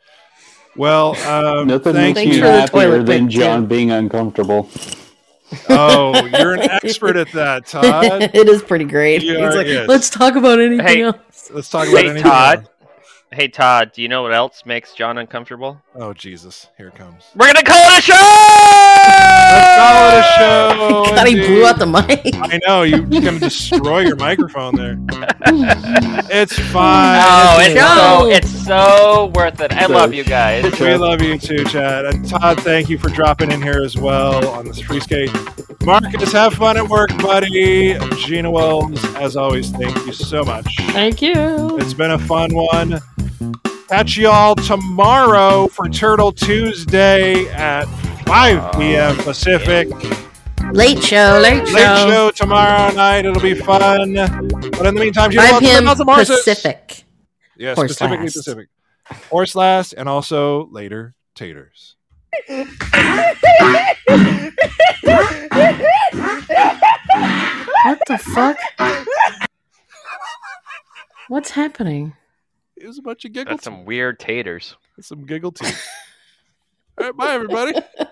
[SPEAKER 1] Well, um,
[SPEAKER 17] Nothing
[SPEAKER 1] thank
[SPEAKER 17] makes
[SPEAKER 1] you.
[SPEAKER 2] for
[SPEAKER 17] me
[SPEAKER 2] the
[SPEAKER 17] happier
[SPEAKER 2] toilet
[SPEAKER 17] than
[SPEAKER 2] paper.
[SPEAKER 17] John being uncomfortable.
[SPEAKER 1] Oh, you're an expert at that, Todd.
[SPEAKER 2] [LAUGHS] it is pretty great.
[SPEAKER 1] You
[SPEAKER 2] He's
[SPEAKER 1] are-
[SPEAKER 2] like,
[SPEAKER 1] yes.
[SPEAKER 2] let's talk about anything
[SPEAKER 16] Hey.
[SPEAKER 2] else.
[SPEAKER 1] Let's talk about
[SPEAKER 16] Hey
[SPEAKER 1] anything
[SPEAKER 16] Todd.
[SPEAKER 1] else.
[SPEAKER 16] Hey Todd, do you know what else makes John uncomfortable?
[SPEAKER 1] Oh Jesus, here it comes.
[SPEAKER 16] We're gonna call it a show.
[SPEAKER 1] Solid show.
[SPEAKER 2] [LAUGHS] God, he blew
[SPEAKER 1] indeed.
[SPEAKER 2] out the mic. [LAUGHS]
[SPEAKER 1] I know you're gonna destroy your microphone there. It's fine.
[SPEAKER 16] Oh, it's so
[SPEAKER 2] Show.
[SPEAKER 16] it's so worth it. I love you guys.
[SPEAKER 1] We love you too, Chad. And Todd, thank you for dropping in here as well on this free skate. Marcus, have fun at work, buddy. Gina Wells, as always, thank you so much.
[SPEAKER 2] Thank you.
[SPEAKER 1] It's been a fun one. Catch y'all tomorrow for Turtle Tuesday at 5 p.m. Pacific.
[SPEAKER 2] Late show, late
[SPEAKER 1] Late
[SPEAKER 2] show.
[SPEAKER 1] show tomorrow night. It'll be fun. But in the meantime, Gina
[SPEAKER 2] 5
[SPEAKER 1] Wells,
[SPEAKER 2] p.m.
[SPEAKER 1] Malcolm Marcus.
[SPEAKER 2] Pacific.
[SPEAKER 1] Yes,
[SPEAKER 2] Horse
[SPEAKER 1] specifically
[SPEAKER 2] last.
[SPEAKER 1] Pacific. Horse last, and also later taters.
[SPEAKER 2] What the fuck?
[SPEAKER 1] [LAUGHS]
[SPEAKER 2] What's happening?
[SPEAKER 1] It was a bunch of giggle
[SPEAKER 16] That's
[SPEAKER 1] teeth.
[SPEAKER 16] some weird taters.
[SPEAKER 1] Some giggle teeth. All right, bye everybody.